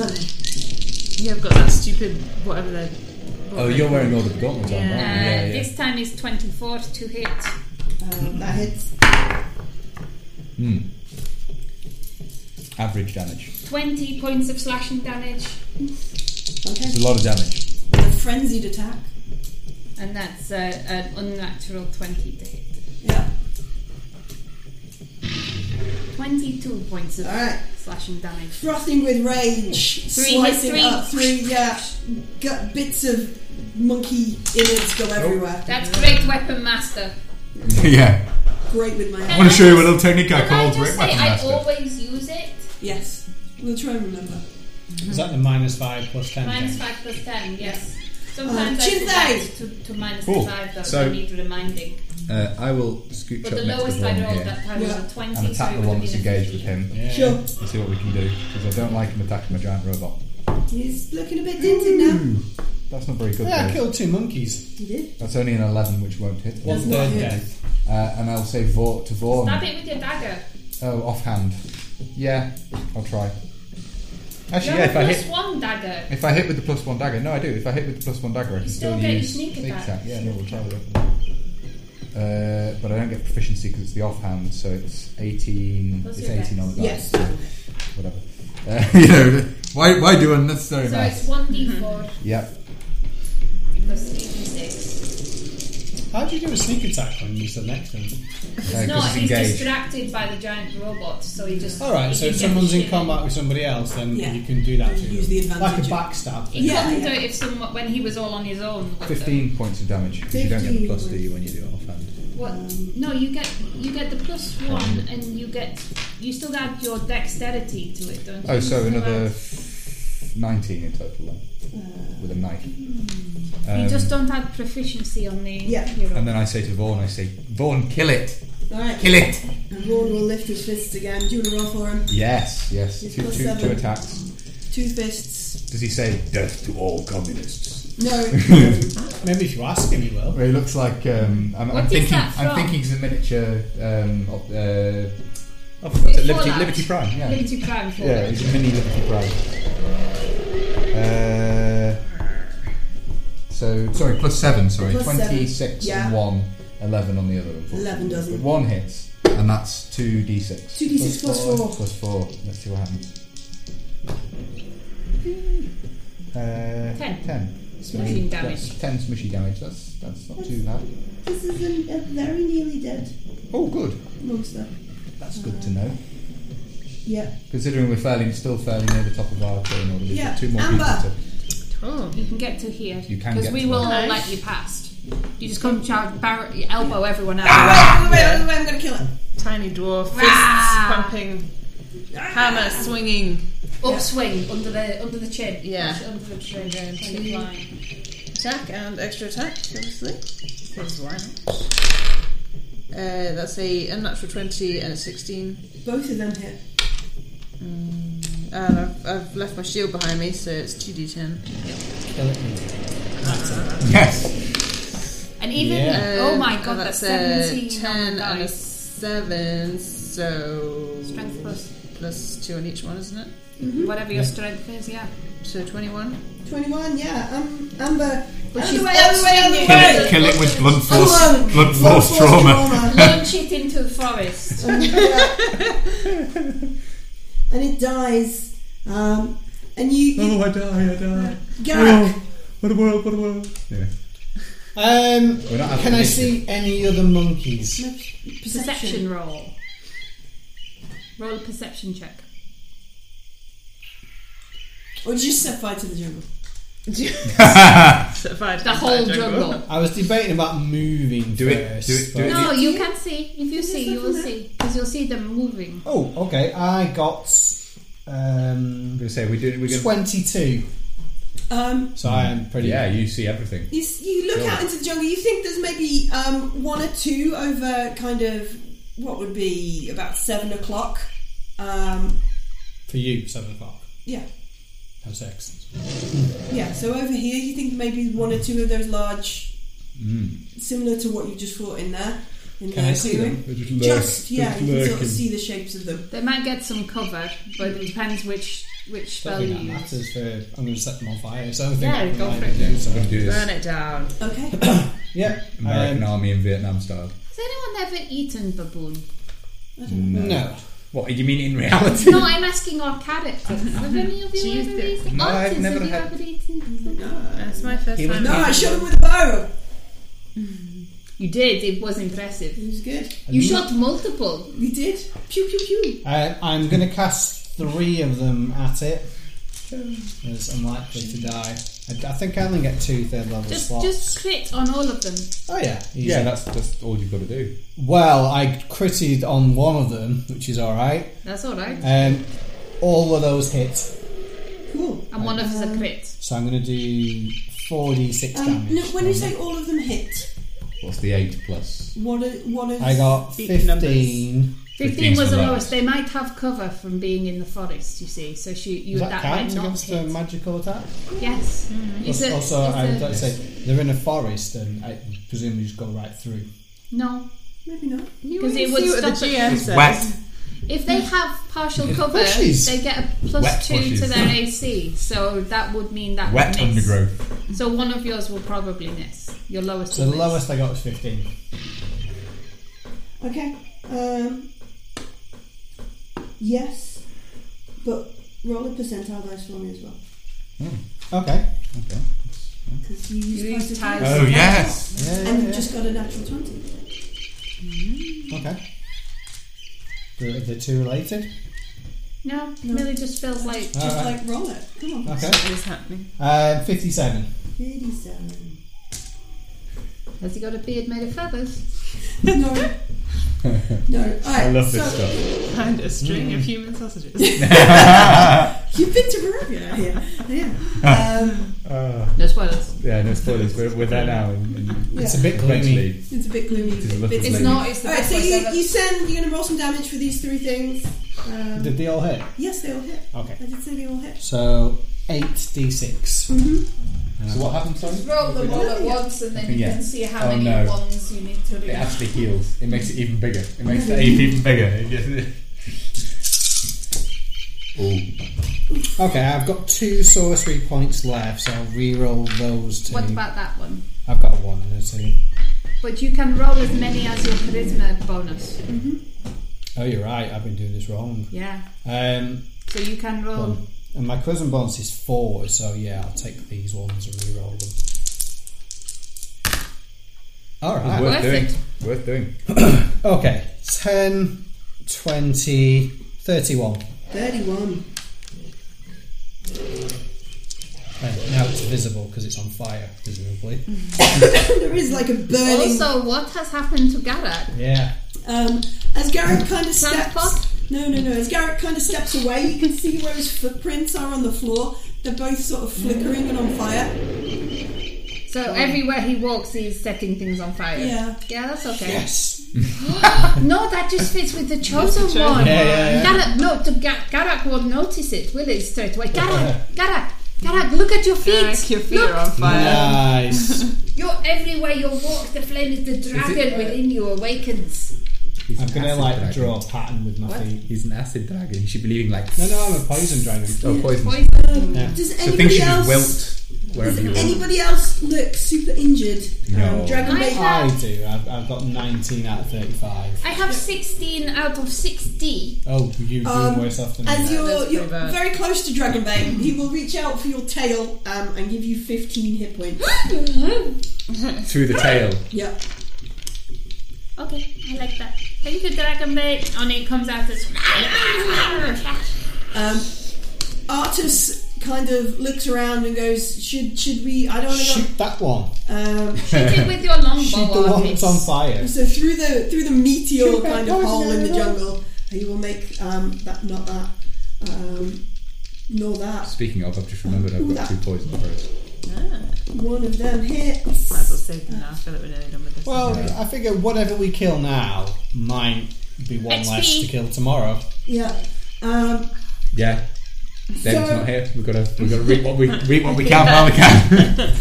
Yeah, I've got that stupid whatever they're. what
Oh,
they-
you're wearing all the gauntlets, aren't you?
Yeah.
Uh,
Yeah, yeah.
This time is 24 to hit.
Um, that hits.
Hmm. Average damage.
20 points of slashing damage.
Okay.
It's a lot of damage.
With a frenzied attack.
And that's uh, an unnatural 20 to hit.
Yeah.
22 points of
Alright.
slashing damage.
Frothing with rage.
Three
slicing
hits,
up through, yeah. Gut bits of monkey innards go everywhere.
That's great weapon master.
yeah.
Great with my
I
hand.
want to show you a little technique I
Can I
called
just
Great
say
Weapon
I
Master.
always use it?
Yes. We'll try and remember.
Is that the minus five plus ten?
Minus
thing?
5 plus 10, yes. Sometimes I
Chin
forget to, to minus
Cool.
the 5 though, so
So-
I need reminding.
Uh, I will scooch
But
up
the
next to
lowest
one
I rolled
here
that time
Yeah.
was a 20,
and
so
attack
it
the
would
one
have
that's
been a
engaged with
50.
him
Yeah.
Sure.
and see what we can do because I don't like him attacking my giant robot.
He's looking a bit dinted now.
Hmm.
That's not very good.
Yeah, I
Dave.
killed two monkeys.
He did.
That's only an eleven, which won't hit.
One
not
third
hit.
death.
Uh, and I'll say Vor to
Stab
Vorn.
it with your dagger.
Oh, offhand. Yeah, I'll try.
You
Actually, yeah,
have
if I
a plus
hit,
one dagger.
if I hit with the plus one dagger, no, I do. If I hit with the plus one dagger, I can
still
still,
get your
use
sneak attack.
Yeah, no, we'll try the weapon. Uh, but I don't get proficiency because it's the offhand, so it's eighteen.
Plus
it's
your
eighteen on the dice.
Yes.
so whatever. Uh, you know, why why do unnecessary
So
math?
it's 1d4
Mm-hmm.
Yep.
plus 3d6.
How do you do a sneak attack when you said next to him?
Uh,
no,
'cause it's
he's
engaged.
distracted by the giant robot, so he just.
All right,
he
so
can
if
get
someone's in
shit.
combat with somebody else, then
Yeah.
you can do that
You
too.
use the
like a
advantage.
backstab. Thing.
He
Yeah,
couldn't
yeah.
do it if someone when he was all on his own. with them.
15 points of damage because you don't get the
15
plus do you when you do it offhand
What? No, you get you get the plus one, and you get you still add your dexterity to it, don't you?
oh so
You still
another
add-
f- 19 in total then with a knife
Uh, hmm. you
Um,
just don't add proficiency on the.
Yeah.
hero.
and then I say to Vaughn I say Vaughn kill it
Alright.
kill it
And Vaughan will lift his fists again. Do you want to roll for him?
yes yes
He's
two,
plus
two,
seven.
two attacks
Two fists.
does he say death to all communists
No.
Maybe if you ask him, he will.
well he looks like um, I'm,
What
I'm
is
thinking
that
I'm
from?
thinking he's a miniature um, of, uh, of
Fallout.
Liberty, Liberty Prime yeah
Liberty Prime for
Yeah, it's a mini Liberty Pride. Uh, so, sorry, plus seven, sorry.
Plus seven,
26
yeah.
on one, 11 on the other. unfortunately.
11 doesn't.
But one hits, and that's 2d6.
2d6 plus
four.
four.
Plus four. Let's see what happens. Uh,
Ten.
Ten.
Smashing damage.
That's ten smushy damage. That's that's not too bad.
This is an, a very nearly dead
Oh, good.
monster.
That's good to know.
Yeah.
Considering we're fairly, still fairly near the top of our turn order, we've
Yeah.
got two more
Amber.
people to
Oh.
You can get to here.
You can
Because
get
we
to
will
there.
all let you past. You just come charge, bar- elbow everyone out.
Wait, wait, wait, wait, I'm going to kill him.
Tiny dwarf, fists
Rah!
pumping, hammer swinging.
Upswing under the under the chin.
Yeah.
Under the chin.
Going
Kind
to-
of line.
Attack and extra attack, obviously. Because why not? Uh, that's a unnatural 20 and a 16.
Both of them hit.
And I've, I've left my shield behind me, so it's 2d10.
Kill it.
Yes.
And even
Yeah.
oh my god,
Uh,
that's,
that's a
seventeen.
10
on
and
the
a
dice.
7, so.
Strength plus
Plus 2 on each one, isn't it?
whatever your strength is. Yeah.
So 21.
21, yeah. Um, Amber.
But
out of
she's
the way, out of the way, out of the
upswinging.
Kill
way!
it, kill it with blunt
Alone.
force, blunt
Blunt
force trauma.
Launch it into the forest.
and it dies. Um, and you, you
Oh, I die, I die.
Garak,
What a world, what a world. Yeah.
uh,
Um,
We're not having
can I
an
see any other monkeys?
Perception roll. Roll a perception check.
or just set fire to the jungle.
So five
The
times
whole
that
jungle.
I was debating about moving
Do it,
first.
do it, do it.
but-
No, you can see. If you
Is
see,
there
you will
something
see because you'll see them moving.
Oh, okay. I Oh, got Um,
I'm going to say we did. We're gonna,
22.
Um,
So I am pretty.
Yeah, you see everything.
You, s- you look
Sure.
out into the jungle. You think there's maybe um, one or two over kind of what would be about seven o'clock. Um,
For you, 7 o'clock.
yeah,
Have six.
yeah. So over here, you think maybe one or two of those large,
Mm.
similar to what you just fought in there. In
Can
there
I see them?
They're just
Just
lurk-
yeah,
just
you can sort
lurking.
of see the shapes of them.
They might get some cover, but it depends which which spell
Something
you
that
use.
matters for. I'm going to set them on fire. So I think
Yeah,
I
go
might
for it.
do, so-
We're gonna do
Burn
this
it down.
Okay.
Yeah.
American
um,
army in Vietnam style.
Has anyone ever eaten baboon?
No.
What you mean in reality?
no, I'm asking our characters. Have any of you ever eaten?
No, I've
Otters,
never
have you
had-
ever eaten?
That's my first
He was
time.
No, I
eating
shot him with a bow.
You did. It was impressive.
It was good.
You shot multiple.
We did. Pew pew pew.
Uh, I'm going to cast three of them at it. It's unlikely to die. I, I think I only get two third level
Just
slots.
just crit on all of them.
oh yeah, easy.
yeah, that's that's all you've got to do.
Well, I critted on one of them, which is all right.
That's all right.
Um, all of those hit,
Cool.
And one of us a crit.
so I'm going to do 4d6
Um,
damage.
no, when you say all of them hit,
What's the eight plus?
what are, what are
I got
Big numbers.
15.
15 was the
Fifteen
lowest. They might have cover from being in the forest, you see. So she, you
Does
that,
that, count
might not
against the
hit.
magical attack?
Yes. Is it-
also,
is
I would
the-
like to say they're in a forest, and I presume you just go right through.
no,
maybe not.
because it
See
would
what the
stop. it.
GM says.
If they have partial cover,
bushes.
they get a plus
Hmm. Wet
two to
bushes.
their AC. So that would mean that
Wet
would miss.
undergrowth.
So one of yours will probably miss. Your lowest.
So
will
the
miss.
lowest I got was 15.
Okay. Um, yes, but roll a percentile dice for me as well.
Okay.
Because you
You
use
use
positive
ties.
dice.
Oh yes.
Yeah,
And
yeah,
you've just got a natural 20.
yeah. Okay. The, are the two related?
No, Millie just feels like
Just
Alright.
like roll it. Come on.
Okay.
What is happening?
Um, 57.
37.
has he got a beard made of feathers?
no. No. Alright.
I love this
so
stuff.
Find a string of human sausages.
You've been to Barovia. Yeah. Yeah. Um,
Uh,
No spoilers.
yeah, no spoilers. We're, we're there now. And, and
It's
yeah.
a bit gloomy.
eventually,
It's a bit gloomy.
is a little
It's-
gloomy.
It's not. It's the
Alright,
best
so
place
you,
ever.
you send, you're going to roll some damage for these three things. Um,
Did they all hit?
yes, they all hit.
Okay.
I did say they all hit.
So 8d6.
Mm-hmm.
So what happens? Sorry,
Roll them all at
Yeah.
once, and then you
Yeah.
can see how
Oh,
many
no.
ones you need to do.
it actually heals. It makes it even bigger. It makes the eight even bigger. It just- Ooh.
Okay, I've got two sorcery points left, so I'll re-roll those two.
What about that one?
I've got a one and a two.
But you can roll as many as your charisma bonus.
Mm.
Oh, you're right. I've been doing this wrong.
Yeah.
Um,
So you can roll.
one. Um, And my charisma bonus is four, so yeah, I'll take these ones and re-roll them. All right.
Worth
Worth
doing.
it.
Worth doing.
Okay, 10, 20, 31.
31.
Uh, now it's visible because it's on fire, presumably.
Mm-hmm.
there is like a burning.
Also, what has happened to Garak?
Yeah.
Um, as Garrett kind of
Transport?
steps, no, no, no. As Garrett kind of steps away, you can see where his footprints are on the floor. They're both sort of flickering and on fire.
So everywhere he walks, he's setting things on fire.
Yeah.
Yeah, that's okay.
Yes.
No, that just fits with the chosen one.
Yeah, yeah, yeah.
Garak, no, to Ga- Garak won't notice it, will it? Straight away. Garak, Garak, Garak, look at your feet.
Eric, your feet
Look,
are on fire.
Nice.
you're everywhere you walk. The flame is the dragon within you awakens.
He's
I'm
an
gonna
acid
like
dragon.
draw a pattern with my feet.
He's an acid dragon. You should be leaving like.
No, no, I'm a poison dragon.
Oh, poison.
Um,
Yeah.
Does
So things
anybody
should just
else?
wilt wherever you
Does
want.
anybody else look super injured?
No.
Um, Dragon
I
Maid.
have-
I do. I've, I've got 19 out of 35.
I have 16 out of 60.
Oh, you've
Um,
been worse off than
As
me.
that's
you're,
pretty
you're
bad.
very close to Dragon Bane, he will reach out for your tail um, and give you 15 hit points.
Mm-hmm.
Through the tail.
yeah.
Okay, I like that. Thank you, Dragon Bait. And it comes out as.
Um, Artus kind of looks around and goes, "Should should we? I don't want to go."
Shoot that one.
Um,
Hit it with your longbow.
Shoot the one that's on fire.
So through the through the meteor
Shoot that
kind of hole in the
poison arrow.
jungle, you will make um, that not that Um, know that.
Speaking of, I've just remembered I've got two poison arrows.
One of them hits.
Might as well save them now. I feel like we're nearly done with this.
Well, I figure whatever we kill now might be one
XP.
less to kill tomorrow.
Yeah. Um,
Yeah. David's
So-
not here. We've got to we've got to reap what we reap what we can while we can.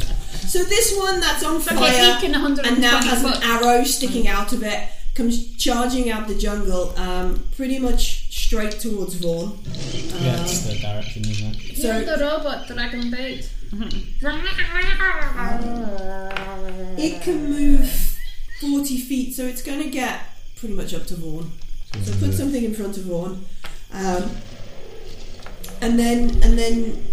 so this one that's on fire
he can
and now has
120
an arrow sticking out of it comes charging out the jungle, um, pretty much straight towards Vaughn. Um,
Yeah, it's the direction, isn't it?
So-
You're the robot dragon bait. Mm-hmm.
It can move 40 feet, so it's going to get pretty much up to Vaughn. So put something in front of Vaughn. Um, and then and then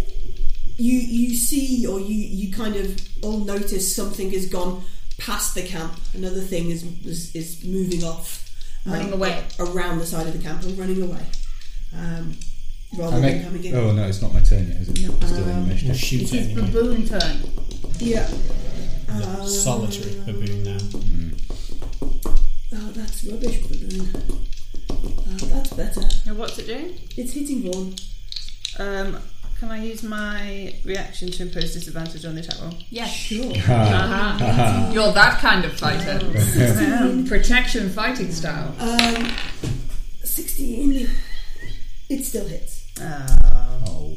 you you see or you, you kind of all notice something has gone past the camp. Another thing is is, is moving off. um,
Running away.
Around the side of the camp and running away. Um, rather
I
than
make,
coming in.
oh no, it's not my turn yet, is it?
No.
It's Still in
Um,
the
We'll
mischief.
shoot it anyway.
Baboon turn.
Yeah.
Yeah, solitary baboon now.
Oh, that's rubbish, Baboon. Oh, that's better.
Now, what's it doing?
It's hitting Vaughn.
Um, can I use my reaction to impose disadvantage on the attack roll?
Yes.
Sure.
You're that kind of fighter.
Um,
Protection fighting style.
Oh,
Um, 16. It still hits.
Oh.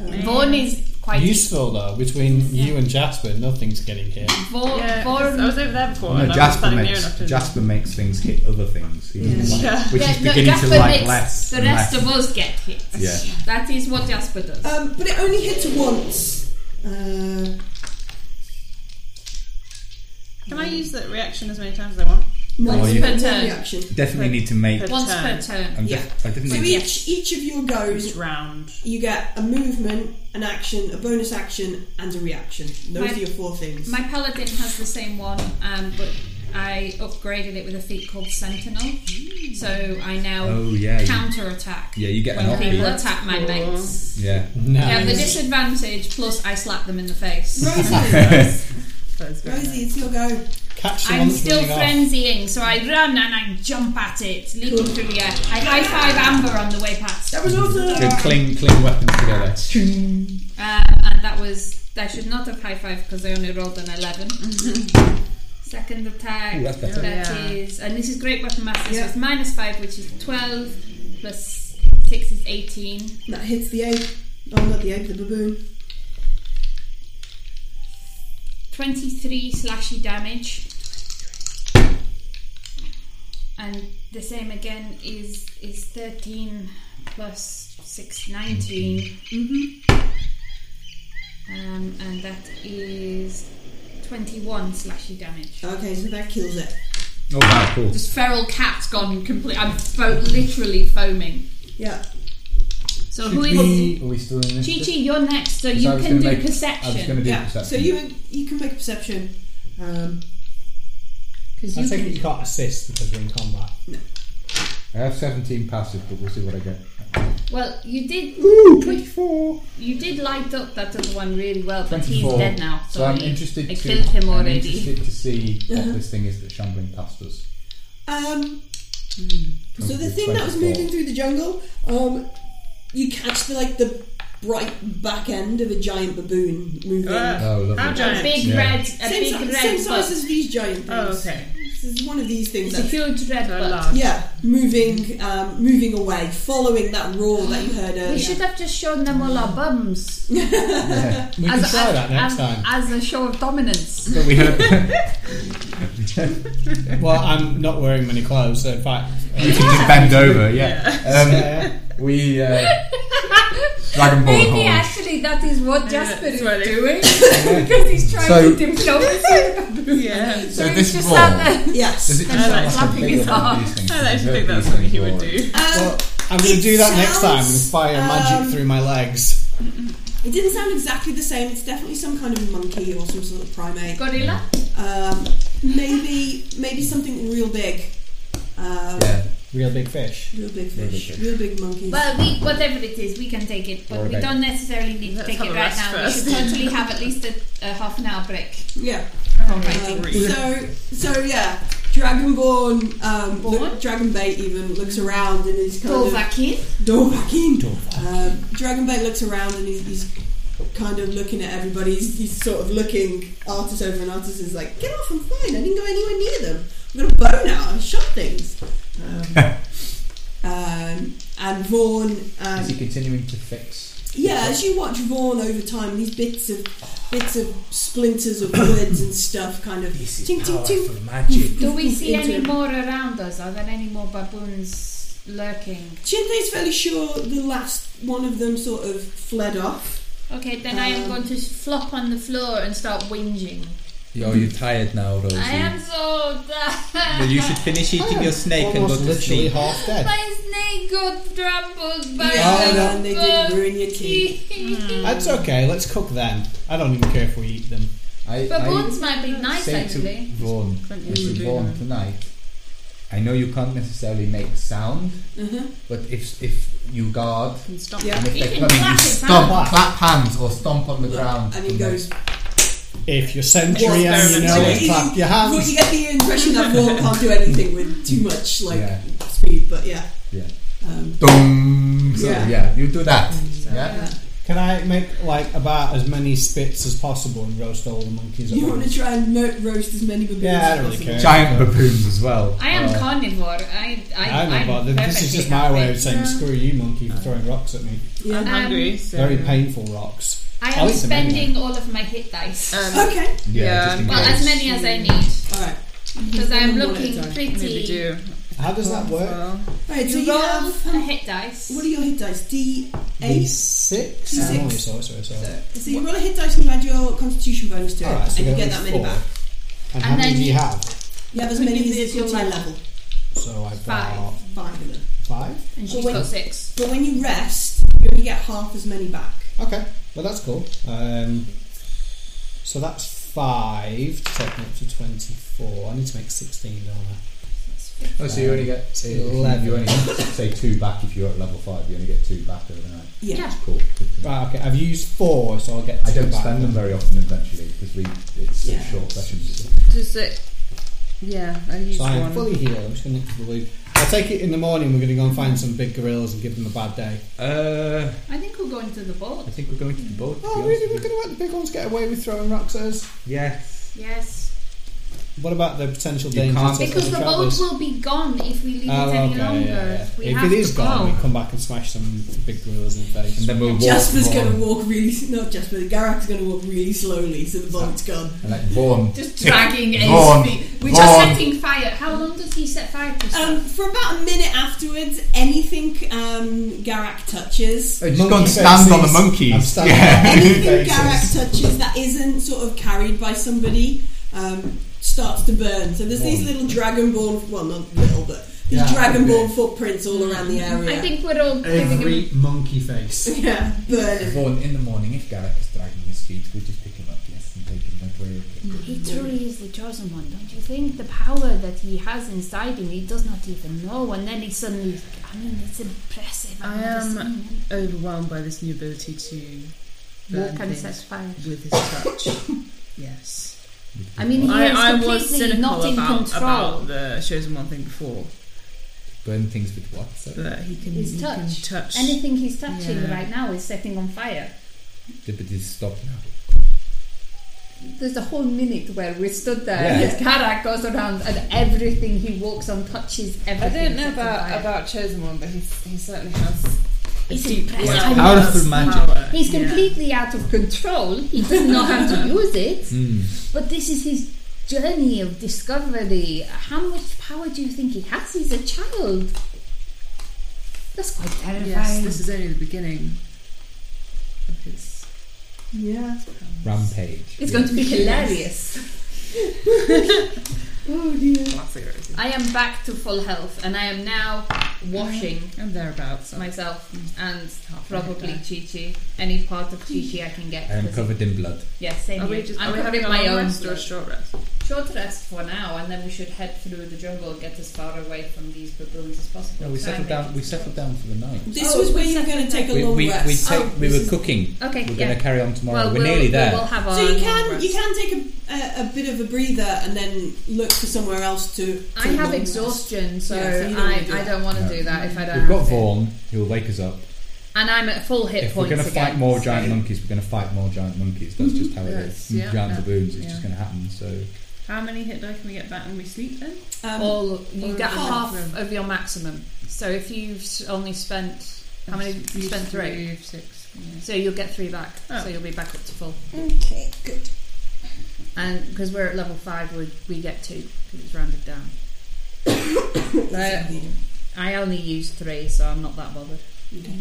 Um,
Vaughn is quite.
Useful though, between you and Jasper, nothing's getting hit.
Vaughn,
Yeah, 'cause
Vaughn
Uh, I was over there before.
No,
and I was
Jasper
standing near enough
makes
to-
Jasper makes things hit other things, He doesn't like-
Yeah.
which
Yeah,
is
no,
beginning
Jasper
to like
makes
less.
The
and
rest
less.
of us get hit.
Yeah.
That is what Jasper does.
um, but it only hits once. Uh,
Can I use that reaction as many times as I want?
no,
Oh,
it's
you-
one
Turn.
reaction.
Definitely need to make.
Per
Once
turn.
per turn.
I'm just, I didn't
So
need
each, each of your
Each
goes,
round.
you get a movement, an action, a bonus action, and a reaction. Those
My-
are your four things.
My paladin has the same one, um, but I upgraded it with a feat called Sentinel. So I now
Oh, yeah, you-
counter attack
Yeah, you get an
when people
upbeat.
attack my mates.
Yeah.
I have the
Nice.
disadvantage, plus I slap them in the face.
Rosie,
That's very nice.
Rosie, it's your go.
Catch the
I'm
ones
still
running off.
frenzying, so I run and I jump at it, leaping through the air. I high five Amber on the way past, Uh,
That was awesome.
Good cling cling weapons together.
um, and that was I should not have high five because I only rolled an eleven. Second attack.
Ooh, that's better.
That
Yeah.
is- and this is great weapon master.
Yeah.
So it's minus five, which is twelve, plus six is eighteen.
That hits the ape. Oh, not the ape, the baboon.
23 slashy damage. And the same again is is 13 plus 6, 19. Mm-hmm. Um, and that is 21 slashy damage.
Okay, so that kills it.
Oh wow, cool.
This feral cat's gone complete. I'm fo- literally foaming.
Yeah.
So
Should
who is.
we, are we still in this?
Chi Chi, you're next, so
Because
you
I was
can do
gonna make- I was going
perception.
to do
yeah.
perception.
So you you can make a perception. Um,
Because
I
you
take
can
it you can't assist because we're in combat.
I have 17 passive, but we'll see what I get.
Well, you did. You did light up that other one really well, but he's
24.
dead now. So,
So I'm
he-
interested
I
to.
killed him
I'm
already.
interested to see what
Uh-huh.
this thing is that's shambling past us.
Um, So the
Twenty-
thing that was
24.
moving through the jungle, um, you catch the like the bright back end of a giant baboon moving.
Ah.
Oh, lovely.
How
A
giant?
big
Yeah.
red, a
same
big
si-
red
same
bug.
size as these giant things.
Oh, okay.
This is one of these things.
It's a
That,
huge red
So
bug.
large.
yeah, moving, um, moving away, following that roar that you heard
We
earlier.
should have just shown them all our bums
We can try that next
as,
time.
as a show of dominance.
But we heard
well, I'm not wearing many clothes, so in fact,
you can just bend over. Yeah.
yeah,
Um, we uh, dragonborn
Maybe
horns.
actually that is what Jasper
that's
is
what it-
doing because he's trying
So-
to keep himself
Yeah.
So
he's
this
just uh,
roar.
sat there.
Yes.
Does it just sound like
Slapping
something
his
that one of
arm.
these things?
I actually
We've
think
heard
that's
these
something
things
he would
roaring.
do.
Um,
I'm going to
It
do that next time and
sounds,
fire
um,
magic through my legs.
it didn't sound exactly the same. It's definitely some kind of monkey or some sort of primate.
uh, Gorilla.
Um, maybe maybe something real big. Um,
Yeah.
Real big fish.
Real big fish. Real big monkeys.
Well, we, whatever it is, we can take it, but
Or
we
a
don't necessarily need to
Let's
take
have
it
a
right
rest
now.
first.
We should totally have at least a, a half an hour break.
yeah.
from fighting.
Um, so so yeah, Dragonborn, um, look, Dragonbait even looks around and is kind
Dovahkiin?
of Dovahkiin. Um, Dragonbait looks around and he's, he's kind of looking at everybody. He's, he's sort of looking artist over and artist is like, "Get off! I'm fine. I didn't go anywhere near them. I've got a bow now. I shot things." Um, um, and Vaughn, um,
Is he continuing to fix?
yeah, as you watch Vaughn over time, these bits of bits of splinters of woods and stuff kind of ting ting ting.
magic.
Do we see
Into
any
him.
more around us? Are there any more baboons lurking?
Chinte's fairly sure the last one of them sort of fled off.
Okay, then I am
Um,
going to flop on the floor and start whinging.
Yo, you're tired now, Rosie.
I am so
Well,
tired.
you should finish eating your snake and go to
literally
sleep.
half dead.
My snake got trampled by
Yeah,
the
and they didn't ruin your tea.
baboon.
That's okay. Let's cook them. I don't even care if we eat them.
I,
Baboons might be nice
say to
actually.
Vaughn,
Plenty
if
to
you
do
Vaughn
now.
tonight, I know you can't necessarily make sound,
Mhm.
but if if you guard
Can stop.
Yeah.
and if
He
they're
can
coming, you
clap his
stomp,
hands.
clap hands or stomp on the ground.
And he
from
goes.
If you're sentry and you
experiment.
know
Like,
it, clap your
Well,
hands.
you get the impression that Vaughn can't do anything with too much like
Yeah.
speed, but yeah.
Yeah.
Um,
there. Dong. So,
Yeah.
yeah. you do that.
Mm,
Yeah.
Can I make like about as many spits as possible and roast all the monkeys at
you want to
once?
try and mo- roast as many baboons
Yeah, I
as
don't really
possible.
care.
Giant baboons as well.
I am
Uh,
carnivore. I, I,
I don't know,
I'm
but th- this is
perfectly
just my way
happy.
of saying screw you, monkey, for throwing rocks at me.
Yeah.
I'm
Um,
hungry. So.
Very painful rocks.
I
I'll
am
eat them
spending all of my hit dice.
Um,
Okay.
yeah,
Yeah.
just in
well,
case.
as many as I need.
All right.
Because I am
One at a
looking
time.
pretty.
maybe do.
How does that work?
Well,
All right. So
You
you
roll
have
a hit dice.
what are your hit dice? D
D
eight.
six.
D6.
Oh, sorry, sorry, sorry.
So you roll a hit dice and you add your Constitution bonus to it,
All right, so
and you
we
get
got
that many
four.
back.
And,
And
how many
then
do you
you-
have?
You have as
We
many
give
as
this
it's your
your
level.
level.
So I've got
Five of them.
five.
And she's
Well,
got six.
But when you rest, you only get half as many back.
Okay, well that's cool. Um, so that's five to take me up to twenty-four. I need to make sixteen, don't I?
Oh, so you only get
It's
if you-
eleven.
You only say two back if you're at level five. You only get two back overnight.
Yeah.
Yeah.
Cool.
Right, okay. I've used four, so I'll get.
I
two
don't
back
spend them
then.
very often eventually because we it's
Yeah.
short sessions.
just uh, yeah. I used
So I am
one.
fully healed. I'm just going to the loop. I'll take it in the morning. We're going to go and find some big gorillas and give them a bad day.
Uh,
I think we're going to the boat.
I think we're going to the boat. to
Oh,
be honest
really? We're
with you.
going to let the big ones get away with throwing rocks at us?
Yes.
Yes.
What about the potential
You
dangers?
can't-
to
Because the boat
travelers?
will be gone if we leave
Oh,
it any
okay,
longer.
yeah, yeah.
We
If
have
it is
to
gone,
go.
we come back and smash some big gorillas in the face.
And then we'll walk.
Jasper's
Vaughn.
going to walk really. s- Not Jasper. Garrack's going to walk really slowly, so the boat's gone.
And like Vaughn.
Just dragging
Tick.
Ace.
Vaughn.
feet. We're
Vaughn.
just setting fire. How long does he set fire to?
Um,
stuff?
for about a minute afterwards, anything um, Garak touches,
Oh, just
Monkey
go and stand on the
faces.
monkeys.
I'm standing
Yeah.
on the monkey
anything Garak
faces.
touches that isn't sort of carried by somebody um, starts to burn. So there's these little dragonborn, well, not little, but these
Yeah,
dragonborn
okay.
footprints all around the area.
I think we're all giving him.
monkey face.
yeah, burning.
Vaughn in the morning. If Garrick is dragging his feet, we just pick him up. Yes, and take him that way.
He truly is the chosen one, don't you think? The power that he has inside him, he does not even know, and then he suddenly. I mean, it's impressive. I've
I
never
am-
seen him.
overwhelmed by this new ability to burn
Walk and set
things
fire.
with his touch. yes.
I mean, he is
I, I
completely
was cynical
not in
about,
control.
about the chosen one thing before,
Burn things with what? Sorry.
but he can
His
he
touch.
can touch.
Anything he's touching
Yeah.
right now is setting on fire.
Yeah, but it's stopped now.
There's a whole minute where we stood there
Yeah.
and his karak goes around and everything he walks on touches
I
everything.
don't know
sets on
about
fire.
about chosen one, but he he certainly has.
It's
a deep
impressive.
power.
Powerful magic.
Power,
He's
yeah.
completely out of control. He doesn't know how to use it.
Hmm.
But this is his journey of discovery. How much power do you think he has? He's a child. That's quite terrifying.
Yes, this is only the beginning of his.
Yeah.
Rampage.
it's going to be hilarious.
Oh dear.
Classic racing.
I am back to full health and I am now washing
And thereabouts.
myself and
Halfway
probably
there.
Chi Chi. Any part of Chi Chi I can get.
I am
'cause-
covered in blood.
Yeah, same
Are
here.
we just
I'm
are we having
covering
a
my
long
own
rest or a
blood.
short rest?
Short rest for now, and then we should head through the jungle, get as far away from these baboons as possible.
No, we
So
settled
I'm
down.
making
We
some
settled
notes.
down for the night.
This
Oh,
was where
we
you were
set
going to
the
take a
We
long
we,
rest.
we, take,
Oh,
we
this
were
is-
cooking.
Okay,
We're
yeah.
going to carry on tomorrow.
Well,
we're
we'll-
nearly there.
We'll have
so you
our
can
rest.
you can take a a, a bit of a breather and then look for somewhere else to. to
I have
long
exhaustion,
rest.
so,
Yeah, so you don't
I,
wanna do
I
that.
don't want to do that if I don't
We've got
have to.
Vaughn, who'll wake us up.
And I'm at full hit
if we're
points
going to
again.
fight more
so-
giant monkeys, we're going to fight more giant monkeys. That's just how it
Yes,
is.
yeah,
giant
yeah,
baboons, it's
yeah.
just going to happen. So
How many hit die can we get back when we sleep then?
Um,
All, you
or
get half
half of-
of your maximum. So if you've s- only spent how many? You
You
spent three,
three, six. yeah.
so you'll get three back.
Oh.
So you'll be back up to full.
Okay, good.
And because we're at level five, we we get two because it's rounded down.
Exactly.
I only used three, so I'm not that bothered.
Okay.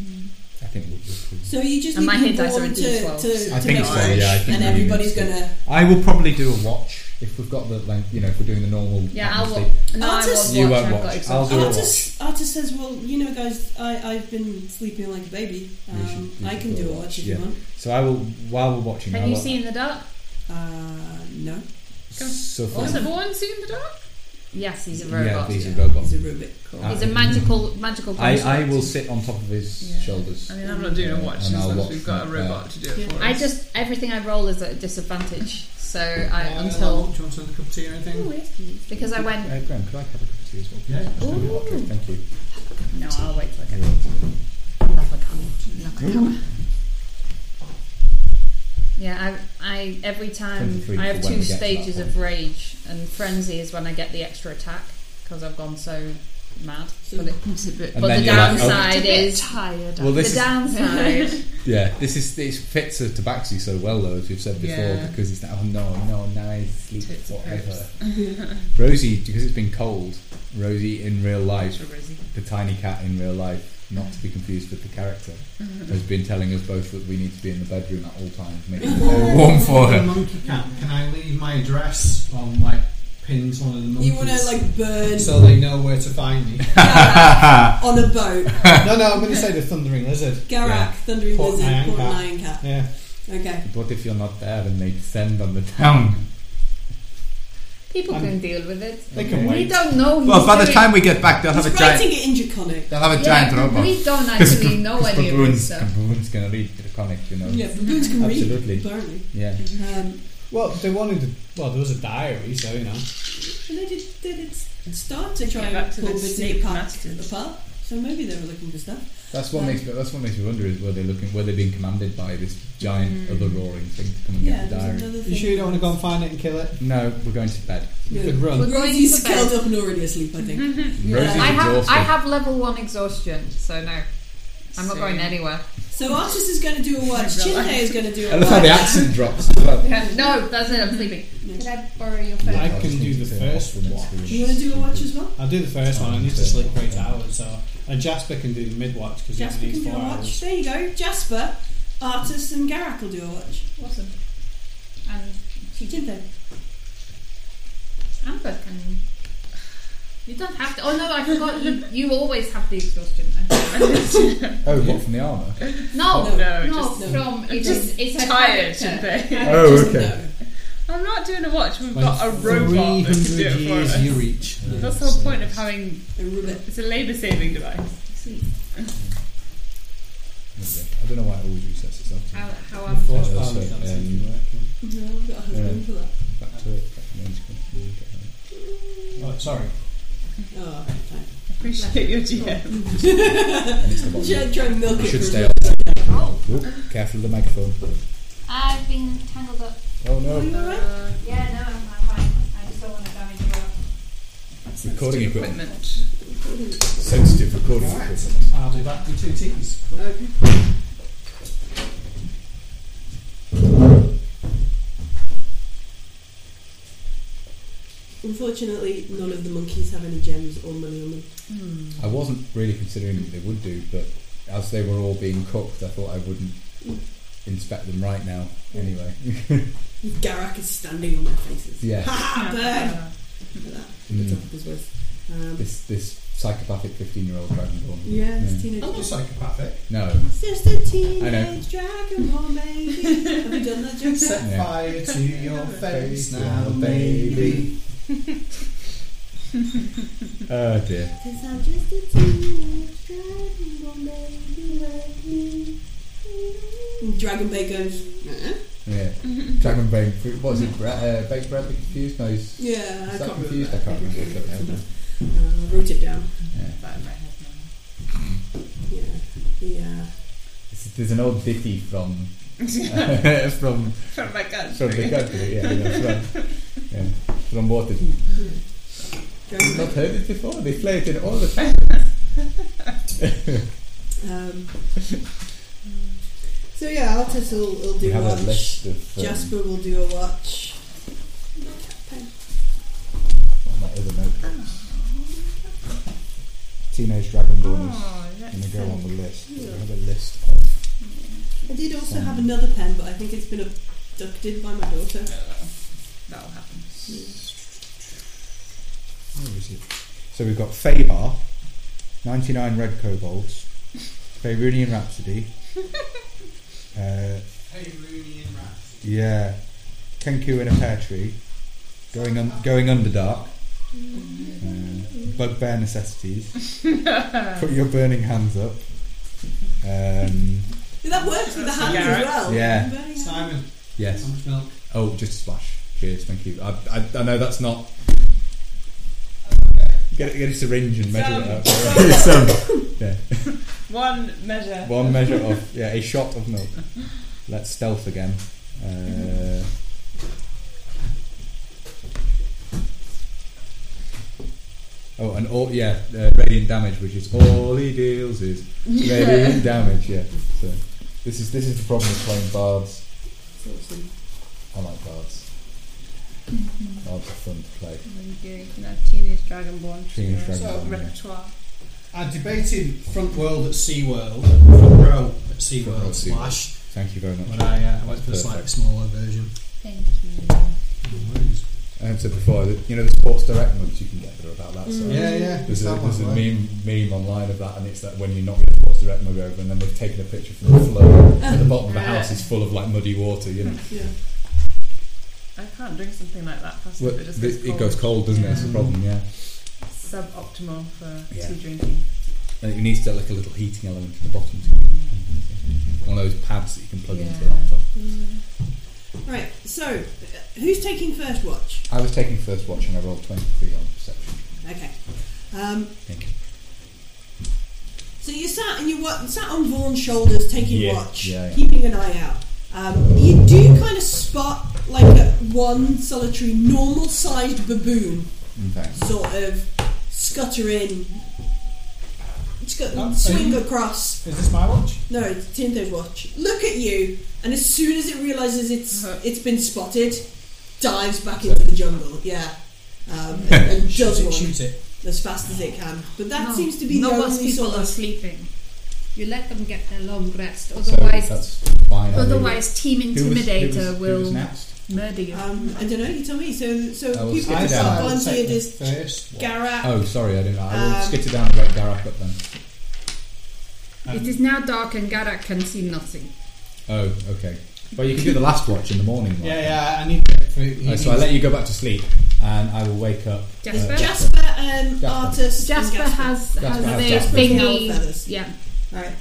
I think we'll just.
So you just
And my
need
hit dice are
Vaughan
in
to,
D12,
to,
so-
I
to
think
make
so,
sure,
yeah, I think
and
we
everybody's
need
going to.
I will probably do a watch if we've got the length. You know, if we're doing the normal.
Yeah, I'll
atmosphere.
watch. No, I
Artis-
won't
You
watch.
won't
I've
watch.
got
I'll
exhaustion.
do it.
Artis, Artis says, "Well, you know, guys, I, I've been sleeping like a baby.
You should-
Um,
you
I
should
can
go
do it
watch,
if
yeah.
you want."
So I will while we're watching.
Have
I
you
will,
seen the dark?
Uh, no,
So far,
Awesome.
Born soon in the dark?
Yes, he's a
yeah,
robot.
these
yeah.
are robots.
he's a Rubik.
He's a magical, magical.
I,
construct.
I will sit on top of his
Yeah.
shoulders.
I mean, I'm not doing a
Yeah,
watch
and
as
I'll
long as
watch uh,
we've got a
from
robot to do it for us.
I just everything I roll is at a disadvantage. So I
Uh,
until
Do you want another cup of tea or anything?
because I went.
Uh, Graham, could I have a cup of tea as well?
Yeah.
Just a little hot drink, Thank you.
No, I'll wait till I get.
You're welcome.
Yeah, I, I every time
23
I have
for when
two
we get to that
stages of rage, and frenzy is when I get the extra attack because I've gone so mad. But, it,
It's a bit.
And
but
then
the
you're like, oh.
downside
a bit
is
tired.
Well, this
the
is
downside.
Yeah, this is this fits a tabaxi so well though, as we've said before,
Yeah.
because it's that oh no, no, nice sleep,
Tits and
whatever. Rosie, because it's been cold, Rosie in real life, the tiny cat in real life, not to be confused with the character, has been telling us both that we need to be in the bedroom at all times, making it very Oh, warm for
The
her.
monkey cat. Can I leave my address on like pins one of the monkeys?
You want to like burn
so they know where to find me.
Garak on a boat?
no, no, I'm going to say the thundering lizard.
Garak, thundering
Port
lizard,
Lion
port
Cat.
lion cat.
Yeah.
Okay.
But what if you're not there and they send on the town?
People
I'm-
can deal with it.
They can
We
wait.
don't know.
Well,
who's
by the
doing-
time we get back, they'll have a
He's
giant.
writing it in draconic.
They'll have a
yeah,
giant robot.
we don't
Because
actually know any of this
baboons,
stuff.
baboons gonna read draconic, you know.
Yeah, baboons can
Absolutely.
read apparently.
Yeah.
Um,
Well, they wanted. To, well, there was a diary, so you know.
and they did, they did start to try
Yeah,
and
back to
pull
the
Disney
snake
apart,
masters.
apart. So maybe they were looking for stuff.
That's what makes me, that's what makes me wonder is were they looking were they being commanded by this giant other roaring thing to come and
Hmm. Yeah,
get the
there's
diary?
another thing.
You sure you don't want to go and find it and kill it?
No, we're going to bed.
You
Yeah.
could run.
We're going
Rosie's
to bed. Mm-hmm.
curled up and already asleep, I think.
Rosie's
I have
exhausted.
I have level one exhaustion, so no, I'm not
So-
going anywhere.
So Artis is going to do a watch. Chinte is going to do
I
a
love how the
watch.
accent drops as well.
Um, no, that's it. I'm sleeping.
Could
I borrow your phone?
I
I
can do the first one.
You want to do a watch as well?
I'll do the first one. I need to sleep for eight hours, so and Jasper can do the mid watch because he
Jasper
only
can
needs
do a
four
watch.
hours.
There you go. Jasper, Artis, and Garak will do a watch.
Awesome. And she did.
Chinte.
Amber can. You don't have to. Oh no, I forgot. You, you always have the exhaustion.
Oh, what from the armour?
No,
No,
no,
no,
just-
from it's
just
it's her
tired,
character.
today.
Oh,
Just
okay.
no.
I'm not doing a watch. We've
When
got a robot that can
300
do it for
years
us.
you reach.
That's the whole point of having.
A ribbit.
It's a labour saving device.
See
I don't know why it always resets itself.
how how
The
I'm.
force
Yeah,
balance
that's
doesn't
it,
seem to
um,
work. yeah.
No, I've got a husband for that.
Back to it. Back to the main screen.
Oh, sorry.
Oh, fine.
Appreciate your GM.
And it's the bottom.
Should I try and milk
You
it
should
for a
stay
bit?
on
Oh.
that. Careful of the microphone.
I've been tangled up.
Oh
Are you
no.
alright?
Yeah, no, I'm, I'm fine. I just don't want to damage your
Recording equipment.
equipment.
Sensitive recording equipment.
I'll be back with two teas.
Unfortunately, none of the monkeys have any gems or money on them.
I wasn't really considering what they would do, but as they were all being cooked, I thought I wouldn't inspect them right now. Anyway,
Garak is standing on their faces.
yeah,
Ah, burn! Look at that.
Mm.
The top of his voice. Um,
this this psychopathic fifteen-year-old dragonborn.
yeah, it's
Yeah.
teenage.
I'm not psychopathic.
No,
Oh, It's just a
I
teenage
know.
dragonborn baby. have you done that joke? yet?
Set
Yeah.
fire to your face
Face
now,
now,
baby.
oh dear.
Cause I'm just a teenage dragonborn baby like you. Dragon Bay goes, "Uh-uh."
Yeah, Dragon brain. fruit- What is it? Bre- uh, baked bread. that Confused? No. Is,
Yeah, I
is that
can't
confused?
remember.
I can't remember. what that was.
Uh, I wrote it down.
Yeah.
Yeah. uh, Yeah.
It's- There's an old ditty from from
From my country.
from the country. Yeah, yeah, from yeah, from Waterloo. I've not heard it before. They play it in all the time.
Um, so yeah, Altus will, will
We
do
have a
watch.
list of um,
Jasper will do a watch.
on my other note. Teenage Dragonborn is going to go on the list. We have a list of
I did also have another pen, but I think it's been abducted by my daughter.
That'll happen.
where is it? So we've got Fabar, 99 Red Kobolds, Faerunian Rhapsody. uh, Yeah. Kenku in a pear tree. Going un- going underdark. Uh, bugbear necessities. Put your burning hands up. Um,
Yeah, that works with the hand as
Cigarette.
well.
Yeah.
Very handy.
Simon,
yes.
how much milk?
Oh, just a splash. Cheers, thank you. I, I, I know that's not. Get, get a syringe and measure it up.
Some.
Yeah.
One measure.
One measure of yeah, a shot of milk. Let's stealth again. Uh, oh, and all yeah, uh, radiant damage, which is all he deals is radiant damage. Yeah. So this is this is the problem with playing bards. I like bards. Bards are fun to play.
You can have Teenage Dragonborn.
Teenage
sort of
Dragonborn, yeah.
Repertoire.
I debated front world at SeaWorld, front row at
Front row at
SeaWorld Splash,
Thank you very much.
but I, uh, I went for the slightly smaller version.
Thank you.
I said before, that, you know, the Sports Direct mugs you can get that are about that size.
Yeah, yeah.
There's, a,
that
there's a
one, right?
meme, meme online of that, and it's that when you knock your sports direct mug over, and then they've taken a picture from the floor, and the bottom of the house is full of like muddy water. You know,
Yeah.
I can't drink something like that fast.
Well,
it, just
th-
gets
it goes cold, doesn't it? That's the problem. Yeah,
Suboptimal for
Yeah.
tea drinking.
and it needs to have like a little heating element at the bottom. One of those pads that you can plug into the
Yeah.
laptop.
Right, so uh, who's taking first watch?
I was taking first watch, and I rolled twenty-three on perception.
Okay. Um,
Thank you.
so you sat and you wa- sat on Vaughan's shoulders, taking
Yeah,
watch,
yeah, yeah.
keeping an eye out. Um, you do kind of spot like a, one solitary normal-sized baboon
Mm,
Okay.
sort of scutter in, scut-
Oh,
swing
baby.
across.
Is this my watch?
No, it's Tinto's watch. Look at you, and as soon as it realizes it's it's been spotted, dives back into the jungle. Yeah, um, and, and
Shoot
does
it,
one
shoot it.
as fast as it can. But that
No,
seems to be the
no whilst
only
people
sort
are
of
sleeping. You let them get their long rest.
So
Otherwise,
that's fine. I mean,
otherwise Team
who was- who
Intimidator
was- who
will
was next?
murder you.
um, I don't know. You tell me. So so
I will
people
skip
I
it
have
said
down.
I would
volunteered
take the
as
first watch.
Garak.
Oh, sorry, I didn't. I will
Um,
skitter down and wake Garak up then.
It is now dark and Garak can see nothing.
Oh, okay. Well, you can do the last watch in the morning. right?
Yeah, yeah. I need. To, for, he
Uh,
needs-
so I let you go back to sleep, and I will wake up.
Jasper?
Jasper, um,
Jasper.
artist.
Jasper
and Gasper.
has
Jasper
has
has
the
Jasper's
thingy.
tail feathers.
Yeah.
All right,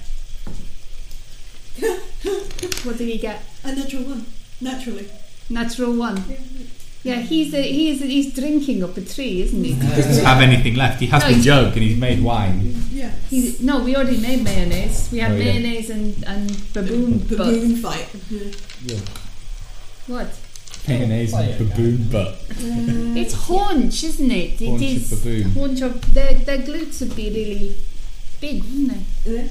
What did he get?
a natural one, naturally.
Natural one. Yeah, he's a, he's a, he's drinking up a tree, isn't he?
Doesn't have anything left. He has
No, the he's-
jug, and he's made wine.
Yeah,
He's, no, we already made mayonnaise. We had
Oh, yeah.
mayonnaise and and baboon. But
baboon fight. Yeah.
what?
Mayonnaise and baboon butt.
Uh,
It's haunch, isn't it? It
Haunch of
is
baboon.
haunch of their their glutes would be really big, wouldn't they?
Yeah. Um,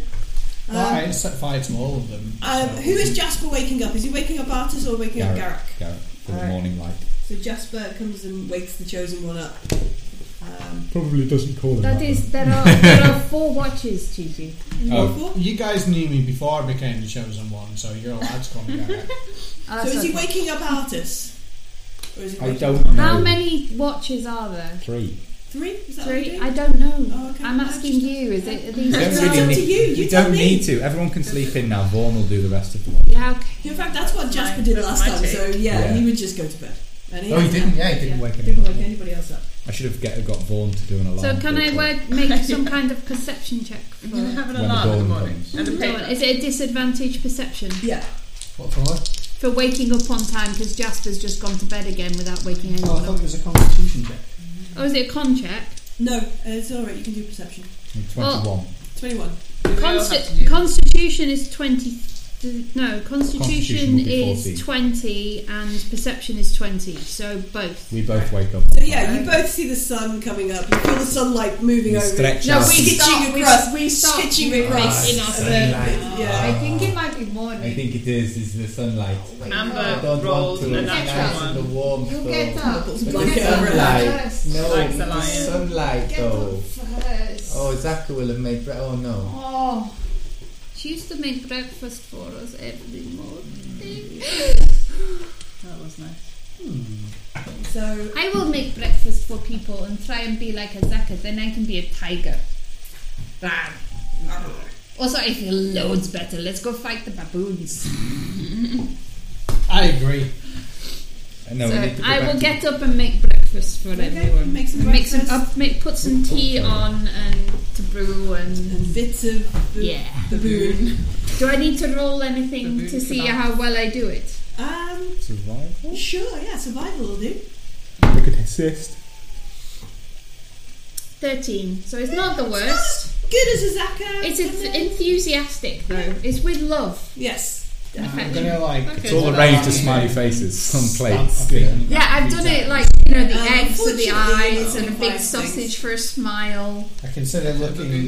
Well, I set fire to all of them.
um,
so-
who is Jasper waking up? Is he waking up Artis or waking up
Garak.
Garak?
Garak for the
Alright.
morning light.
So Jasper comes and wakes the chosen one up. Um,
Probably doesn't call him.
That is there are there are four watches, Gigi.
Oh.
four.
You guys knew me before I became the chosen one, so you're allowed to call me Garak.
Ah,
so is he
sorry.
waking up Artis? Or is he
I
waking
don't know.
How many watches are there?
Three.
three? Is that what
Three?
you're
I
doing?
don't know.
Oh, okay.
I'm
I
asking
just-
you. Is it are these?
Yeah,
just-
really up to you, you
we
tell
don't
me.
need to. Everyone can sleep in now. Vaughan will do the rest of the watch.
Yeah, okay.
In fact, that's what Jasper did
That's
last
my
time.
take.
So yeah,
Yeah.
he would just go to bed. And he
Oh, he
hasn't.
didn't. Yeah, he didn't
Yeah,
wake
Didn't wake
anyone. up.
anybody else up.
I should have get, got Vaughan to do an alarm.
So can
for
I
it.
work, make some kind of perception check? For
I'm gonna have an
When the
alarm in the
dawn
morning.
comes.
And a
Go on,
paper.
Is it a disadvantage perception?
Yeah.
What for?
for waking up on time because Jasper's just gone to bed again without waking
Oh, I
anyone
thought
up.
it was a constitution check.
Oh, is it a con check?
No, uh, it's alright, you can do perception.
Well,
21.
21.
Consti- Constitution is 20. th- No,
Constitution
Constitution
will be
is
14.
20 and Perception is 20, so both.
We both wake up.
So yeah, you both see the sun coming up. You feel the sunlight moving
You
over.
stretch
No,
out.
we
Stitching
start- we-
across.
we start
stitching
moving
across.
in our
Sunlight.
Yeah.
I think it might be morning.
I think it is. It's the sunlight. I
Amber
don't want
rolls
to look
an natural
nice in the
one.
warm
You
though.
get up.
But
You
the
get up
sunlight.
first.
No,
Like the
the
lion.
sunlight
Get
though.
up first.
Oh, Zaka will have made. Bre- oh no.
Oh.
She used to make breakfast for us every morning.
That was nice.
So
I will make breakfast for people and try and be like a zaka. Then I can be a tiger. Rawr.
Oh,
Also, I feel loads better. Let's go fight the baboons.
I agree.
No, we need to
So
go
I
back
will
to-
get up and make breakfast for everyone.
make some
Make some
breakfast.
up, make put some tea on and to brew and
and bits of the,
yeah.
the boon.
Do I need to roll anything to see how well I do it?
Um,
survival.
sure, yeah, survival will do.
We could assist.
Thirteen. So it's not the worst.
Good as a Zaka.
It's enth- enthusiastic though. It's with love.
yes.
I'm
Affection.
gonna like.
It's all arranged to smiley faces. Some plates. Yeah.
Yeah, I've done it like you know the
Um,
eggs or the
unfortunately,
eyes and a
it's
big
five
sausage
things.
for a smile.
I consider looking.
Oh, do you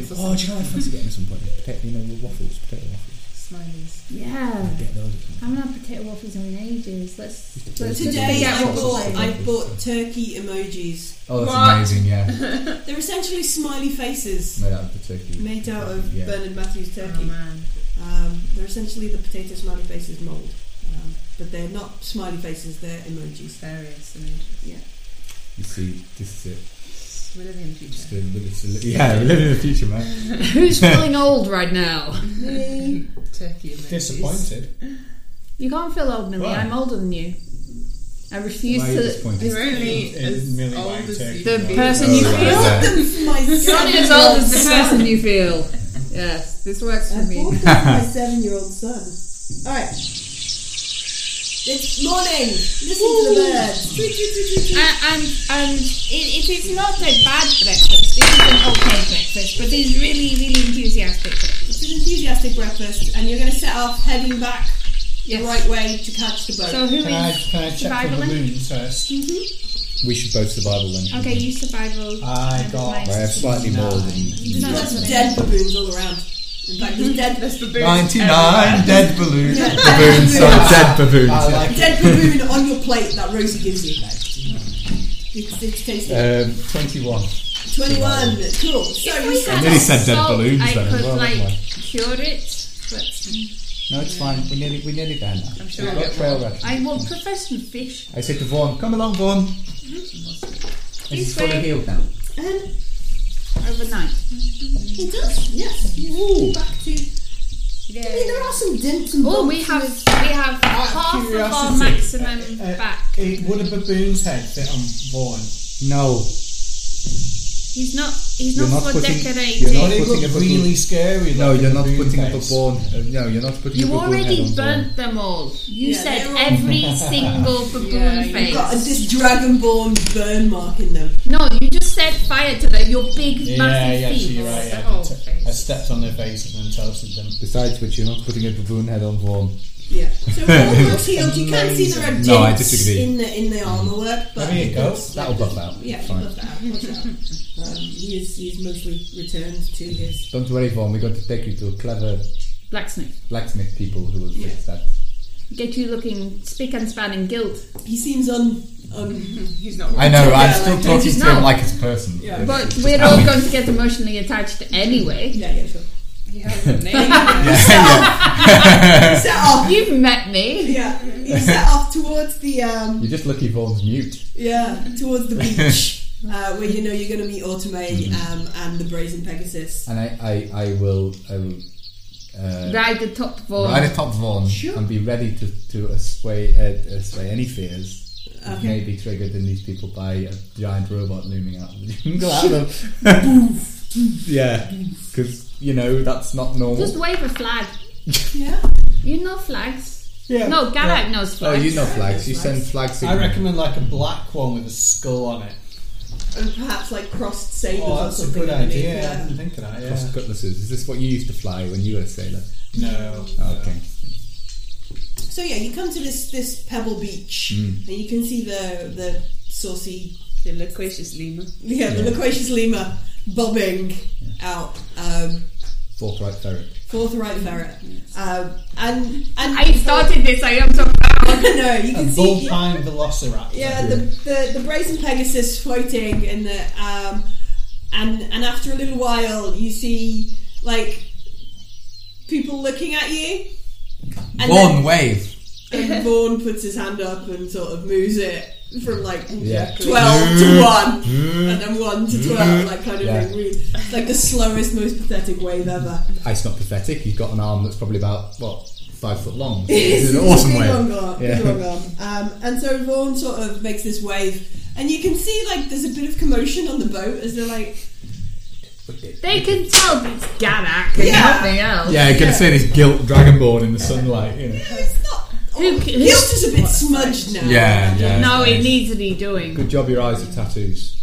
know what I fancy getting at some point? Potato, you know, the waffles, potato waffles.
Smileys.
Yeah.
Get those. at some
I haven't had potato waffles in ages. Let's let's just
Today
figure
I
out what
bought,
we're
I bought turkey emojis.
Oh, that's
What?
amazing, yeah.
They're essentially smiley faces
Made out of the turkey.
made out of
yeah.
Bernard Matthews
Oh
turkey.
man.
Um, they're essentially the potato smiley faces mould, um, but they're not smiley faces. They're emojis.
Various images.
You see, this is it.
We're living in the future.
Just a little- yeah, we're living in the future, man.
Who's feeling old right now?
Turkey emojis.
Disappointed.
You can't feel old, Millie.
Why?
I'm older than you. I refuse
Why are you
to.
disappointed?
You're only
In
as
Millie
old
Wang
as
Turkey.
you
The
feel.
person
Oh,
you
right.
feel.
Yeah.
For my
You're only as old as the person you feel. Yes, this works for
I bought
me.
them for my seven-year-old son. All right. It's morning. Listen to the birds. Tweet, tweet, tweet, tweet, tweet.
And, and, and it, it is not a bad breakfast. It is an okay breakfast, but it's really, really enthusiastic. breakfast.
It's an enthusiastic breakfast, and you're going to set off heading back
Yes.
the right way to catch the boat.
Oh,
So who
Can I,
is
can I check for
survival
the
in?
balloon first?
We should both survival then.
Okay, you survival.
I
and
got-
mine.
I have slightly more than
There's
No,
lots
that's
of
okay.
dead baboons all around. In fact, there's dead,
There's baboons
99 dead balloons.
Yeah.
baboons, sorry, dead baboons.
I
yeah.
like
dead baboon on your plate that Rosie gives you. Because it's tasty.
Um, 21.
21. Cool. So
If
you
we
set
had
nearly said dead
salt,
balloons
I
then as
could
well,
like
didn't I?
cure it, but
No, it's fine. We're nearly, we're nearly there now.
I'm sure
We've
I'll
got
get
trail rations.
I want professional fish.
I said to Vaughn, come along, Vaughn.
This
Is fully
way.
healed now?
Um,
overnight.
it does, yes. You head back to. I mean, there are some dents and
Oh, we
bumps
have
in
we have half of our
curiosity.
maximum
Uh, uh,
back.
it. Would a baboon's head fit on Vaughn?
No.
He's not he's
You're
not
not
for
putting-
decorating.
you're
But
not-
it
putting a
looked
baboon-
really scary.
No,
like
you're
a
not
baboon
putting up a
face.
bone. Uh, no, you're not putting
You
up a bone head
already
on Vaughn.
burnt them all. You said
Yeah, they're all-
every single baboon
Yeah,
face.
you
They've got a, this dragonborn burn mark in them.
No, you just set fire to them. Your big
Yeah,
massive
yeah,
feet. Oh,
actually, you're right.
The
Yeah.
whole
I t-
face.
I stepped on their faces and toasted them.
Besides which, you're not putting a baboon head on Vaughn.
Yeah. So all looks healed. You can see there are dents
No, I disagree.
in the in the armor work, but
There you go.
That'll buff out.
Yeah,
It's
fine.
fine.
love that. Love that. Um, he is he's mostly returned to his.
Don't worry, Vaughn. We're going to take you to a clever
Blacksmith.
blacksmith people who will fix that.
Get you looking spick and span in guilt.
He seems un un.
He's not.
I know. I'm
Yeah,
still
like,
talking to
no.
him like it's a person.
Yeah.
But we're all going to get emotionally attached anyway.
Yeah, yeah, sure.
He has a name.
set off.
You've met me.
Yeah, he set off towards the um
You're just lucky Vaughn's mute.
yeah towards the beach. Uh, where you know you're going to meet Automate
Mm-hmm.
um, and the Brazen Pegasus.
And I, I, I will, I will uh,
Ride the top four.
ride atop Vaughn
Sure.
and be ready to, to assuage, uh, assuage any fears that
Okay.
may be triggered in these people by a giant robot looming out of the jungle. Out of yeah, because, you know, that's not normal.
Just wave a flag.
Yeah,
You know flags.
Yeah.
No, Garak knows
Oh,
flags.
you know flags. You send flags.
I
signal.
recommend like a black one with a skull on it.
and perhaps like crossed sabers
Oh,
or
that's a
something.
good
underneath,
idea. I
yeah.
didn't think of that. Yeah.
Cross cutlasses. Is this what you used to fly when you were a sailor? Oh,
No.
Okay.
So yeah, you come to this this pebble beach, and you can see the the saucy,
The loquacious lemur.
yeah, the loquacious lemur bobbing out. Um,
Forthright ferret.
forthright ferret, um, and and
I started this. I am so proud.
no, you
A
can see.
bullpine velociraptor.
Yeah, the, the, the brazen Pegasus floating in the um, and and after a little while you see like people looking at you. And
One wave.
Then, and Vaughn puts his hand up and sort of moves it from like
Yeah. Mm-hmm.
twelve to one, and then one to twelve, like kind of
Yeah.
like, really, like the slowest, most pathetic wave ever.
It's not pathetic. He's got an arm that's probably about what five foot long. It's an awesome
Big long
wave.
arm, big
Yeah.
long arm. Um, and so Vaughn sort of makes this wave, and you can see like there's a bit of commotion on the boat as they're like,
They can tell it's Garak and
Yeah.
nothing else.
Yeah, you're gonna see this gilt dragonborn in the sunlight. You know.
it's not.
Who
Oh,
c-
guilt is a bit smudged now.
Yeah, yeah.
No, it needs redoing.
Good job. Your eyes are tattoos.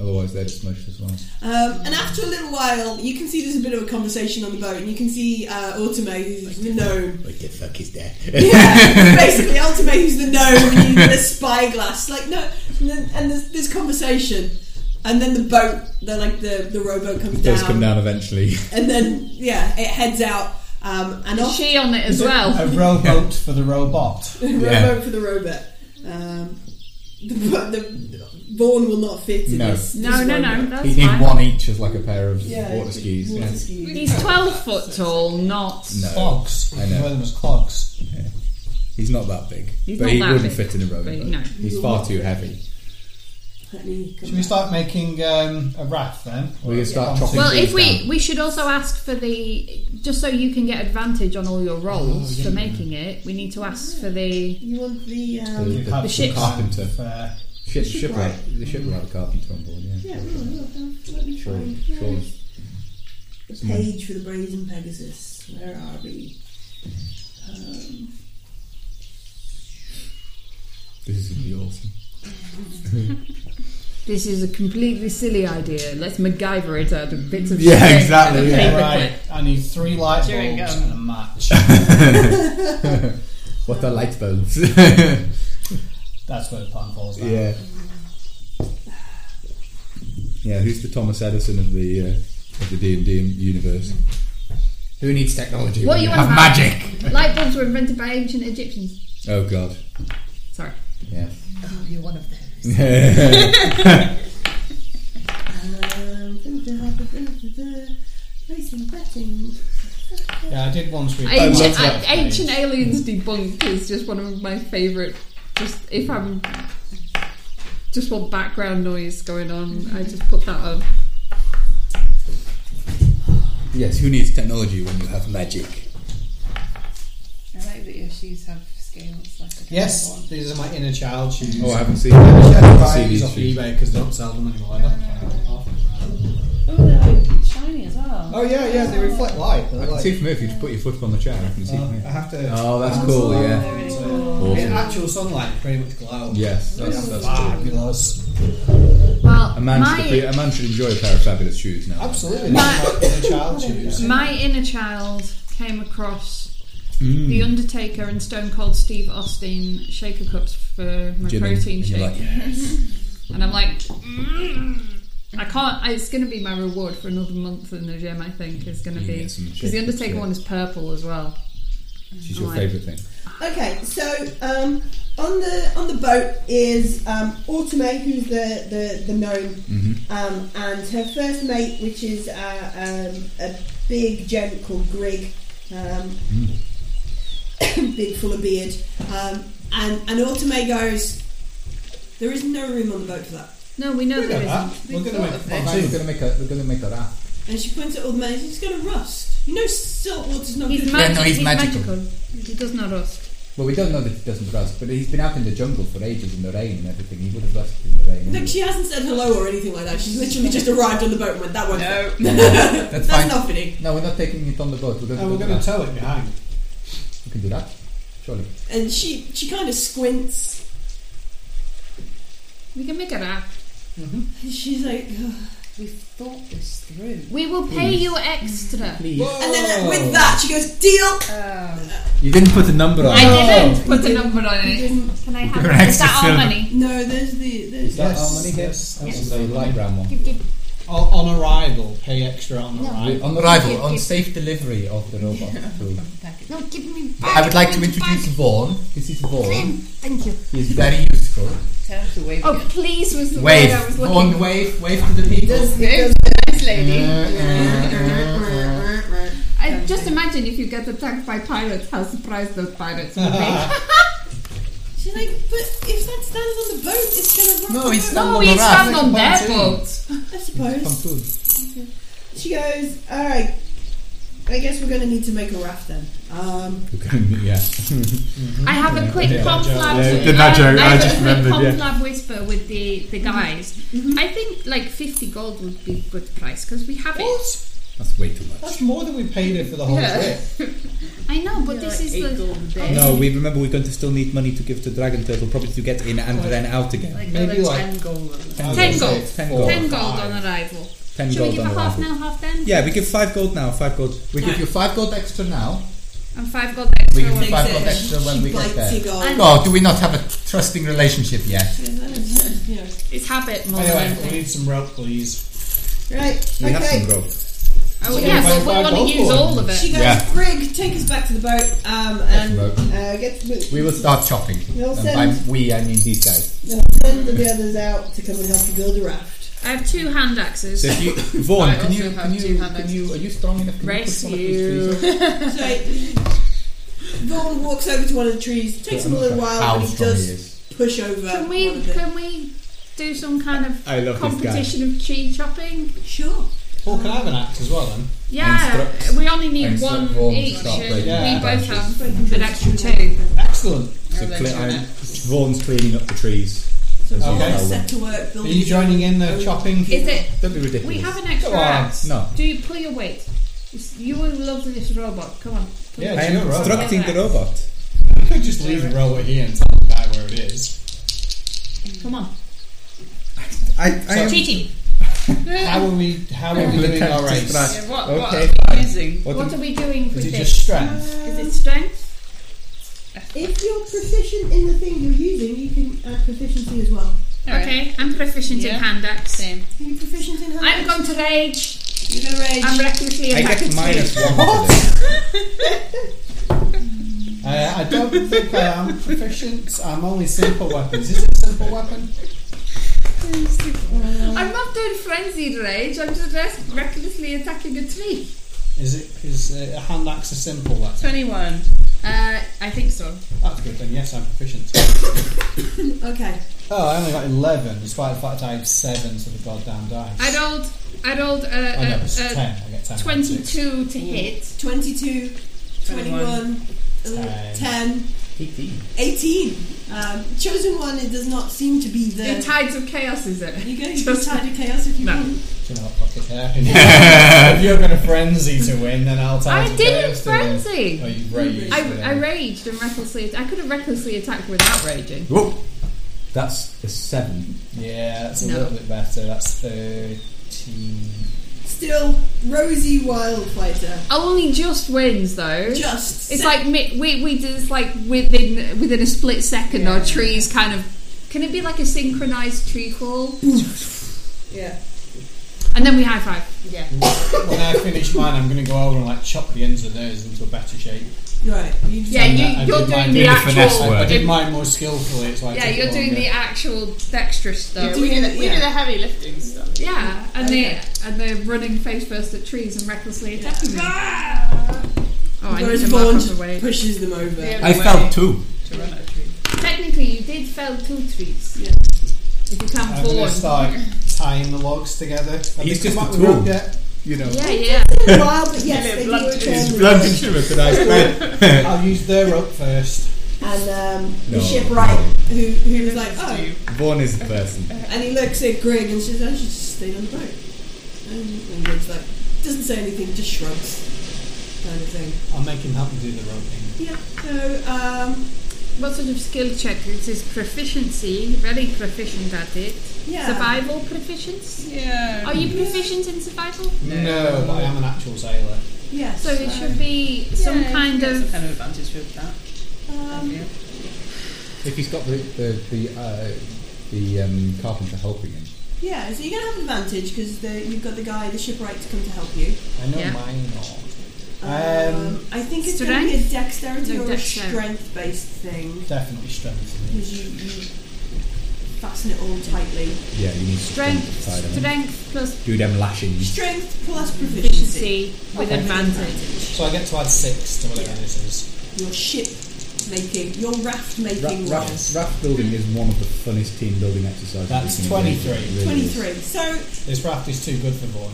Otherwise, they'd have smushed as well.
Um, and after a little while, you can see there's a bit of a conversation on the boat, and you can see uh, Automate, who's the gnome.
What the fuck is that?
Yeah, basically, Automate, who's the gnome, and you the spyglass. Like, no. And, then, and there's, there's conversation. And then the boat, they're like, the, the rowboat comes
It
down.
does come down eventually.
And then, yeah, it heads out. Um, and off
She on it as well.
A rowboat for the robot.
the
Yeah.
rowboat for the robot. Um, the, the Vaughn will not fit in
No.
this.
No,
this
no, no.
rowboat.
That's
You need
fine.
one each as like a pair of
Yeah,
water skis.
water
yeah.
skis.
He's 12 foot tall, not.
No,
Clogs.
I know.
One of them is clogs.
he's not that big,
He's
but
not
he
that
wouldn't
big,
fit in a
but
rowboat.
no.
He's far too heavy.
Let me come
Should we start making um, a raft then?
We can start
Or-
chopping
Well, if
things
we
down.
we should also ask for the just so you can get advantage on
Oh,
all your rolls for making it. We need to ask for the
You want the
The-
um,
the-
have
The
some
ship.
kind
Carpenter.
of, uh,
Ship, shipwright. The shipwright carpenter on board, yeah.
yeah, no, no, let me
Sure,
find
sure.
the page for the Brazen Pegasus. Where are we? Um,
This is going to be awesome.
this is a completely silly idea. Let's MacGyver it out of bits of
Yeah,
shit
exactly,
and a
yeah.
paperclip.
Right, I need three light
During,
bulbs
um,
and a match.
What are light bulbs?
That's where the plan falls down.
yeah. Yeah, who's the Thomas Edison of the uh, of the D and D universe? Who needs technology?
What
when
you
you
want
have
to have?
magic.
Light bulbs were invented by ancient Egyptians.
Oh God.
Sorry.
Yeah.
Oh, you're one of them.
um, Brazen betting.
Yeah, I did once read
Ancient,
that.
uh,
a- ancient aliens debunked is just one of my favourite. Just if I'm just want background noise going on, I just put that on.
yes. Who needs technology when you have magic?
I like that your shoes have scales like a
Yes, these are my inner child shoes.
Oh, I haven't seen.
I
I haven't
buy
seen
these
these
off
shoes.
eBay because they don't sell them anymore. I don't know.
Oh, they're shiny as well.
Oh yeah, yeah, they reflect light. They're
I can
like-
see from here if you just put your foot up on the chair. I can see
Uh,
from
I
here.
have to.
Oh, that's cool. Yeah.
They're really cool.
So, In
Awesome.
actual sunlight, they pretty much glow.
Yes.
They're
That's, that's cool.
fabulous.
Well,
A man,
my
should, be- a man should enjoy a pair of fabulous shoes now.
Absolutely, that's my inner child shoes.
My inner child came across
Mm.
The Undertaker and Stone Cold Steve Austin shaker cups for my
Jimmy,
protein
and you're
shake,
like, yeah.
and I'm like, "Mm." I can't. It's going to be my reward for another month in the gym. I think is going to
You
be
get some
because the
shaker
Undertaker
shake.
one is purple as well.
She's your
Right.
favourite thing.
Okay, so um, on the on the boat is um, Automate, who's the the, the gnome,
Mm-hmm.
um, and her first mate, which is uh, um, a big gent called Grig, um, big full of beard, um, and and Automate goes, there is no room on the boat for that,
No, we know
Look
there
at
isn't.
that. We're going to make
We're
a
gonna make a we're gonna make a raft.
and she points at Automate, it's going to rust. You know, salt water's not
He's,
good.
magic,
no, he's
he's magical.
magical.
He does not rust.
Well, we don't know that he doesn't rust, but he's been out in the jungle for ages in the rain and everything. He would have rusted in the rain.
Like she hasn't said hello or anything like that. She's literally just arrived on the boat and went, that won't fit."
that's
That's
fine.
not fitting.
No, we're not taking it on the boat. We're gonna,
And Oh, we're
do
going
that.
to tow it behind.
we can do that. Surely.
And she she kind of squints.
We can make a raft.
And she's like, "Ugh."
We've thought this through.
We will pay you extra.
Please.
and
Oh.
then uh, with that she goes, "Deal."
Oh.
You didn't put a number on.
I
it.
didn't put a number on it. Can I have
You're an
Is that
extra
our
film.
money?
No, there's the there's
Is that
Yes,
our money here?
yes,
This
yes.
is a light brown one.
Give, give.
On, on arrival, pay extra on arrival. Oh,
On arrival, on safe delivery of the robot. to-
No, give me back.
I would like to
give me back.
introduce Vaughn. This is Vaughn.
Thank you.
He's very useful.
Time to wave.
Oh, please was the
Wave.
word I was looking
Vaughn, wave. Wave to the people.
Nice lady.
I just imagine if you get attacked by pirates, how surprised those pirates would be.
She's like, "But if that stands on the boat, it's gonna rock."
No,
the
it's
boat."
not. Um, on
no,
the
we
raft.
stand on their boat.
I suppose. She goes, "All right. I guess we're gonna need to make a raft then." Um,
yeah.
I have a quick
Yeah,
conflab.
Joe.
Yeah,
I-
good night, Joe. I
have
just
a quick
remembered, yeah.
conflab whisper with the the guys. I think like fifty gold would be a good price because we have it.
That's way too much.
That's more than we paid her for the whole trip.
I know, but this is the oh,
No, we remember we're going to still need money to give to Dragon Turtle, probably to get in and then out again.
Like
Maybe
another
like-
ten gold.
ten gold.
Ten gold.
Ten gold on arrival.
Ten
Should
gold
we give a
on
half
arrival.
now, half then?
Yeah, we give five gold now. Five gold. We give you five gold extra now.
And five gold extra.
We give you
when-
five
so
gold
she,
extra when
she
we
bites
get there.
your gold.
And-
Oh, do we not have a trusting relationship yet?
You know.
It's habit more than
Anyway, we
anything.
need some rope, please.
Right.
We have
okay.
some gold.
Oh, yeah, but
we buy
we want
gold
to use
for
all of
She
it.
goes,
Yeah.
"Brig, take us back to the boat um, and
Back to the
uh, get
We will start chopping.
We'll
And
send-
by we, I mean these guys.
They'll send the others out to come and help you build a raft."
I have two hand axes.
So if you, Vaughn,
I
can
also
you,
have
can
two
you,
hand
can you, are you strong enough? Can You
Rescue.
push one of these trees?
So Vaughn walks over to one of the trees. Takes him a little
How
while, but he
strong
does
he is.
push over.
Can
one
we
of it.
can we do some kind of
I love this guy.
competition of tree chopping?
Sure.
Paul, can I have an axe as well then?
Yeah,
Instruct-
we only need
instruct
one
Vaughan to
each.
start
and
breaking
the
we both
branches.
have an extra two.
Excellent.
So cle-
eh?
I'm- Vaughn's cleaning up the trees.
So
Okay.
Vaughn is set to work
Are
building.
you joining in the chopping?
Oh, Is it?
Don't be ridiculous.
We have an extra
Go on.
axe.
No.
Do you pull your weight? It's- You will love this robot. Come on. pull
Yeah,
I
it's
am
your robot.
instructing the robot.
You could just leave the robot here and tell the guy where it is.
it. Come on.
I, I am
Cheat him.
How are we? How are we doing our race?
Yeah,
what,
okay,
what are
fine.
we using?
What
What
do-
are we doing with
Is it
this?
just strength?
Is it strength?
If you're proficient in the thing you're using, you can add proficiency as well.
Okay, I'm proficient
Yeah.
in hand axe.
Same.
Are you proficient in hand?
I'm going to rage.
You're gonna rage.
I'm recklessly
I
attacking.
get minus one. for this.
Uh, I don't think I am proficient. I'm only simple weapons. Is it simple weapon?
I'm not doing frenzied rage. I'm just rest- recklessly attacking a tree.
Is it? Is uh, a hand axe a simple weapon?
Twenty-one.
Uh, I think so.
That's good then. Yes, I'm proficient.
Okay.
Oh, I only got eleven, despite the fact I had seven to the goddamn dice.
I uh, rolled. I rolled
Oh, no, it's
a, a,
ten. I get ten.
a 22 to hit.
22, 21,
Ten.
10, 18. uh, Um, chosen one, it does not seem to be the.
The tides of chaos is it?
You're going to be tied to chaos if you
No.
want.
Do you know what? Fuck it. Yeah. if you're going to frenzy to win, then I'll tell
I
you.
didn't
to win.
frenzy.
Oh, you raged.
I, I raged and recklessly. I could have recklessly attacked without raging.
Whoa. That's a seven.
yeah, that's a
No.
little bit better. That's thirteen.
Still, Rosie Wildfighter.
Only just wins though.
Just.
It's
set-
like mi- we we do this like within within a split second. Our trees kind of can it be like a synchronized tree call?
Yeah.
And then we high five.
Yeah.
when I finish mine, I'm going to go over and like chop the ends of those into a better shape.
Right. You just
Yeah,
And
you,
that- I
you're
did
doing
mine
the
with
the finesse
actual.
I, I
work.
did mine more skillfully. It's like
Yeah, you're doing the actual dexterous stuff.
we, do the, we
yeah.
do the heavy lifting stuff.
Oh, Yeah, and they and they're running face first at trees and recklessly attacking them. Oh, I need
Whereas
to mark
Vaughn
off
just
the way.
pushes them over.
The other
I
way
fell two.
to run at a tree.
Technically, you did fell two trees.
Yeah.
If you can't
I'm going
Vaughn.
to start tying the logs together. Have
He's
they
just
come
a
up with rope
tool.
yet?
You know.
Yeah, yeah.
Wow, but yes,
Yeah,
they do
blood
return the
London Shimmer, could I spend?
I'll use their rope first.
And um,
No.
the shipwright, who, who was like, oh.
Vaughn is the person.
And he looks at Greg and says, I should just stay on the boat. And, and Greg's like, doesn't say anything, just shrugs. kind of thing.
I'll make him help me do the rope thing.
Yeah. So um,
What sort of skill check? Is his proficiency very proficient at it?
Yeah.
Survival proficiency?
Yeah.
Are you proficient in survival?
No, but I am an actual sailor.
yeah.
So it should be some kind
some
of
kind of advantage with that.
Um,
yeah.
If he's got the the the, uh, the um, carpenter helping him,
yeah. So you're gonna have advantage because you've got the guy, the shipwright, to come to help you.
I know
Yeah.
mine or Um,
I think it's going to be a dexterity
No,
or
dexter-
a strength-based thing
definitely strength.
because you, you fasten it all tightly.
yeah, you need
strength,
to tie them.
strength plus
Do them lashings.
Strength plus proficiency.
proficiency with advantage.
So I get to add six to whatever this is.
Your ship making, your raft
Ra-
making.
ra-
rolls.
raft building is one of the funnest team building exercises.
That's
you can engage
23.
in, it really is.
23. So,
This raft is too good for Vaughan.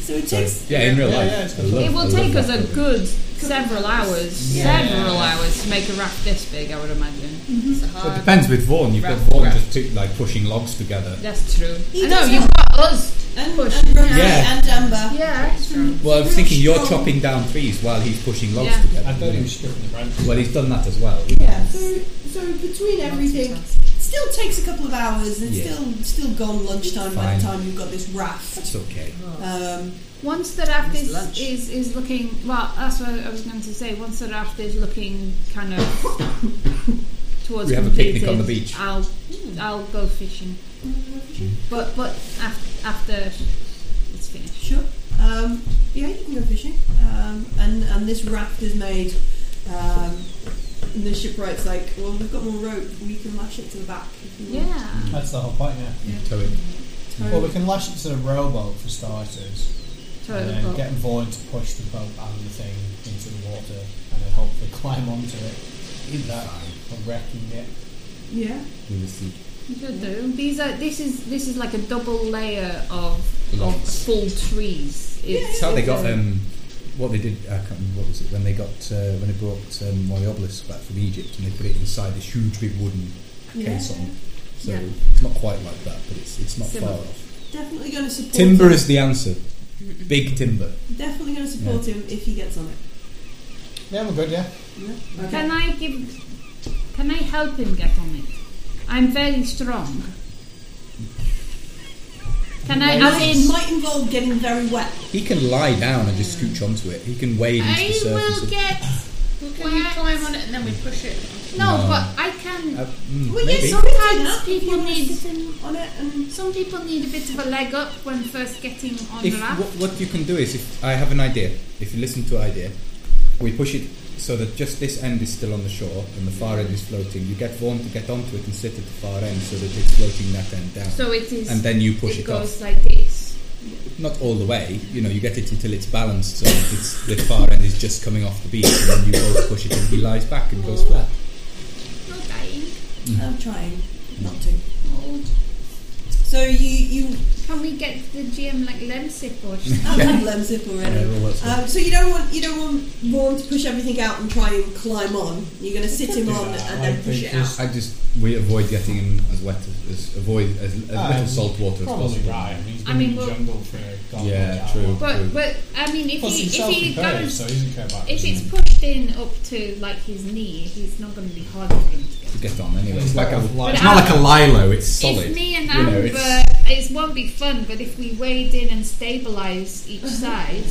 so it takes.
Yeah, in real
Yeah,
life.
yeah, it's
I
good.
love-
It
I
will
love
take
raft
us a
building.
good several hours,
Yeah.
several hours to make a raft this big, I would imagine.
It's a
Well, it
hard.
depends with Vaughan. You've got
Raft-
Vaughan
raft.
just took, like pushing logs together.
That's true.
He
I know,
does
you've
have-
got us.
And,
Push.
and Rosie
Yeah.
and Amber.
Yeah.
Well, I was
Real
thinking you're
strong.
chopping down trees while he's pushing logs
Yeah.
I
together.
thought he was stripping the branches.
Well, he's done that as well.
Yeah. So, so between everything, still takes a couple of hours. It's
Yeah.
still still gone lunchtime by
Fine.
the time you've got this raft.
It's okay.
Oh.
Um,
Once the raft
It's
is,
lunch.
is, is looking, well, that's what I was going to say. Once the raft is looking kind of towards
We have a
completed,
picnic on the beach.
I'll I'll go fishing. But but af- after it's finished.
Sure. Um, yeah, you can go fishing. Um, and, and this raft is made. Um, and the shipwright's like, well, we've got more rope. We can lash it to the back. If you want.
Yeah.
That's the whole point, yeah.
Tow it.
Tow-
Well, we can lash it to the rowboat for starters, and
Total.
then get Vaughan to push the boat out of the thing into the water, and then hopefully climb onto it without wrecking it.
yeah.
in the sea.
Should do. These are this is this is like a double layer of of
Logs.
full trees. It's
It's how they got um, what they did. I can't remember what was it when they got uh, when they brought um, Moriobolus back from Egypt and they put it inside this huge big wooden case on. So
Yeah.
it's not quite like that, but it's it's not
Similar.
far off.
Definitely going to support
Timber
him.
is the answer. Big timber.
Definitely going to support him if he gets on it.
Yeah, we're good, yeah.
Yeah? Okay.
Can I give? Can I help him get on it? I'm very strong. Can I? As
It
in,
might involve getting very wet.
He can lie down and just scooch onto it. He can wade into the
I
surface.
will
of-
get.
Can you climb on it and then we push it?
No,
No.
but I can.
Uh, mm,
Well,
maybe.
yeah, sorry for
Sometimes
that.
people
You wanna
need-
sit in on it and
Some people need a bit of a leg up when first getting on
if,
the raft.
what, what you can do is, if I have an idea, if you listen to an idea, we push it so that just this end is still on the shore and the far end is floating. You get Vaughn to get onto it and sit at the far end so that it's floating that end down.
So it is.
and then you push
it
it,
goes like this.
off. Not all the way, you know, you get it until it's balanced so that it's, the far end is just coming off the beach and then you both push it and he lies back and goes flat.
No dying.
I'm trying not to.
Oh,
So you you
Can we get the GM like lemsip or
I've had lens zip
Yeah,
already.
well, that's good.
Um, so you don't want you don't want Vaughn to push everything out and try and climb on. You're going to sit him
Do
on
that.
and
I
then push
think
it out.
this-
I just, we avoid getting him as wet as, as avoid as, as little
Um,
salt water as
Probably
possible.
right. I mean, he's
I
been
mean,
in the
we'll-
jungle for a god
Yeah,
knows how
true.
long.
But but I mean, if
Plus,
he
he's
if he
self-impaired,
goes,
so he doesn't care about
if
it.
it's pushed in up to like his knee, he's not going to be hard for him to get.
To get on anyway.
It's
It's, like a,
like a fly-
it's not like a lilo, it's solid.
It's me and
You know,
Amber.
it's-
it won't be fun, but if we wade in and stabilize each side,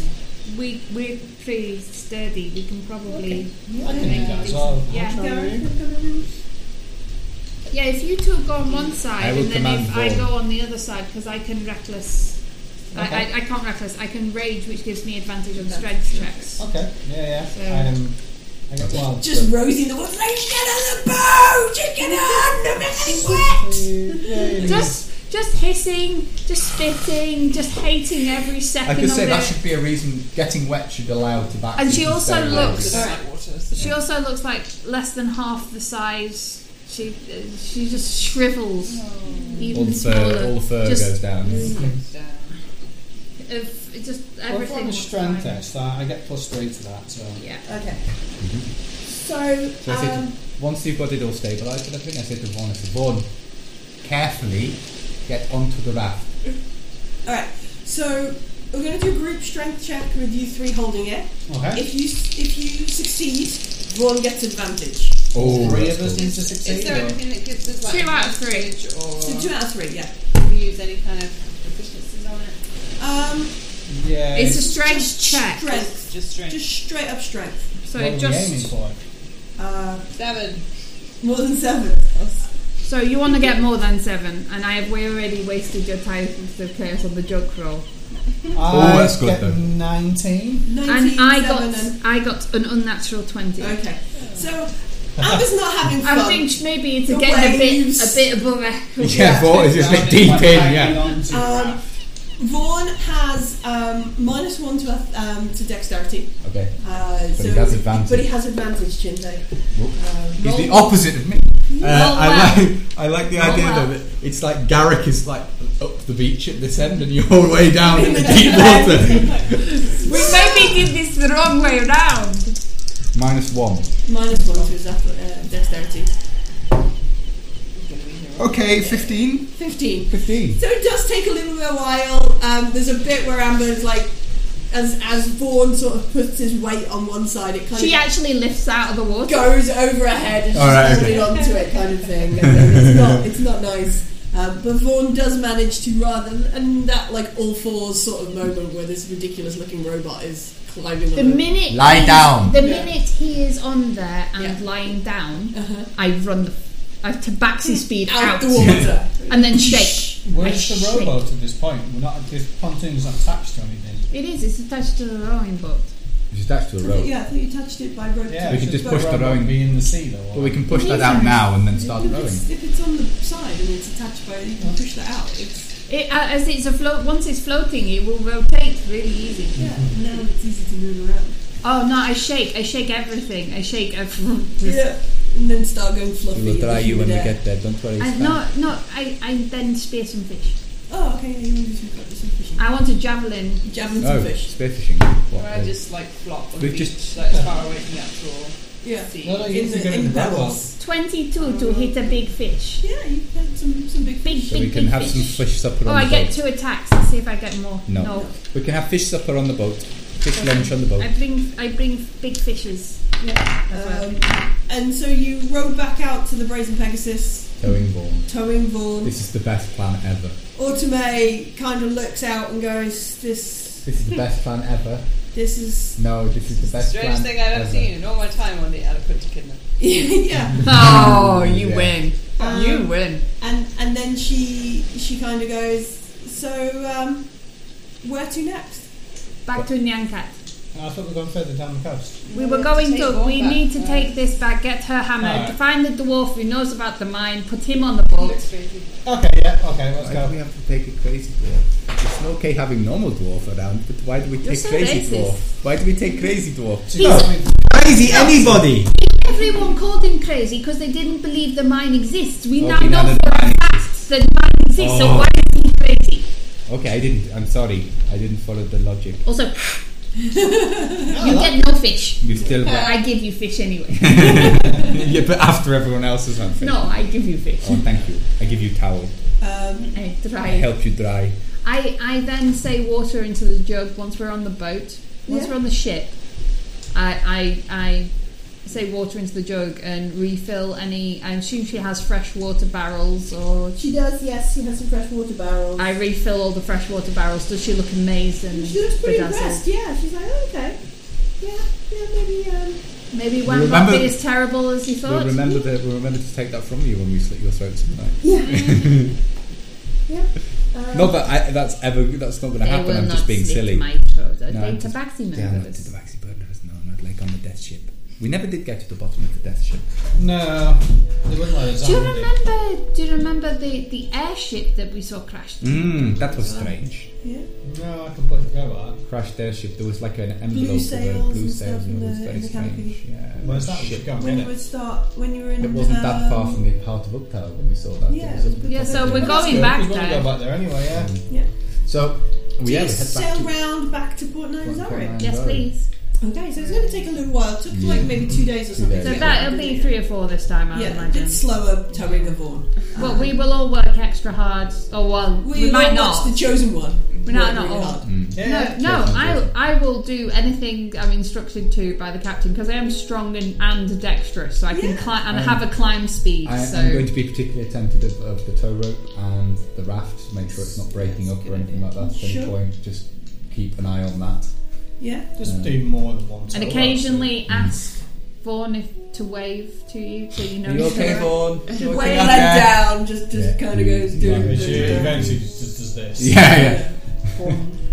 we we're pretty sturdy. We can probably
I can do that as well.
yeah.
Try.
yeah. If you two go on one
I
side
will
and then
command
if I
Vaughn.
go on the other side, because I can reckless. I,
Okay.
I, I can't reckless. I can rage, which gives me advantage on strength checks.
Okay, yeah,
So-
yeah. Um, I get, well,
Just Rosie in the woods. Let's get on the boat. Just get on. I'm getting wet.
Just, just hissing, just spitting, just hating every
I
second
could
of
say that
it.
should be a reason getting wet should allow tobacco.
And she
to
also
stay away.
looks-
It's like water. so-
She also looks like less than half the size. She uh, she just shrivels, even
All the
smaller.
fur, all the fur
just,
goes down.
if- it just
well, if
everything.
I'm a
looks fine.
strength test, I, I get plus three to that. So
Yeah.
Okay.
Mm-hmm.
So,
So I said,
um,
once you've got it all stabilised, but I think I said to Vaughan, I said, Vaughan, carefully get onto the raft.
all right. So We're going to do a group strength check with you three holding it.
Okay.
If you if you succeed, Vaughn gets advantage.
Oh, three
that's
of us
cool.
need to succeed.
Is there
or-
anything that gives us like
Two out of
an
three.
advantage
So two
or
out of three, yeah.
can we use any kind of efficiencies on it?
Um,
Yeah.
It's a strength check.
strength,
Just strength.
just straight up strength.
So
what are
just
we aiming for?
Uh,
Seven.
more than seven.
so you want to get more than seven, and I have we already wasted your time with the chaos on the joke roll.
I
Oh, that's good
get
though.
Nineteen.
And
19,
I
seven,
got
and-
I got an unnatural twenty.
Okay. So, Abba's not having fun.
I think maybe it's
The
getting a bit
waves.
a bit above average.
Yeah, Vaughn is just like deep in. Yeah.
yeah.
Um, Vaughn has um, minus one to ath- um, to dexterity.
Okay.
Uh, so
he has advantage.
But he has advantage, Chinte. Um,
He's the opposite of me.
Uh, I like I like the idea though that it's like Garrick is like up the beach at this end and you're way down in the deep water.
we maybe did this the wrong way around.
Minus one.
minus one to his ath- uh, dexterity.
Okay, 15.
15.
15.
So it does take a little bit while. Um, there's a bit where Amber's like, as as Vaughn sort of puts his weight on one side, it kind
She
of
actually lifts out of the water.
goes over her head and she's
All right,
holding
okay.
onto it, kind of thing. And then it's not it's not nice. Um, but Vaughn does manage to rather, and that like all fours sort of moment where this ridiculous looking robot is climbing.
The
on her.
minute
Lie
he's-
down.
The
Yeah.
minute he is on there and
Yeah.
lying down,
Uh-huh.
I run the I tabaxi speed
out
out,
the water.
and then shake.
Where's
I
the
shake.
rowboat at this point? We're not. This pontoon's not attached to anything.
It is. It's attached to the rowing boat.
Which is attached to a rope.
yeah, I thought you touched it by rope.
Yeah.
We can
should
just
the
push the
rowboat
rowing.
Be in the sea though.
But we can push that out now and then start
If
rowing.
it's, if it's on the side and it's attached by, you can push that out. It's,
It, uh, as it's afloat, once it's floating, it will rotate really easy.
yeah,
Mm-hmm.
now it's easy to move around.
Oh no, I shake, I shake everything, I shake everything.
Yeah, and then start going fluffy.
We will
and
try
then
you when we
there.
get there. Don't worry.
I,
it's fine.
no, no, I, I then spear some fish.
Oh, okay. You want to do some, some fishing?
I want a javelin.
Javelin some
Oh,
fish.
spearfishing. What?
Or I just like flop on
We
the beach,
just-
like, as far away from the actual
Yeah.
sea.
No, no, you
In
need to
the,
go
in
in
the
the rowboat.
pebbles.
22 to hit a big fish.
Yeah, you had some some big.
Big,
so
big,
we can
big
have
fish.
some fish supper
oh,
on
I
the
get
boat.
two attacks. Let's see if I get more.
No. We can have fish supper on the boat. Fish lunch on the boat.
I bring I bring big fishes. as well.
Um, and so you rode back out to the Brazen Pegasus,
Towing Vaughan.
towing Vaughn.
This is the best plan ever.
Autome kind of looks out and goes, "This,
This is the best plan ever.
this is,
No, this is the best
Strangest
plan
thing I've ever
ever.
seen in all my time on the adequate to kidnap.
yeah."
Oh, you
Yeah.
win.
Um,
you win.
and and then she she kind of goes, so um, where to next?
Back to Nyankat.
I thought we were going further down the coast.
We were going
take
to.
Vaughn
We
back.
need to
Yeah.
take this back, get her hammered,
Alright.
find the dwarf who knows about the mine, put him on the boat.
Looks crazy.
Okay. Yeah. Okay. Let's
Why do we
go.
have to take a crazy dwarf? It's okay having normal dwarf around, but why do we take
so
crazy
racist.
dwarf? Why do we take crazy dwarf?
She's coming.
Crazy anybody!
Everyone called him crazy because they didn't believe the mine exists. We
Oh,
now
we
know
know
for
that
a fact that the mine exists. So
Oh.
why is he crazy?
Okay, I didn't. I'm sorry. I didn't follow the logic.
Also, you get no fish.
You still.
I give you fish anyway.
yeah, but after everyone else is on fish.
No, I give you fish.
Oh, thank you. I give you towel. Oh.
Um,
I
I
try.
help you dry.
I, I then say water into the jug once we're on the boat. Once
Yeah.
we're on the ship, I, I I say water into the jug and refill any. I assume she has fresh water barrels, or
she does, yes. She has some fresh water barrels.
I refill all the fresh water barrels. Does she look amazed and
she looks pretty
bedazzled?
impressed. Yeah, she's like, oh, okay, yeah, yeah, maybe. Um,
Maybe one
We'll
not
remember-
be as terrible as you
We'll
thought.
remember that. We'll remember to take that from you when we slit your throat tonight.
um,
Not that I, that's ever. That's not going to
They
happen.
will
I'm
not
just being
slit
silly.
my throat. Are
No,
they
I'm just-
tabaxi
Damn it,
members?
to the Baxi Burners. No, not like on the death ship. We never did get to the bottom of the death ship.
No. They wouldn't let us
Do you
on, would they?
remember? Do you remember the, the airship that we saw crashed?
Mmm, that was strange.
yeah.
No, I completely go with that.
Crashed airship. There was like an envelope
Blue
of
sails
a blue
and
sails,
stuff
and it
in
was
the-
very
in the canopy.
strange. Yeah,
Where's that? We
ship.
should go and
When
get
you
it.
would start when you were in.
It wasn't that far
um,
from the part of Uptown when we saw that.
yeah,
It was up
yeah,
the top
so
of the-
we're going
Good,
back
We're going to
there.
go back there anyway. Yeah.
So,
Do
we yeah,
you
we head back
sail
to
round back to Port Nazaret?
Yes, please.
Okay, so it's going to take a little while. It took like maybe two days or something.
days.
to
So
get
that'll
back.
be three or four this time, I
Yeah, a
imagine.
bit slower towing the Vaughn.
Well, we will all work extra hard. Oh well, we,
will
might
watch
not.
the chosen one.
We're not
Work
not
really
old.
hard.
Mm.
no,
Yeah.
no,
Yeah.
I I will do anything I'm instructed to by the captain because I am strong and, and dexterous, so I can climb and
Um,
have a climb speed.
I,
so
I'm going to be particularly attentive of the tow rope and the raft to make sure it's not breaking up or anything like that at
Sure.
any point. Just keep an eye on that.
Yeah.
Just do more than one.
and
toe,
occasionally ask Vaughn if to wave to you, so you know.
Are you
he's
okay,
around.
Vaughn? You okay
Way
up
led
there?
down, just, just
Yeah.
kind of goes do.
actually.
do,
Which
do.
eventually just does this.
Yeah, yeah.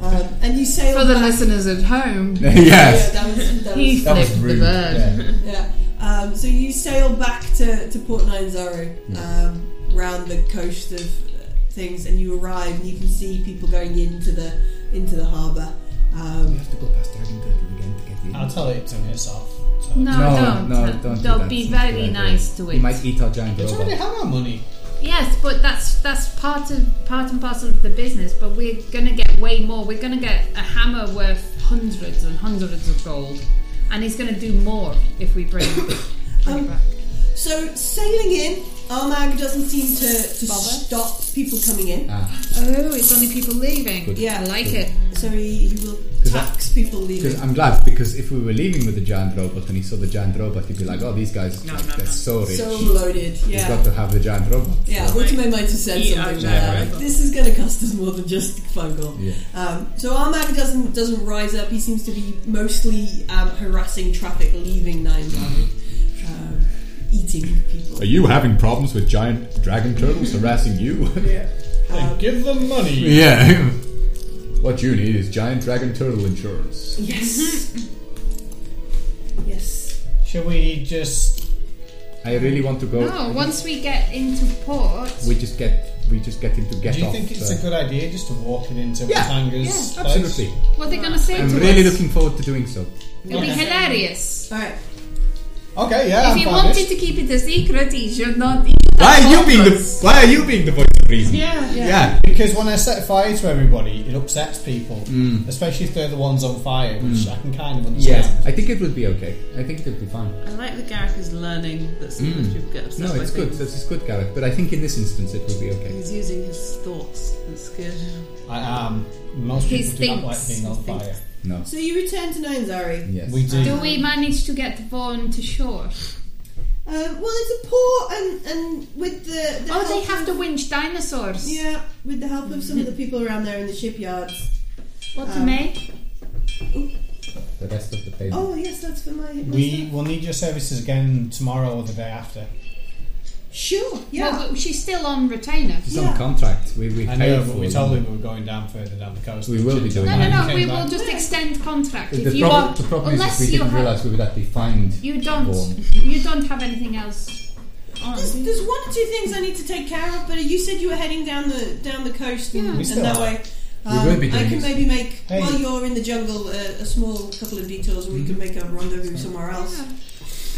um, and you sail
For the
back.
listeners at home,
yes.
Yeah, that was, that was,
he
That was
flipped the
rude.
bird.
Yeah.
yeah. Um, so you sail back to, to Port Nianzaro, um, round the coast of uh, things, and you arrive, and you can see people going into the into the harbour.
We
Um,
have to go past Dragon Turtle again to get in.
I'll tell it to piss off. So.
No,
No,
don't.
no, don't do
They'll
that.
be
It's not a
very
good idea.
nice to
We
it.
might eat our giant
It's already
robot.
had our money.
Yes, but that's that's part of part and parcel of the business. But we're gonna get way more. We're gonna get a hammer worth hundreds and hundreds of gold, and he's gonna do more if we bring, bring it back.
so sailing in, Armag doesn't seem to, to stop people coming in,
Ah,
Oh, it's only people leaving.
Good.
Yeah, I like it.
so he, he will
that-
tax people leaving.
because I'm glad because if we were leaving with the giant robot and he saw the giant robot, he'd be like, "Oh, these guys,
No,
like,
no,
they're
no.
so rich.
So loaded,
We've
yeah.
got to have the giant robot."
Yeah, Ultimo might have said
Yeah,
something like
yeah,
that.
right.
Like, this is going to cost us more than just five gold.
Yeah.
Um, so Armag doesn't doesn't rise up. He seems to be mostly um, harassing traffic leaving Nine um, eating people.
Are you having problems with giant dragon turtles harassing you?
Hey, give them money.
yeah. What you need is giant dragon turtle insurance.
Yes. yes.
Shall we just?
I really want to go.
No, once we get into port,
We just get, we just get him to get
do you
off. uh,
think it's
the-
a good idea just to walk it into
Yeah,
Watanga's
yeah,
place?
absolutely.
what are they gonna say
I'm
to
really
us?
looking forward to doing so.
It'll be
Okay.
hilarious.
All right.
Okay, yeah.
If
I'm
he
fine
wanted
with
to keep it a secret, he should not.
Why are you being the Why are you being the voice of reason?
Yeah.
Yeah.
it. because when I set fire to everybody, it upsets people, especially if they're the ones on fire, which I can kind of understand.
Mm. Yeah, I think it would be okay. I think it would be fine.
I like that Garrick is learning that sometimes
Mm.
people get upset
No,
by
it's good.
things.
This is good, Gareth. But I think in this instance, it would be okay.
He's using his thoughts. That's good.
I am. Most
He
people do not like
thinks-
being on
he thinks.
fire.
No.
So you return to Nianzari.
Yes.
We do.
Do we manage to get Vaughn to shore?
Uh, well, it's a port, and and with the, the
Oh,
help
they have
of-
to winch dinosaurs.
Yeah, with the help of some of the people around there in the shipyards.
What to
Um,
make?
The rest of the payment.
Oh yes, that's for my. my
We
stuff.
will need your services again tomorrow or the day after.
Sure. Yeah.
Well, but she's still on retainer.
It's on
yeah.
contract. We we
I
paid
know,
for
but we
it.
told him we were going down further down the coast.
We will be doing
No,
When
no,
He
no.
came
We
back.
will just extend contract
The,
if you
problem,
want,
the problem
unless
is we
you
didn't
have,
realise we would have to find.
you don't,
Vaughn.
you don't have anything else on.
There's, there's one or two things I need to take care of, but you said you were heading down the down the coast, and,
Yeah.
We
and
still
that
are.
way um,
We will be
I
doing
can
it.
maybe make
Hey.
while you're in the jungle a, a small couple of detours, and we can
Mm-hmm.
make a rendezvous somewhere else.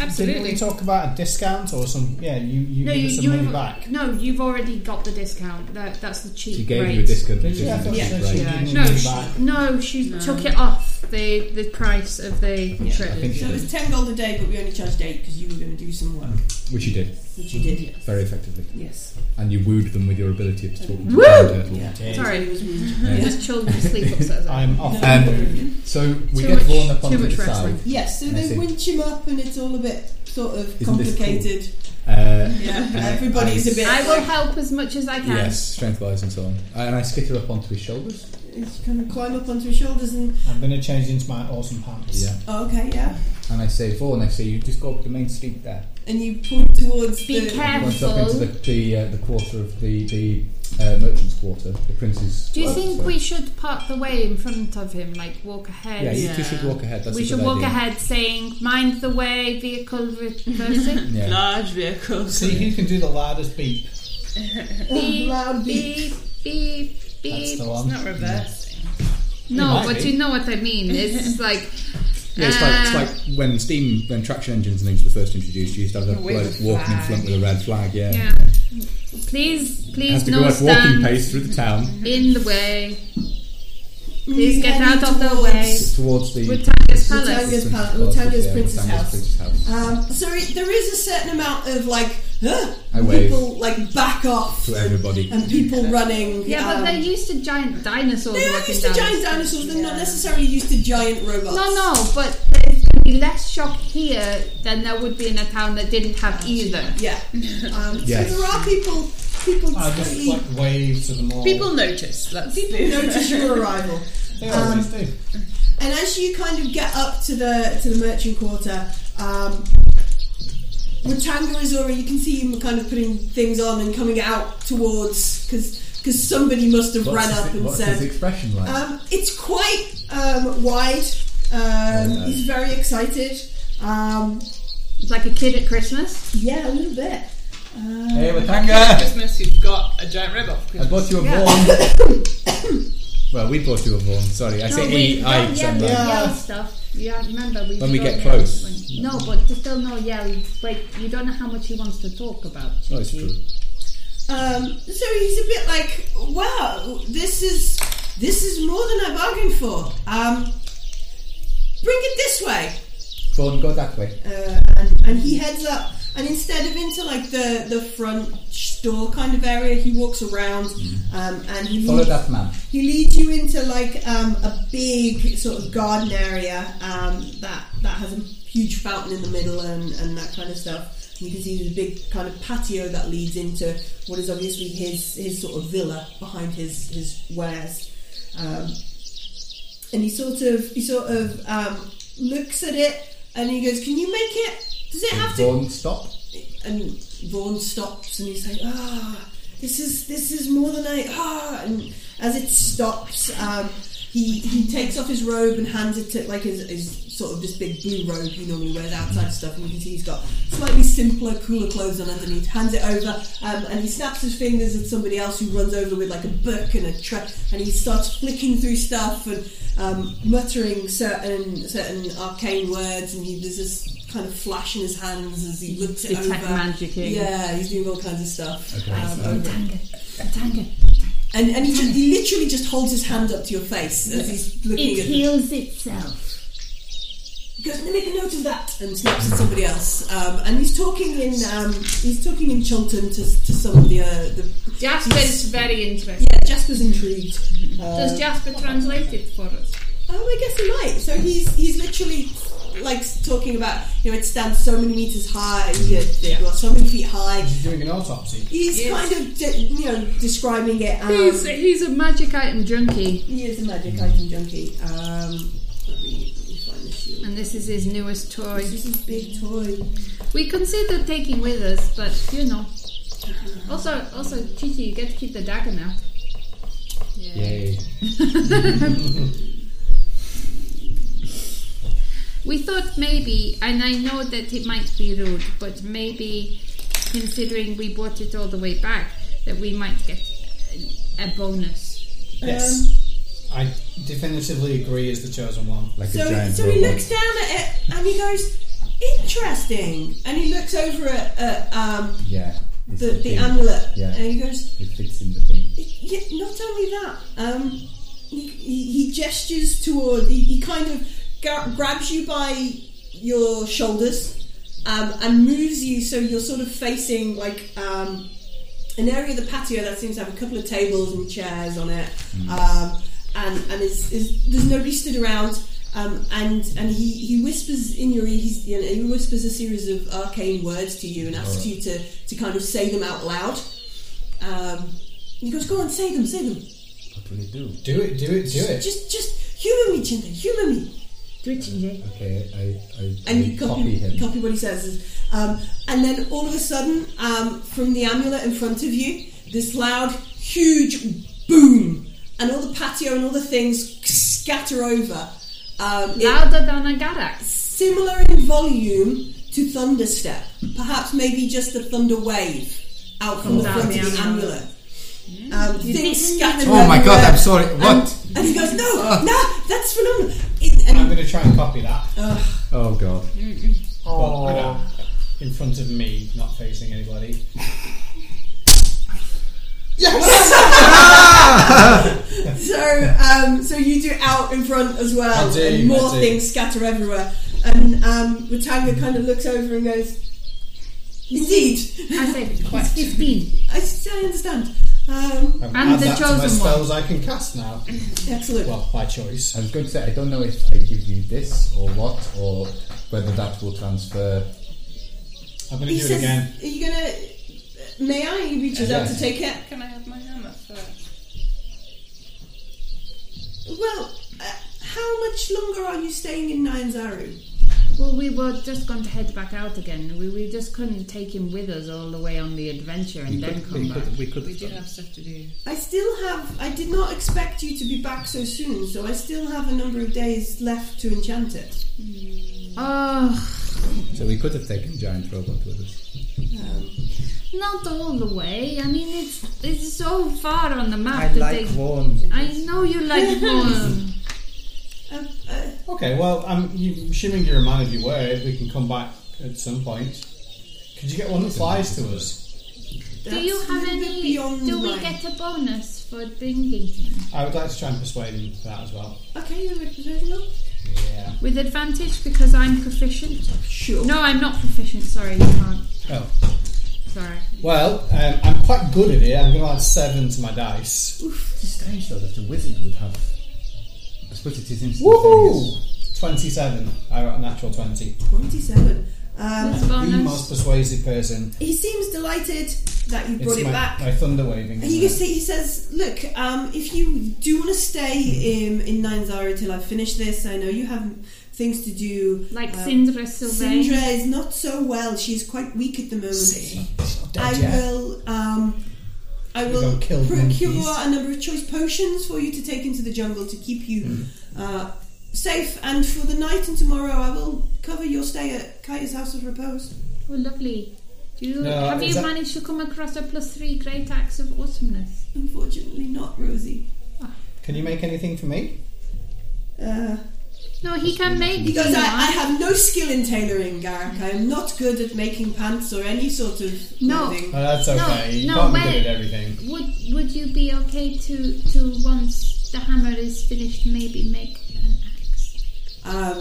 Didn't
Absolutely.
we talk about a discount or some? Yeah, you you
No,
give
you,
us some
you
money
have-
back.
no, you've already got the discount. That, that's the cheap
She gave
rate.
you a discount.
Did you?
Yeah.
I thought she said
Right.
she
Yeah.
gave you
No,
money
she-
back.
No, she took it off the, the price of the
I
trip.
think she
So it
did.
was ten gold a day, but we only charged eight because you were going to do some work,
Which you did
which you did.
very effectively,
Yes.
and you wooed them with your ability of talking to
Woo!
giant turtles.
Yeah.
Yeah.
Sorry.
It was weird.
Just children sleep upstairs.
I'm off.
Um, So we
Too
get
much-
blown up
too
onto
much
the
wrestling.
side.
Yes. So
I
they
see.
winch him up, and it's all a bit sort of
this cool?
complicated.
Uh,
Yeah. Everybody's a bit.
I will help as much as I can.
yes, strength wise and so on. Uh, and I skitter up onto his shoulders.
He's kind of climb up onto his shoulders and.
I'm going to change into my awesome pants.
Yeah.
Oh, okay. Yeah.
And I say, Vaughn, I say, you just go up the main street there.
And you point towards
Be
the.
Once up into the
careful.
the, uh, the quarter of the the uh, merchants' quarter, the prince's.
Do you
quarter,
think
sorry.
we should park the way in front of him, like walk ahead?
Yeah, you
Yeah.
two should walk ahead. That's
we
a
should
good
walk
idea.
ahead saying, mind the way, vehicle reversing.
Yeah.
Large vehicles.
See who can do the loudest beep.
beep,
Loud beep.
beep, beep,
That's
beep.
the one.
Not reversing.
No,
might
but
be.
you know what I mean. It's like, um,
Yeah, it's like it's like when steam when traction engines names were first introduced, you used to have a bloke
With a
walking in
flag.
front with a red flag. Yeah,
yeah. Please,
Has
please,
to go
no
at walking
stand
pace through the town.
in the way. Please get
heading
out of the
towards-
way.
towards the
Wutanga's palace.
Wutanga's palace.
Palace,
Wutanga's
yeah,
prince's
Wutanga's
house.
Prince's house.
Um, sorry, there is a certain amount of like huh,
I wave.
people like back off
To everybody.
and people running.
Yeah,
um,
but they're used to giant dinosaurs.
they are
walking
used
down
to
the
giant
street.
dinosaurs. They're not necessarily used to giant robots.
No, no, but there's going to be less shock here than there would be in a town that didn't have either.
Yeah. Um,
Yes.
So there are people. People
I just
slightly
like wave to them all.
People notice. That's
people notice your arrival.
They always do.
And as you kind of get up to the to the merchant quarter, um, Watanga is already. You can see him kind of putting things on and coming out towards because because somebody must have
What's
ran
his-
up and
what's his
said,
expression like?
um, "It's quite um, wide." Um,
no.
He's very excited. Um,
It's like a kid at Christmas.
yeah, a little bit. Um,
hey,
At
Watanga!
Christmas, you've got a giant robot. for
I
Christmas.
bought you a
Yeah.
horn. well, we bought you a horn. Sorry, I say
we
e I
don't yell,
sometimes.
we yell stuff. Yeah, remember we.
When we
don't
get
yell
close.
when- no, but there's still no yell. Wait, you don't know how much he wants to talk about.
Oh, it's
Gigi.
true.
Um, so he's a bit like, wow, this is this is more than I bargained for. Um, bring it this way,
Phone, go that way.
uh, and, and he heads up. And instead of into like the the front store kind of area, he walks around um, and he
Mm-hmm. Follow
leads,
that man.
he leads you into like um, a big sort of garden area um, that that has a huge fountain in the middle and, and that kind of stuff. And you can see there's a big kind of patio that leads into what is obviously his his sort of villa behind his his wares. Um, and he sort of he sort of um, looks at it and he goes, "Can you make it? Does it have to
Phone, stop.
and Vaughn stops and he's like, ah, this is this is more than I ah. And as it stops, um, he he takes off his robe and hands it to like his, his sort of this big blue robe he normally wears outside stuff, and you can see he's got slightly simpler, cooler clothes on underneath. Hands it over, um, and he snaps his fingers at somebody else who runs over with like a book and a tray, and he starts flicking through stuff and um, muttering certain certain arcane words, and he, there's this kind of flash in his hands as he looks it
Detect
over.
magicking.
Yeah, he's doing all kinds of stuff.
Okay,
Um,
so-
Tanga, tanga.
and and he, just, he literally just holds his hand up to your face as he's looking
It
at you.
heals itself.
He goes, "Now make a note of that, and snaps at somebody else. Um, and he's talking in um, he's talking in Chilton to, to some of the, uh, the
Jasper's very interesting.
yeah Jasper's intrigued. Uh,
Does Jasper translate it for us?
Oh, I guess he might. So he's he's literally like talking about you know it stands so many meters high, yeah, well, so many feet high.
She's doing an autopsy.
He's kind of de- you know describing it as
He's, he's a magic item junkie,
he is a magic item junkie. Um, let me let me find the shield.
and this is his newest toy.
This is his big toy.
We considered taking with us, but you know. Also, also, Chichi, you get to keep the dagger now.
Yay.
We thought maybe, and I know that it might be rude, but maybe considering we bought it all the way back, that we might get a, a bonus.
Um, Yes. I definitively agree as the chosen one.
Like a
So
giant
so he
robot.
looks down at it and he goes. Interesting, and he looks over at, at um,
Yeah. it's
the, the
thing.
amulet,
Yeah.
and he goes,
It fits in the thing.
Yeah, not only that, um, he, he, he gestures toward, he, he kind of gra- grabs you by your shoulders um, and moves you so you're sort of facing like um, an area of the patio that seems to have a couple of tables and chairs on it. Um, and and is, is, there's nobody stood around. Um, and and he, he whispers in your ear, he's, you know, he whispers a series of arcane words to you and asks you to, to kind of say them out loud. Um, he goes, go on, say them, say them.
What will it do?
Do it, do it, do it.
Just, just humour me, Chinda, humour me.
Do it, Ginger.
Okay, I, I,
And
I
you
copy,
copy,
him.
copy what he says. Um, and then all of a sudden, um, from the amulet in front of you, this loud, huge boom, and all the patio and all the things scatter over. Um, it-
Louder than a Garax.
similar in volume to Thunderstep, perhaps maybe just a thunder wave out from the
Comes out
front
the
of the amulet.
amulet.
Um, things scatter.
Oh my god,
everywhere.
I'm sorry. What?
And, and he goes, no, no, that's phenomenal. It, and
I'm going to try and copy that.
Oh god.
Well, I don't- in front of me, not facing anybody. Yes!
So, um, so you do out in front as well,
I do,
and more
I do.
things scatter everywhere. And um, Latanga kind of looks over and goes, "Indeed,
I say it's 15.
I, s- I understand." Um,
I've
And
add
the
that to my
chosen one.
spells I can cast now.
excellent.
Well, by choice.
I was going to say I don't know if I give you this or what or whether that will transfer.
I'm going to
he
do it
says,
again.
"Are you gonna?" May I? He reaches out to
Yes.
take it.
Can I have my hammer first?
Well, uh, how much longer are you staying in Nyanzaru?
Well, we were just going to head back out again. We, we just couldn't take him with us all the way on the adventure and then come
we
back.
could, we could
We do have stuff to do.
I still have. I did not expect you to be back so soon, so I still have a number of days left to enchant it.
Oh,
So we could have taken giant robot with us.
not all the way. I mean, it's it's so far on the map.
I
that
like
they,
warm.
I know you like warm.
Um, uh,
Okay, well, I'm you, assuming you're a man of your word, we can come back at some point. Could you get one that flies to us?
that's
do you have
a little bit
any?
Beyond
Do we
mine.
get a bonus for bringing him
I would like to try and persuade him for that as well.
Okay, you ready to roll?
Yeah.
with advantage because I'm proficient?
Sure.
No, I'm not proficient. Sorry, you can't.
Oh.
Sorry.
Well, um, I'm quite good at it. I'm going to add seven to my dice.
It's strange though that a wizard would have. I suppose it is instantaneous.
Woohoo! 27. I got a natural 20.
Twenty-seven. Um,
That's
The
bonus.
most persuasive person.
he seems delighted that you brought
It's
it
my,
back.
my thunder waving. isn't
He,
it?
say, he says, "Look, um, if you do want to stay in, in Nyanzaru till I finish this, I know you have things to do.
Like
Um,
Sindra Sylvain.
Sindra is not so well; she's quite weak at the moment. I will. Um, I
We
will
don't kill
procure
monkeys.
a number of choice potions for you to take into the jungle to keep you uh, safe. And for the night and tomorrow, I will cover your stay at Kaya's House of Repose.
Oh, lovely. Do you,
No,
have
is
you
that-
managed to come across a plus three great axe of awesomeness?
Unfortunately, not Rosie.
Can you make anything for me?
Uh,
No, he can make
because
you
I,
one.
I have no skill in tailoring, Garrick. I am not good at making pants or any sort of
No.
clothing.
Oh, that's okay. you
no,
can't be
wait.
good at everything.
Would Would you be okay to to once the hammer is finished, maybe make an axe?
Um,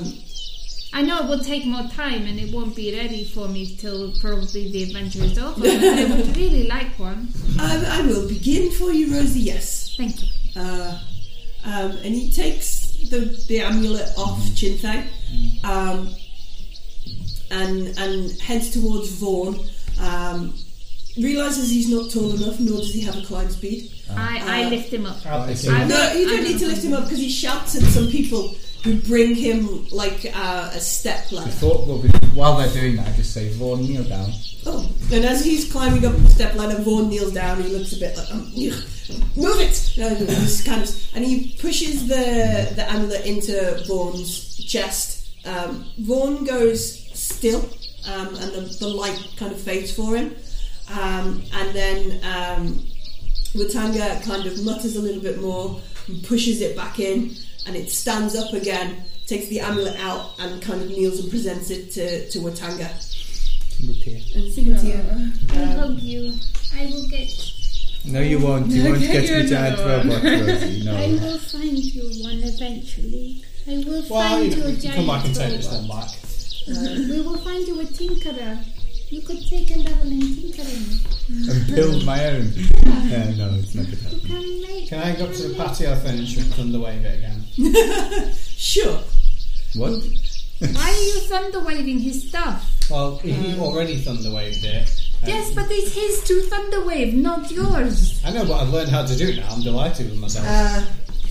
I know it will take more time and it won't be ready for me till probably the adventure is over. but I would really like one.
I, I will begin for you, Rosie. Yes.
Thank you.
uh, um, and he takes the, the amulet off Chintai um, and and heads towards Vaughn. Um, realizes he's not tall enough, nor does he have a climb speed.
I,
uh,
I lift him up.
I'll pick
I-
him up.
No, you
I
don't need to lift him up because he shouts at some people who bring him like uh, a step
The
ladder.
thought will be while they're doing that, I just say Vaughn kneel down.
Oh, and as he's climbing up the step ladder, Vaughn kneels down. He looks a bit like, um, "Ugh, move it. No, no, no, he's kind of, and he pushes the the amulet into Vaughn's chest. Um, Vaughn goes still, um, and the, the light kind of fades for him. Um, and then um, Watanga kind of mutters a little bit more and pushes it back in, and it stands up again, takes the amulet out, and kind of kneels and presents it to, to Watanga. And Singatia.
I hug you. I will get.
No, you won't. You won't
Okay,
get
you're
the giant
another
robot,
I
Rosie.
uh,
No.
will find you one eventually. I will
Well,
find
you
you a
can
giant
come back and take
robot.
this one back.
We will find you a tinkerer. You could take a level in tinkering.
and build my own. Yeah, no, it's not good.
You can make.
Can I go up to the patio furniture and thunder wave it again?
Sure.
What?
Why are you thunder waving his stuff?
Well, he
Uh.
already thunder waved it. Um,
Yes, but it's his to thunder wave, not yours.
I know, but I've learned how to do it now. I'm delighted with myself.
Uh,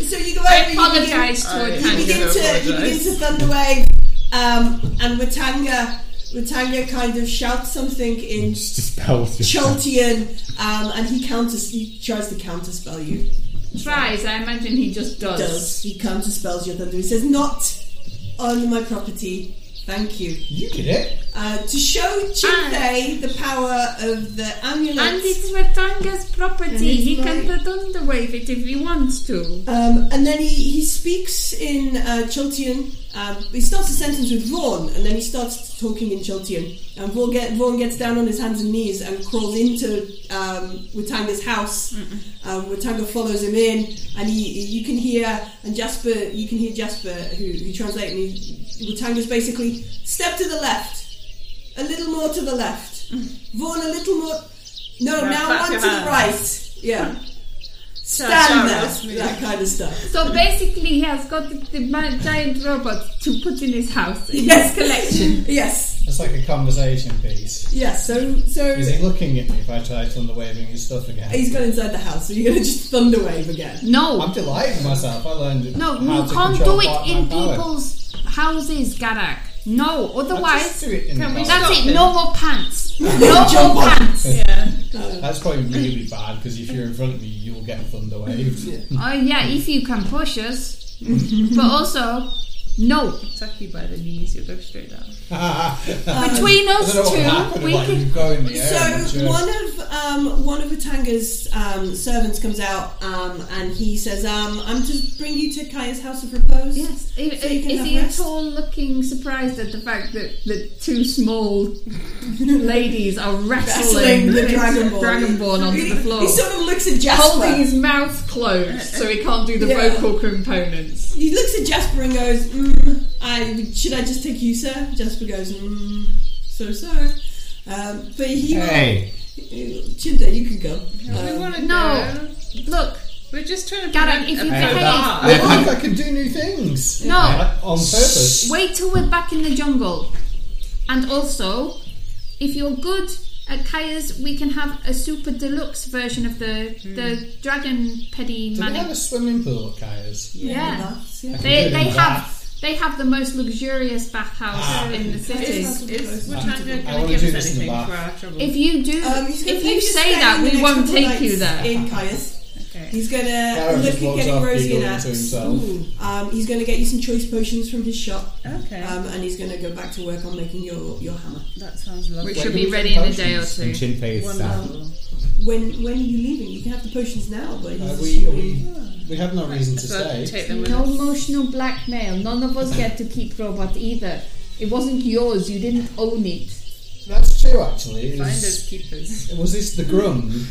so you go over.
I
you begin-
apologise to
You
Otanga.
begin to you begin to thunderwave, um, and Watanga Watanga kind of shouts something in
Just a spell.
Choltian, um, and he counters. He tries to counterspell you.
Tries, I imagine he just does.
Does he counterspells your thunder? He says, "Not on my property. Thank you.
You did it.
Uh, to show Chintay the power of the amulet.
And it's Ratanga's property.
And it's
He can
mine.
Ratanga wave it if he wants to.
Um, and then he, he speaks in uh, Chiltian. Um, he starts a sentence with Vaughn, and then he starts talking in Chiltian. And Vaughn, get, Vaughn gets down on his hands and knees and crawls into um, Watanga's house. Um, Watanga follows him in, and he, he- you can hear and Jasper. You can hear Jasper, who, who translates. And he, Watanga's basically step to the left, a little more to the left. Vaughn, a little more. No,
Mm. Now
now
clap
one
your
to the
hands.
right. Yeah.
Cha-cha,
Stand
roast me.
there. That kind of stuff.
So basically, he has got the, the ma- giant robot to put in his house, in
Yes.
his collection.
Yes,
It's like a conversation piece.
yes. So, so
Is he looking at me if I try to waving his stuff again?
he's gone inside the house. So you're gonna just thunder wave again.
No.
I'm delighted with myself. I learned.
No,
how
you
to
can't
control
do it
part of
in
my power.
people's houses, Garak. No, otherwise,
do it in the
that's
house.
it. No more pants. No
Jump
more
on.
pants.
Yeah. That's probably really bad because if you're in front of me, you'll get thunder waved.
Oh yeah, if you can push us, but also no.
Tuck you by the knees, you'll go straight down.
Between us two, we could-
So one of um, one of Utanga's um, servants comes out um, and he says, um, "I'm to bring you to Kaya's house of repose."
Yes.
so
Is,
you can
is
have
he
rest.
at all looking surprised at the fact that the two small ladies are wrestling,
Wrestling the
with
Dragon Ball.
Dragonborn onto
He-
the floor?
he sort of looks at Jasper.
holding his mouth closed so he can't do the
Yeah.
vocal components.
He looks at Jasper and goes, mm, I, "Should I just take you, sir?" Jasper goes, mm, "So so." Um, but he
Hey.
Chinda, you can go. Um,
wanna
No, look,
We're just trying to
Garak,
prevent
if
a
you
faux
behave,
pas.
I think I can do new things.
No.
Yeah, on purpose.
Wait till we're back in the jungle. And also, if you're good at Kaya's, we can have a super deluxe version of the
Hmm.
the dragon petty
Do they have
manic.
a swimming pool at Kaya's?
Yeah,
I can
they, they
do that.
have they have the most luxurious bathhouse
Ah.
in the city.
Is, is Watanga going
wanna
to give
do
us
this in the
anything
bath.
for our trouble?
If you do,
Um, he's gonna
if
pay
you
for
say
staying
that,
the
we
next
won't
couple
take you
nights
there.
In Caius.
Okay.
He's gonna
Darren
look
just
at
walks
getting
off
Rosie an
giggling to
axe.
himself.
Um, he's gonna get you some choice potions from his shop,
Oh,
Okay.
um, and he's gonna go back to work on making your, your hammer.
that sounds lovely.
We
Where
should
do
be
we
ready in
find
a day or
potions?
two.
And Chinpei is sad.
When when are you leaving? You can have the potions now, but he's
Uh, we,
assuming-
we, we have no reason to
So
stay.
take them with
No
us.
emotional blackmail. None of us get to keep robot either. It wasn't yours. You didn't own it.
That's true, actually.
Find
Is,
us, keepers.
was this the grung?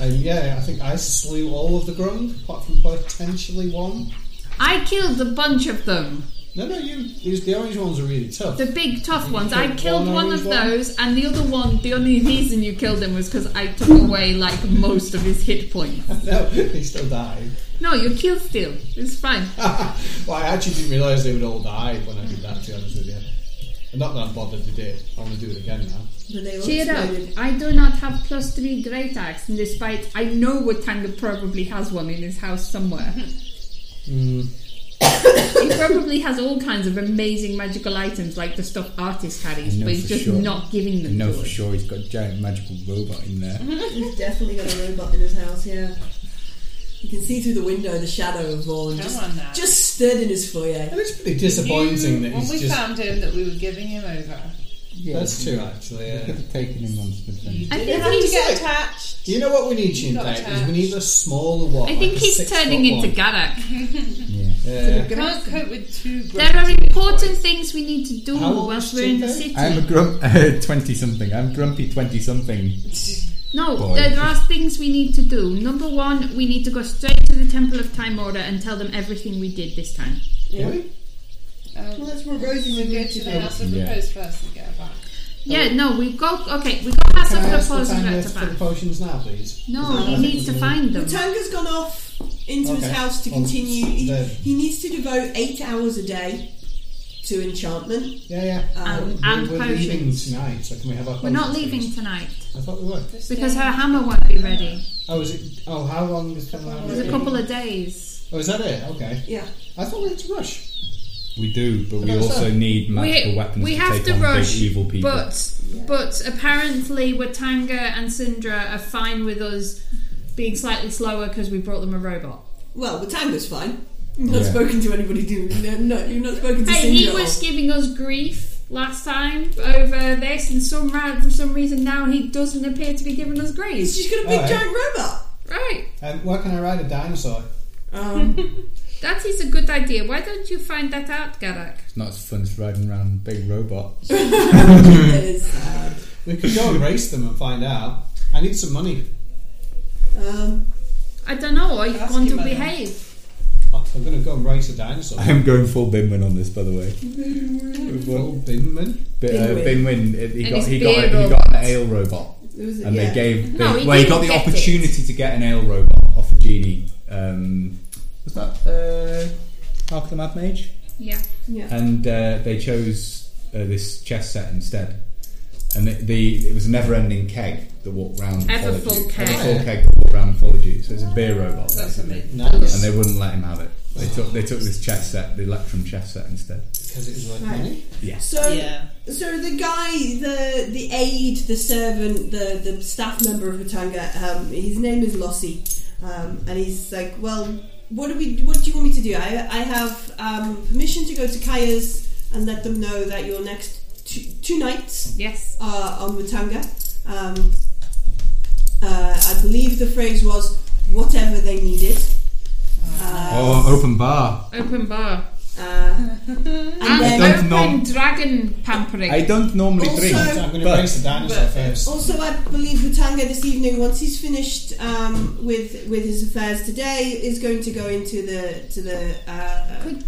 and yeah, I think I slew all of the grung, apart from potentially one.
I killed a bunch of them.
No, no, you. It was the orange ones are really tough.
The big tough ones. I
killed
killed
one
one of
orange one?
those, and the other one. The only reason you killed him was because I took away like most of his hit points.
no, they still died.
No, you killed still. It's fine.
well, I actually didn't realise they would all die when I did that, to be honest with you. I'm not that bothered to do it. I want to do it again now.
but they all
Cheer up.
exploded.
I do not have plus three great axe, and despite
I know Watanga probably has one in his house somewhere.
Hmm.
he probably has all kinds of amazing magical items, like the stuff artist carries,
I know
but he's
for
just
sure.
not giving them.
No,
to
for
us.
sure, he's got a giant magical robot in there.
He's definitely got a robot in his house. Yeah, you can see through the window the shadow of Vaughn
Come
just
on now.
just stood in his foyer.
And it's pretty
You-
disappointing that
when we
he's just.
found him that we were giving him over.
That's true, actually. yeah.
Mm-hmm.
Taking him on something.
I
You
think
have to
he's.
get attached.
Do you know what we need, Shinpei?
Not
Is we need a smaller one.
I think
like a
he's
six-foot
turning into
one.
Garak.
Yeah.
Can't cope with two.
There are important things we need to do
How old
whilst
is
we're in the
Jinpei?
city.
I'm a grump, uh, 20 something. I'm grumpy 20 something.
No,
Boy.
there are things we need to do. Number one, we need to go straight to the Temple of Time Order and tell them everything we did this time.
Really?
Um,
that's where Rosie
we go to the house of
Yeah.
repose first and get her back.
Yeah, no, we go. Okay, we go past
Can I
the
ask the
proposal
time
right
left for the potions now, please?
No, you need to find them.
Tanga's gone off into his
Okay.
house to
Well,
continue. He,
then.
he needs to devote eight hours a day to enchantment.
Yeah, yeah.
Um,
We're-
and
we're leaving
potions.
tonight, so can we have our
We're not
potions,
leaving
please?
tonight
I thought we were.
because her hammer won't be ready.
Oh, is it? Oh, how long is that?
There's a couple of days.
Oh, is that it? Okay.
Yeah.
I thought we had to rush.
We do, but we
But that's
also
it.
need magical
We,
weapons
we
to
have
take
to
on
rush,
big evil people.
but but apparently Watanga and Syndra are fine with us being slightly slower because we brought them a robot.
Well, the Tanga's fine. Not
Yeah.
spoken to anybody. Do no, no, you've not spoken to
Hey, he
Syndra or-
was giving us grief
last time over this, and some ra- for some reason now he doesn't appear to be giving us grades.
He's just got a big Alright. giant robot.
Right.
Um, where can I ride a dinosaur?
that is a good idea. Why don't you find that out, Garak?
It's not as fun as riding around big robots.
We could go and race them and find out. I need some money.
Um,
I don't know. Are you
Ask
going
him
to
about
behave?
Oh, I'm going to go and race a dinosaur.
I am going full Binwin on this, by the way.
Full Binwin?
But, uh, Binwin, it- he
And
got
his
he got
beer
a, he got an ale robot,
It was a-
and
yeah.
they gave they,
No, he
well he
didn't
got the
get
opportunity to get an ale robot off a genie. Um, was that uh, Mark the Mad Mage?
Yeah.
Yeah.
and uh, they chose uh, this chess set instead. And the, the it was a never-ending keg that walked round.
Ever
Apology.
full keg.
Ever full keg that walked round Apology. So it's a beer robot.
That's
basically.
amazing. Nice.
And they wouldn't let him have it. They took they took this chess set, the Electrum chess set instead.
Because it was worth
Right. money?
Yeah.
So, so the guy, the the aide, the servant, the the staff member of Batanga, um, his name is Lossie, um, and he's like, well, what do we? What do you want me to do? I I have um, permission to go to Kaya's and let them know that your next two, two nights,
yes,
are on Batanga. Um, uh, I believe the phrase was whatever they needed. Uh,
Oh, open bar.
Open bar.
Uh,
and
then- I don't
open
know.
dragon pampering.
I don't normally
Also-
drink.
I'm
gonna
but-
race the dinosaur first.
Also, I believe Butanga this evening, once he's finished um, with with his affairs today, is going to go into the to the uh, n-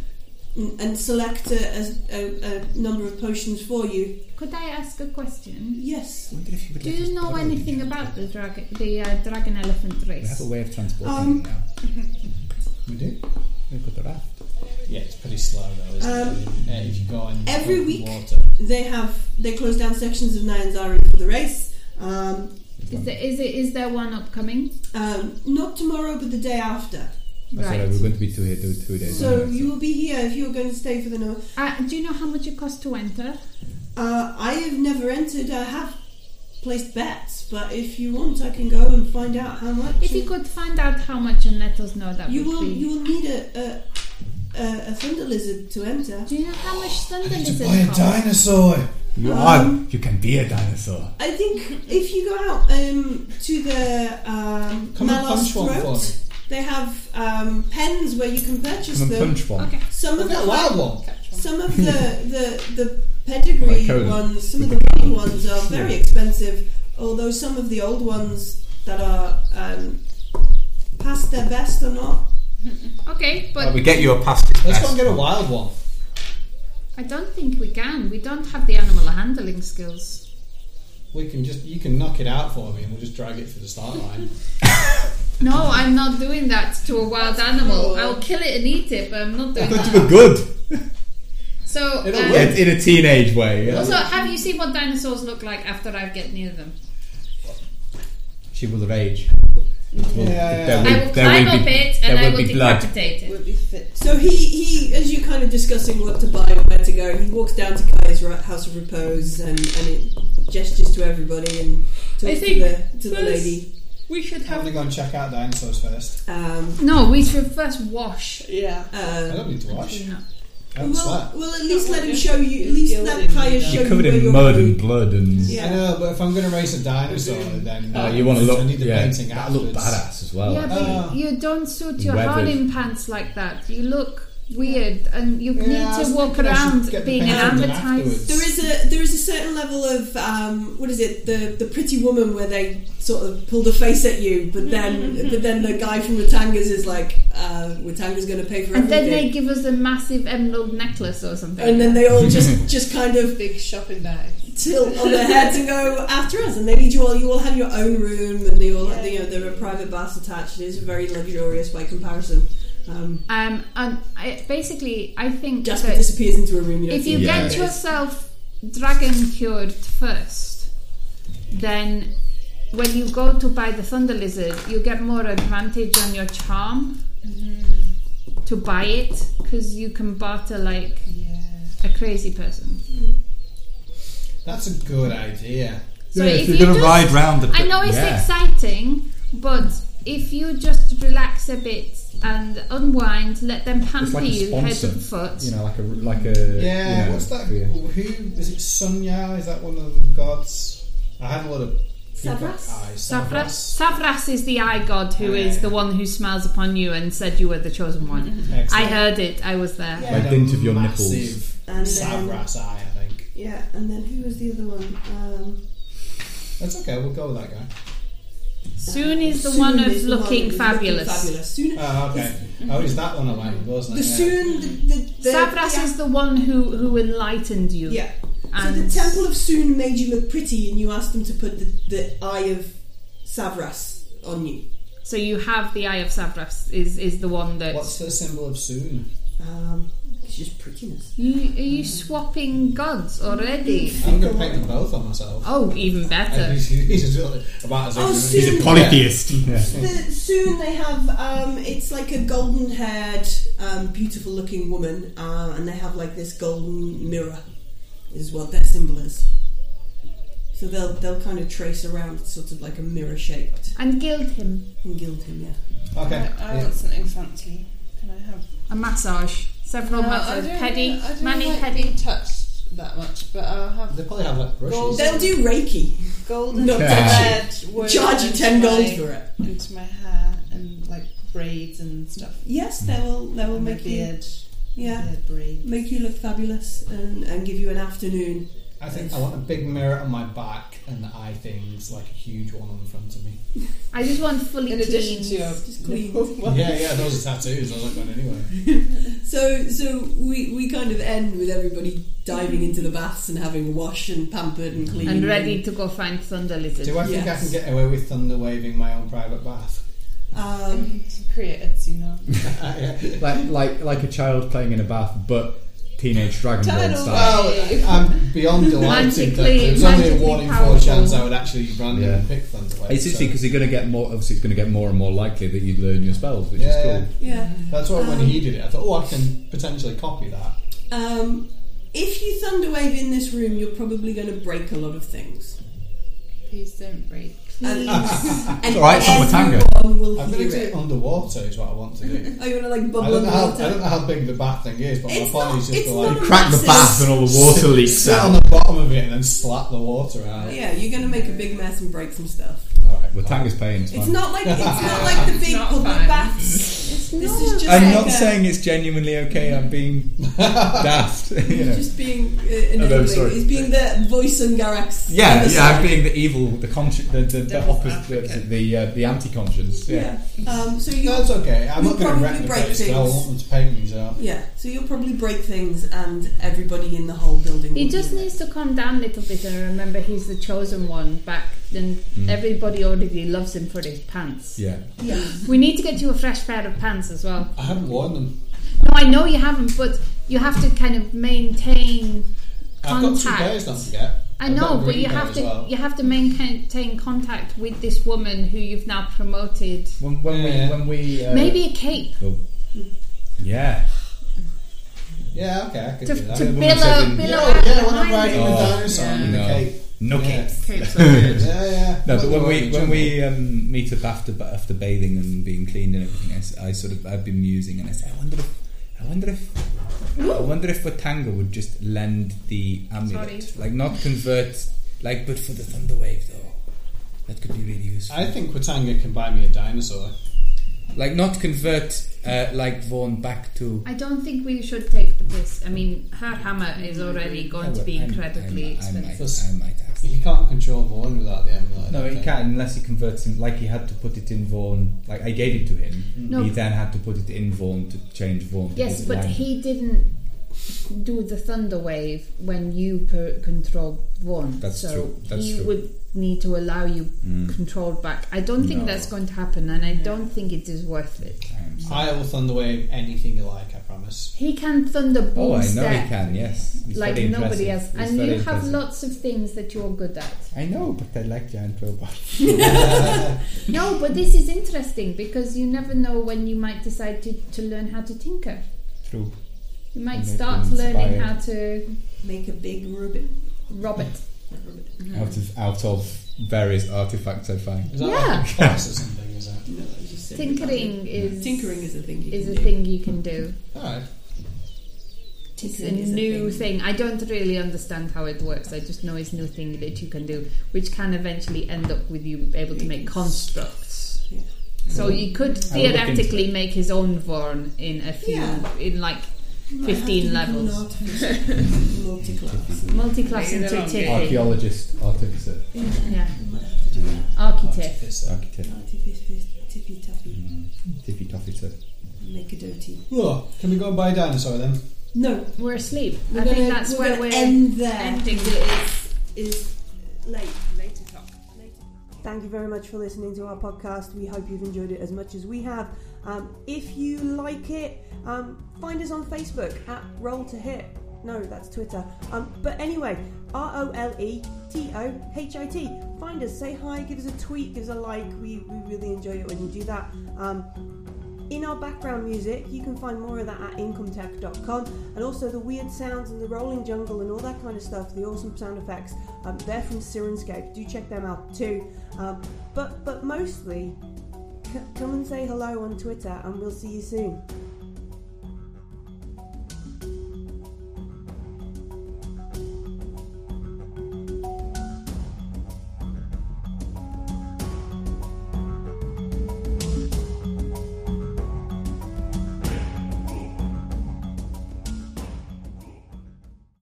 and select a, a- a, a number of potions for you.
Could I ask a question?
Yes.
Do you know anything about the dragon, the uh, dragon elephant
We
race?
have a way of transporting
Um,
it now. We do. We've got the raft.
Yeah, it's pretty slow though, isn't
Um,
it? Yeah, if you go in
every
open
week-
water.
They have they close down sections of Nyanzari for the race. Um,
Is there, is, there, is there one upcoming?
um, not tomorrow, but the day after.
That's all right. We're going to be two here, two, two days.
So you will be here if you're going to stay for the night.
Uh, do you know how much it costs to enter?
Uh, I have never entered. I have placed bets, but if you want, I can go and find out how much.
If you could find out how much and let us know, that
You
would
will.
be.
You will need a a, a, a thunder lizard to enter. Do
you know how much thunder lizard
buy a dinosaur. You
Um,
are. You can be a dinosaur.
I think if you go out um, to the um,
Come and
Malas
punch one
Throat,
for me.
they have um, pens where you can purchase
Come and
them.
punch one. Okay.
Some of
Look at
the
a wild one.
Some of the the, the pedigree
Like Conan.
ones, some of the mini ones are very expensive. Although some of the old ones that are um, past their best or not.
Okay, but
we get you a pasta.
Let's go and get a wild one.
I don't think we can. We don't have the animal handling skills.
We can just you can knock it out for me and we'll just drag it to the start line.
No, I'm not doing that to a wild animal. I'll kill it and eat it, but I'm not doing
But
that.
you were good
So, um,
in, in a teenage way. yeah.
also, have you seen what dinosaurs look like after I get near them?
she will rage.
Yeah.
There
I will
there
climb
be-
up it and
there
I
will
will
be blood.
decapitate it.
So he, he, as you're kind of discussing what to buy or where to go, he walks down to Kai's ro- house of repose and, and it gestures to everybody and
I
talks to
think
the, to the
first-
lady.
We should
I'm
have.
gonna go and check out dinosaurs first.
Um,
No, we should first wash.
Yeah.
I don't need to wash.
No.
I don't
well,
sweat.
well, at least let him show you. At least let Kaya show
You're
you
covered
where
in
you're
mud and blood and.
I know, but if I'm gonna race a dinosaur then
Oh, you want to look?
I need the
yeah,
painting
that look
afterwards.
badass as well.
Yeah, but
actually.
you don't suit your
Weathered.
Harlem pants like that. You look weird, and you
Yeah, I
need
was
to walk
thinking I should
around
get the
being an
pants on them
advertiser.
afterwards.
There is a there is a certain level of um, what is it the the pretty woman where they sort of pull the face at you, but then but then the guy from Watangas is like uh, Watanga's going to pay for everything,
And then they give us a massive emerald necklace or something.
And then they all just just kind of
Big shopping bag.
tilt on their heads and go after us, and they need you all. You all have your own room, and they all you know there are private baths attached. It is very luxurious by comparison. Um,
Um, and I, basically, I think
Jasper
that
disappears into a room. You don't
if you
see
Yeah.
who
get
it is.
yourself dragon cured first, then when you go to buy the thunder lizard, you get more advantage on your charm to buy it because you can barter like a crazy person.
That's a good idea.
So
Yeah,
if,
if
you
you're gonna
just-
ride round the-
I know it's
yeah.
exciting, but if you just relax a bit and unwind, let them
It's
pamper
like a
you head
sponsor,
and foot.
you know, like a like a
Yeah,
you know,
what's that?
yeah.
Who is it? Sunya? Is that one of the gods? I had a lot of feedback.
Savras?
Aye,
Savras. Savras is the eye god who is the one who smiles upon you and said you were the chosen one.
Mm-hmm.
Excellent.
I heard it. I was there.
By
dint of your
massive
nipples. And, um,
Savras eye, I think.
Yeah, and then who was the other one? Um,
That's okay. We'll go with that guy.
Soon is the one of
is the one
looking
who's
fabulous.
fabulous. Soon,
Oh, okay. Oh, is that one I went, wasn't
the
it? yeah.
soon the, the, the
Savras
yeah.
is the one who, who enlightened you.
Yeah. So
And
the Temple of Soon made you look pretty, and you asked them to put the, the Eye of Savras on you.
so you have the eye of Savras is, is the one that
What's the symbol of soon?
Um, it's just prettiness.
you are you swapping gods already?
I'm going to paint them both on myself.
Oh, even
And
better.
He's, he's about as
Oh,
ignorant.
soon- He's a
Polytheist.
The, soon they have um, it's like a golden-haired, um, beautiful-looking woman, uh, and they have like this golden mirror, is what their symbol is. So they'll they'll kind of trace around, sort of like a mirror shaped,
And gild him.
and gild him. Yeah.
Okay.
I
yeah.
want something fancy. Can I have?
A massage. Several massages. Pedi,
I don't
mani
like
pedi.
being touched that much, but I'll have
They probably have like brushes.
Gold.
They'll do Reiki.
golden
No,
thread woven
Charge you
into
ten gold
my-
for it.
into my hair and like braids and stuff.
Yes, they will. They will
and my
make you
beard,
yeah
beard braid.
make you look fabulous and, and give you an afternoon.
I think I want a big mirror on my back and the eye thing's like a huge one on the front of me.
I just want fully
In addition
clean.
to your
Just clean.
Yeah, yeah, those are tattoos. I like one anyway.
So so we, we kind of end with everybody diving into the baths and having washed and pampered and cleaned
and ready to go find Thunder Lizard.
Do I think I
Yes.
can get away with thunder waving my own private bath?
Um,
create a tsunami.
like like like a child playing in a bath, but teenage dragonborn
Tidal
style.
wave.
I'm beyond delighted that
Magically-
there's only a
magically
one in four
powerful.
chance I would actually randomly
Yeah.
pick thunder wave.
It's interesting
so-
because you're going to get more. Obviously, it's going to get more and more likely that you learn your spells, which
Yeah,
is cool.
yeah.
That's why when
Um,
he did it, I thought, oh, I can potentially copy that.
Um, if you thunderwave in this room, you're probably going to break a lot of things.
Please don't break.
And, and
all right, it's on
everyone
Watanga.
will
I'm going
hear
to do it
it.
underwater. Is what I want to do.
Are you going to like
I
bubble
don't know how I
underwater?
don't know how big the bath thing is, but my
It's
plan
not-
is just
it's
to like
not a
Crack the
massive-
bath and all the water leaks
sit on
out.
the bottom of it and then slap the water out.
Yeah, you're going to make a big mess and break some stuff.
All right.
Well, Tanga's paying. It's
It's
fine.
not like it's not like the big
not
public
fun.
baths. It's this is just
I'm
like
not
a-
saying it's genuinely okay. I'm being daft. you know.
just being uh, enabling.
no, sorry.
It's being the voice on Garax.
Yeah,
on the
yeah. I'm
side.
being the evil, the consci- the the, the,
Devil's
opposite, the the, uh, the anti-conscience. Yeah.
yeah. Um, so you
No, it's okay. I'm
You
not going to
probably
replicate
break
it. Still, I
things.
want them to paint me. So
yeah. So you'll probably break things, and everybody in the whole building.
He
will
just
hear it.
needs to calm down a little bit and remember he's the chosen one back and everybody already loves him for his pants.
Mm. Yeah.
We need to get you a fresh pair of pants as well.
I haven't worn them.
No, I know you haven't, but you have to kind of maintain
I've got two
contact.
pairs. Don't forget.
I
I've got
know,
a
but
green
you
pair
have
as
to
well.
you have to maintain contact with this woman who you've now promoted.
When, when
Yeah.
we when we uh,
Maybe a cape
oh. Yeah.
Yeah, okay, I could
to,
do that.
to
woman said
billow,
in-
billow
yeah,
out
yeah, when
behind
I'm riding
him.
with
Oh,
dinosaur, I'm in a
no.
cape.
No
Yeah.
capes.
Capes are good.
Yeah, yeah.
No, but when
Well,
we
jungle.
when we um, meet up after ba- after bathing and being cleaned and everything, I s- I, sort of I've been musing and I said, I wonder if I wonder if I wonder if Watanga would just lend the amulet,
Sorry.
like not convert, like but for the thunder wave though, that could be really useful.
I think Watanga can buy me a dinosaur.
like not convert, uh, like Vaughn back to.
I don't think we should take the piss. I mean, her hammer is already going to be
I'm-
incredibly
I'm- I might,
expensive.
I might ask.
You can't control Vaughn without the amulet.
No, he
okay.
can't unless he converts him. Like he had to put it in Vaughn. Like I gave it to him.
No.
He then had to put it in Vaughn to change Vaughn. to
Yes,
his
but
line.
he didn't do the thunder wave when you per- controlled Vaughn.
That's
so
true, that's
he
true.
would need to allow you control back. I don't think
No.
that's going to happen, and I don't think it is worth it.
I will thunder wave anything you like. I promise.
He can thunder
Oh,
boom
I know
step
he can. Yes, He's
like
very impressive.
nobody else,
He's
and you
very
have
impressive.
lots of things that you're good at.
I know, but I like giant robots.
No, but this is interesting because you never know when you might decide to, to learn how to tinker.
True.
You might
Maybe
start learning
inspired.
how to
make a big Rubik.
rob it. Mm.
Out of out of various artifacts I find.
Is that
Yeah.
like a class or something? Is that?
No, that was just silly.
tinkering is
tinkering is a thing. You
is
can
a
do.
thing you can do.
Alright.
It's a
Tinkering is a
new thing. I don't really understand how it works. I just know it's a new thing that you can do, which can eventually end up with you able to make constructs.
Yeah.
So you could
I will look into
theoretically make his own Vorn in a few,
Yeah.
in like
Might have to
fifteen
become an
levels.
artificer. Multi-class.
Multi-class
Maybe
into
they're not
tipping.
Archaeologist, artificer.
Yeah.
Architect.
Architect.
Tippy tappy.
Tippy toffee, sir.
Make a dirty.
Look, can we go and buy a dinosaur then?
No,
we're asleep.
We're
I think
gonna-
that's
we're
where
gonna
we're
end there.
ending.
It is, is late.
Later talk.
Thank you very much for listening to our podcast. We hope you've enjoyed it as much as we have. Um, if you like it, um, find us on Facebook at Roll to Hit. No, that's Twitter. Um, but anyway, R O L E T O H I T. Find us, say hi, give us a tweet, give us a like. We, we really enjoy it when you do that. Um, in our background music, you can find more of that at incometech.com and also the weird sounds and the rolling jungle and all that kind of stuff, the awesome sound effects, um, they're from Sirenscape. Do check them out too. Um, but, but mostly, c- come and say hello on Twitter and we'll see you soon.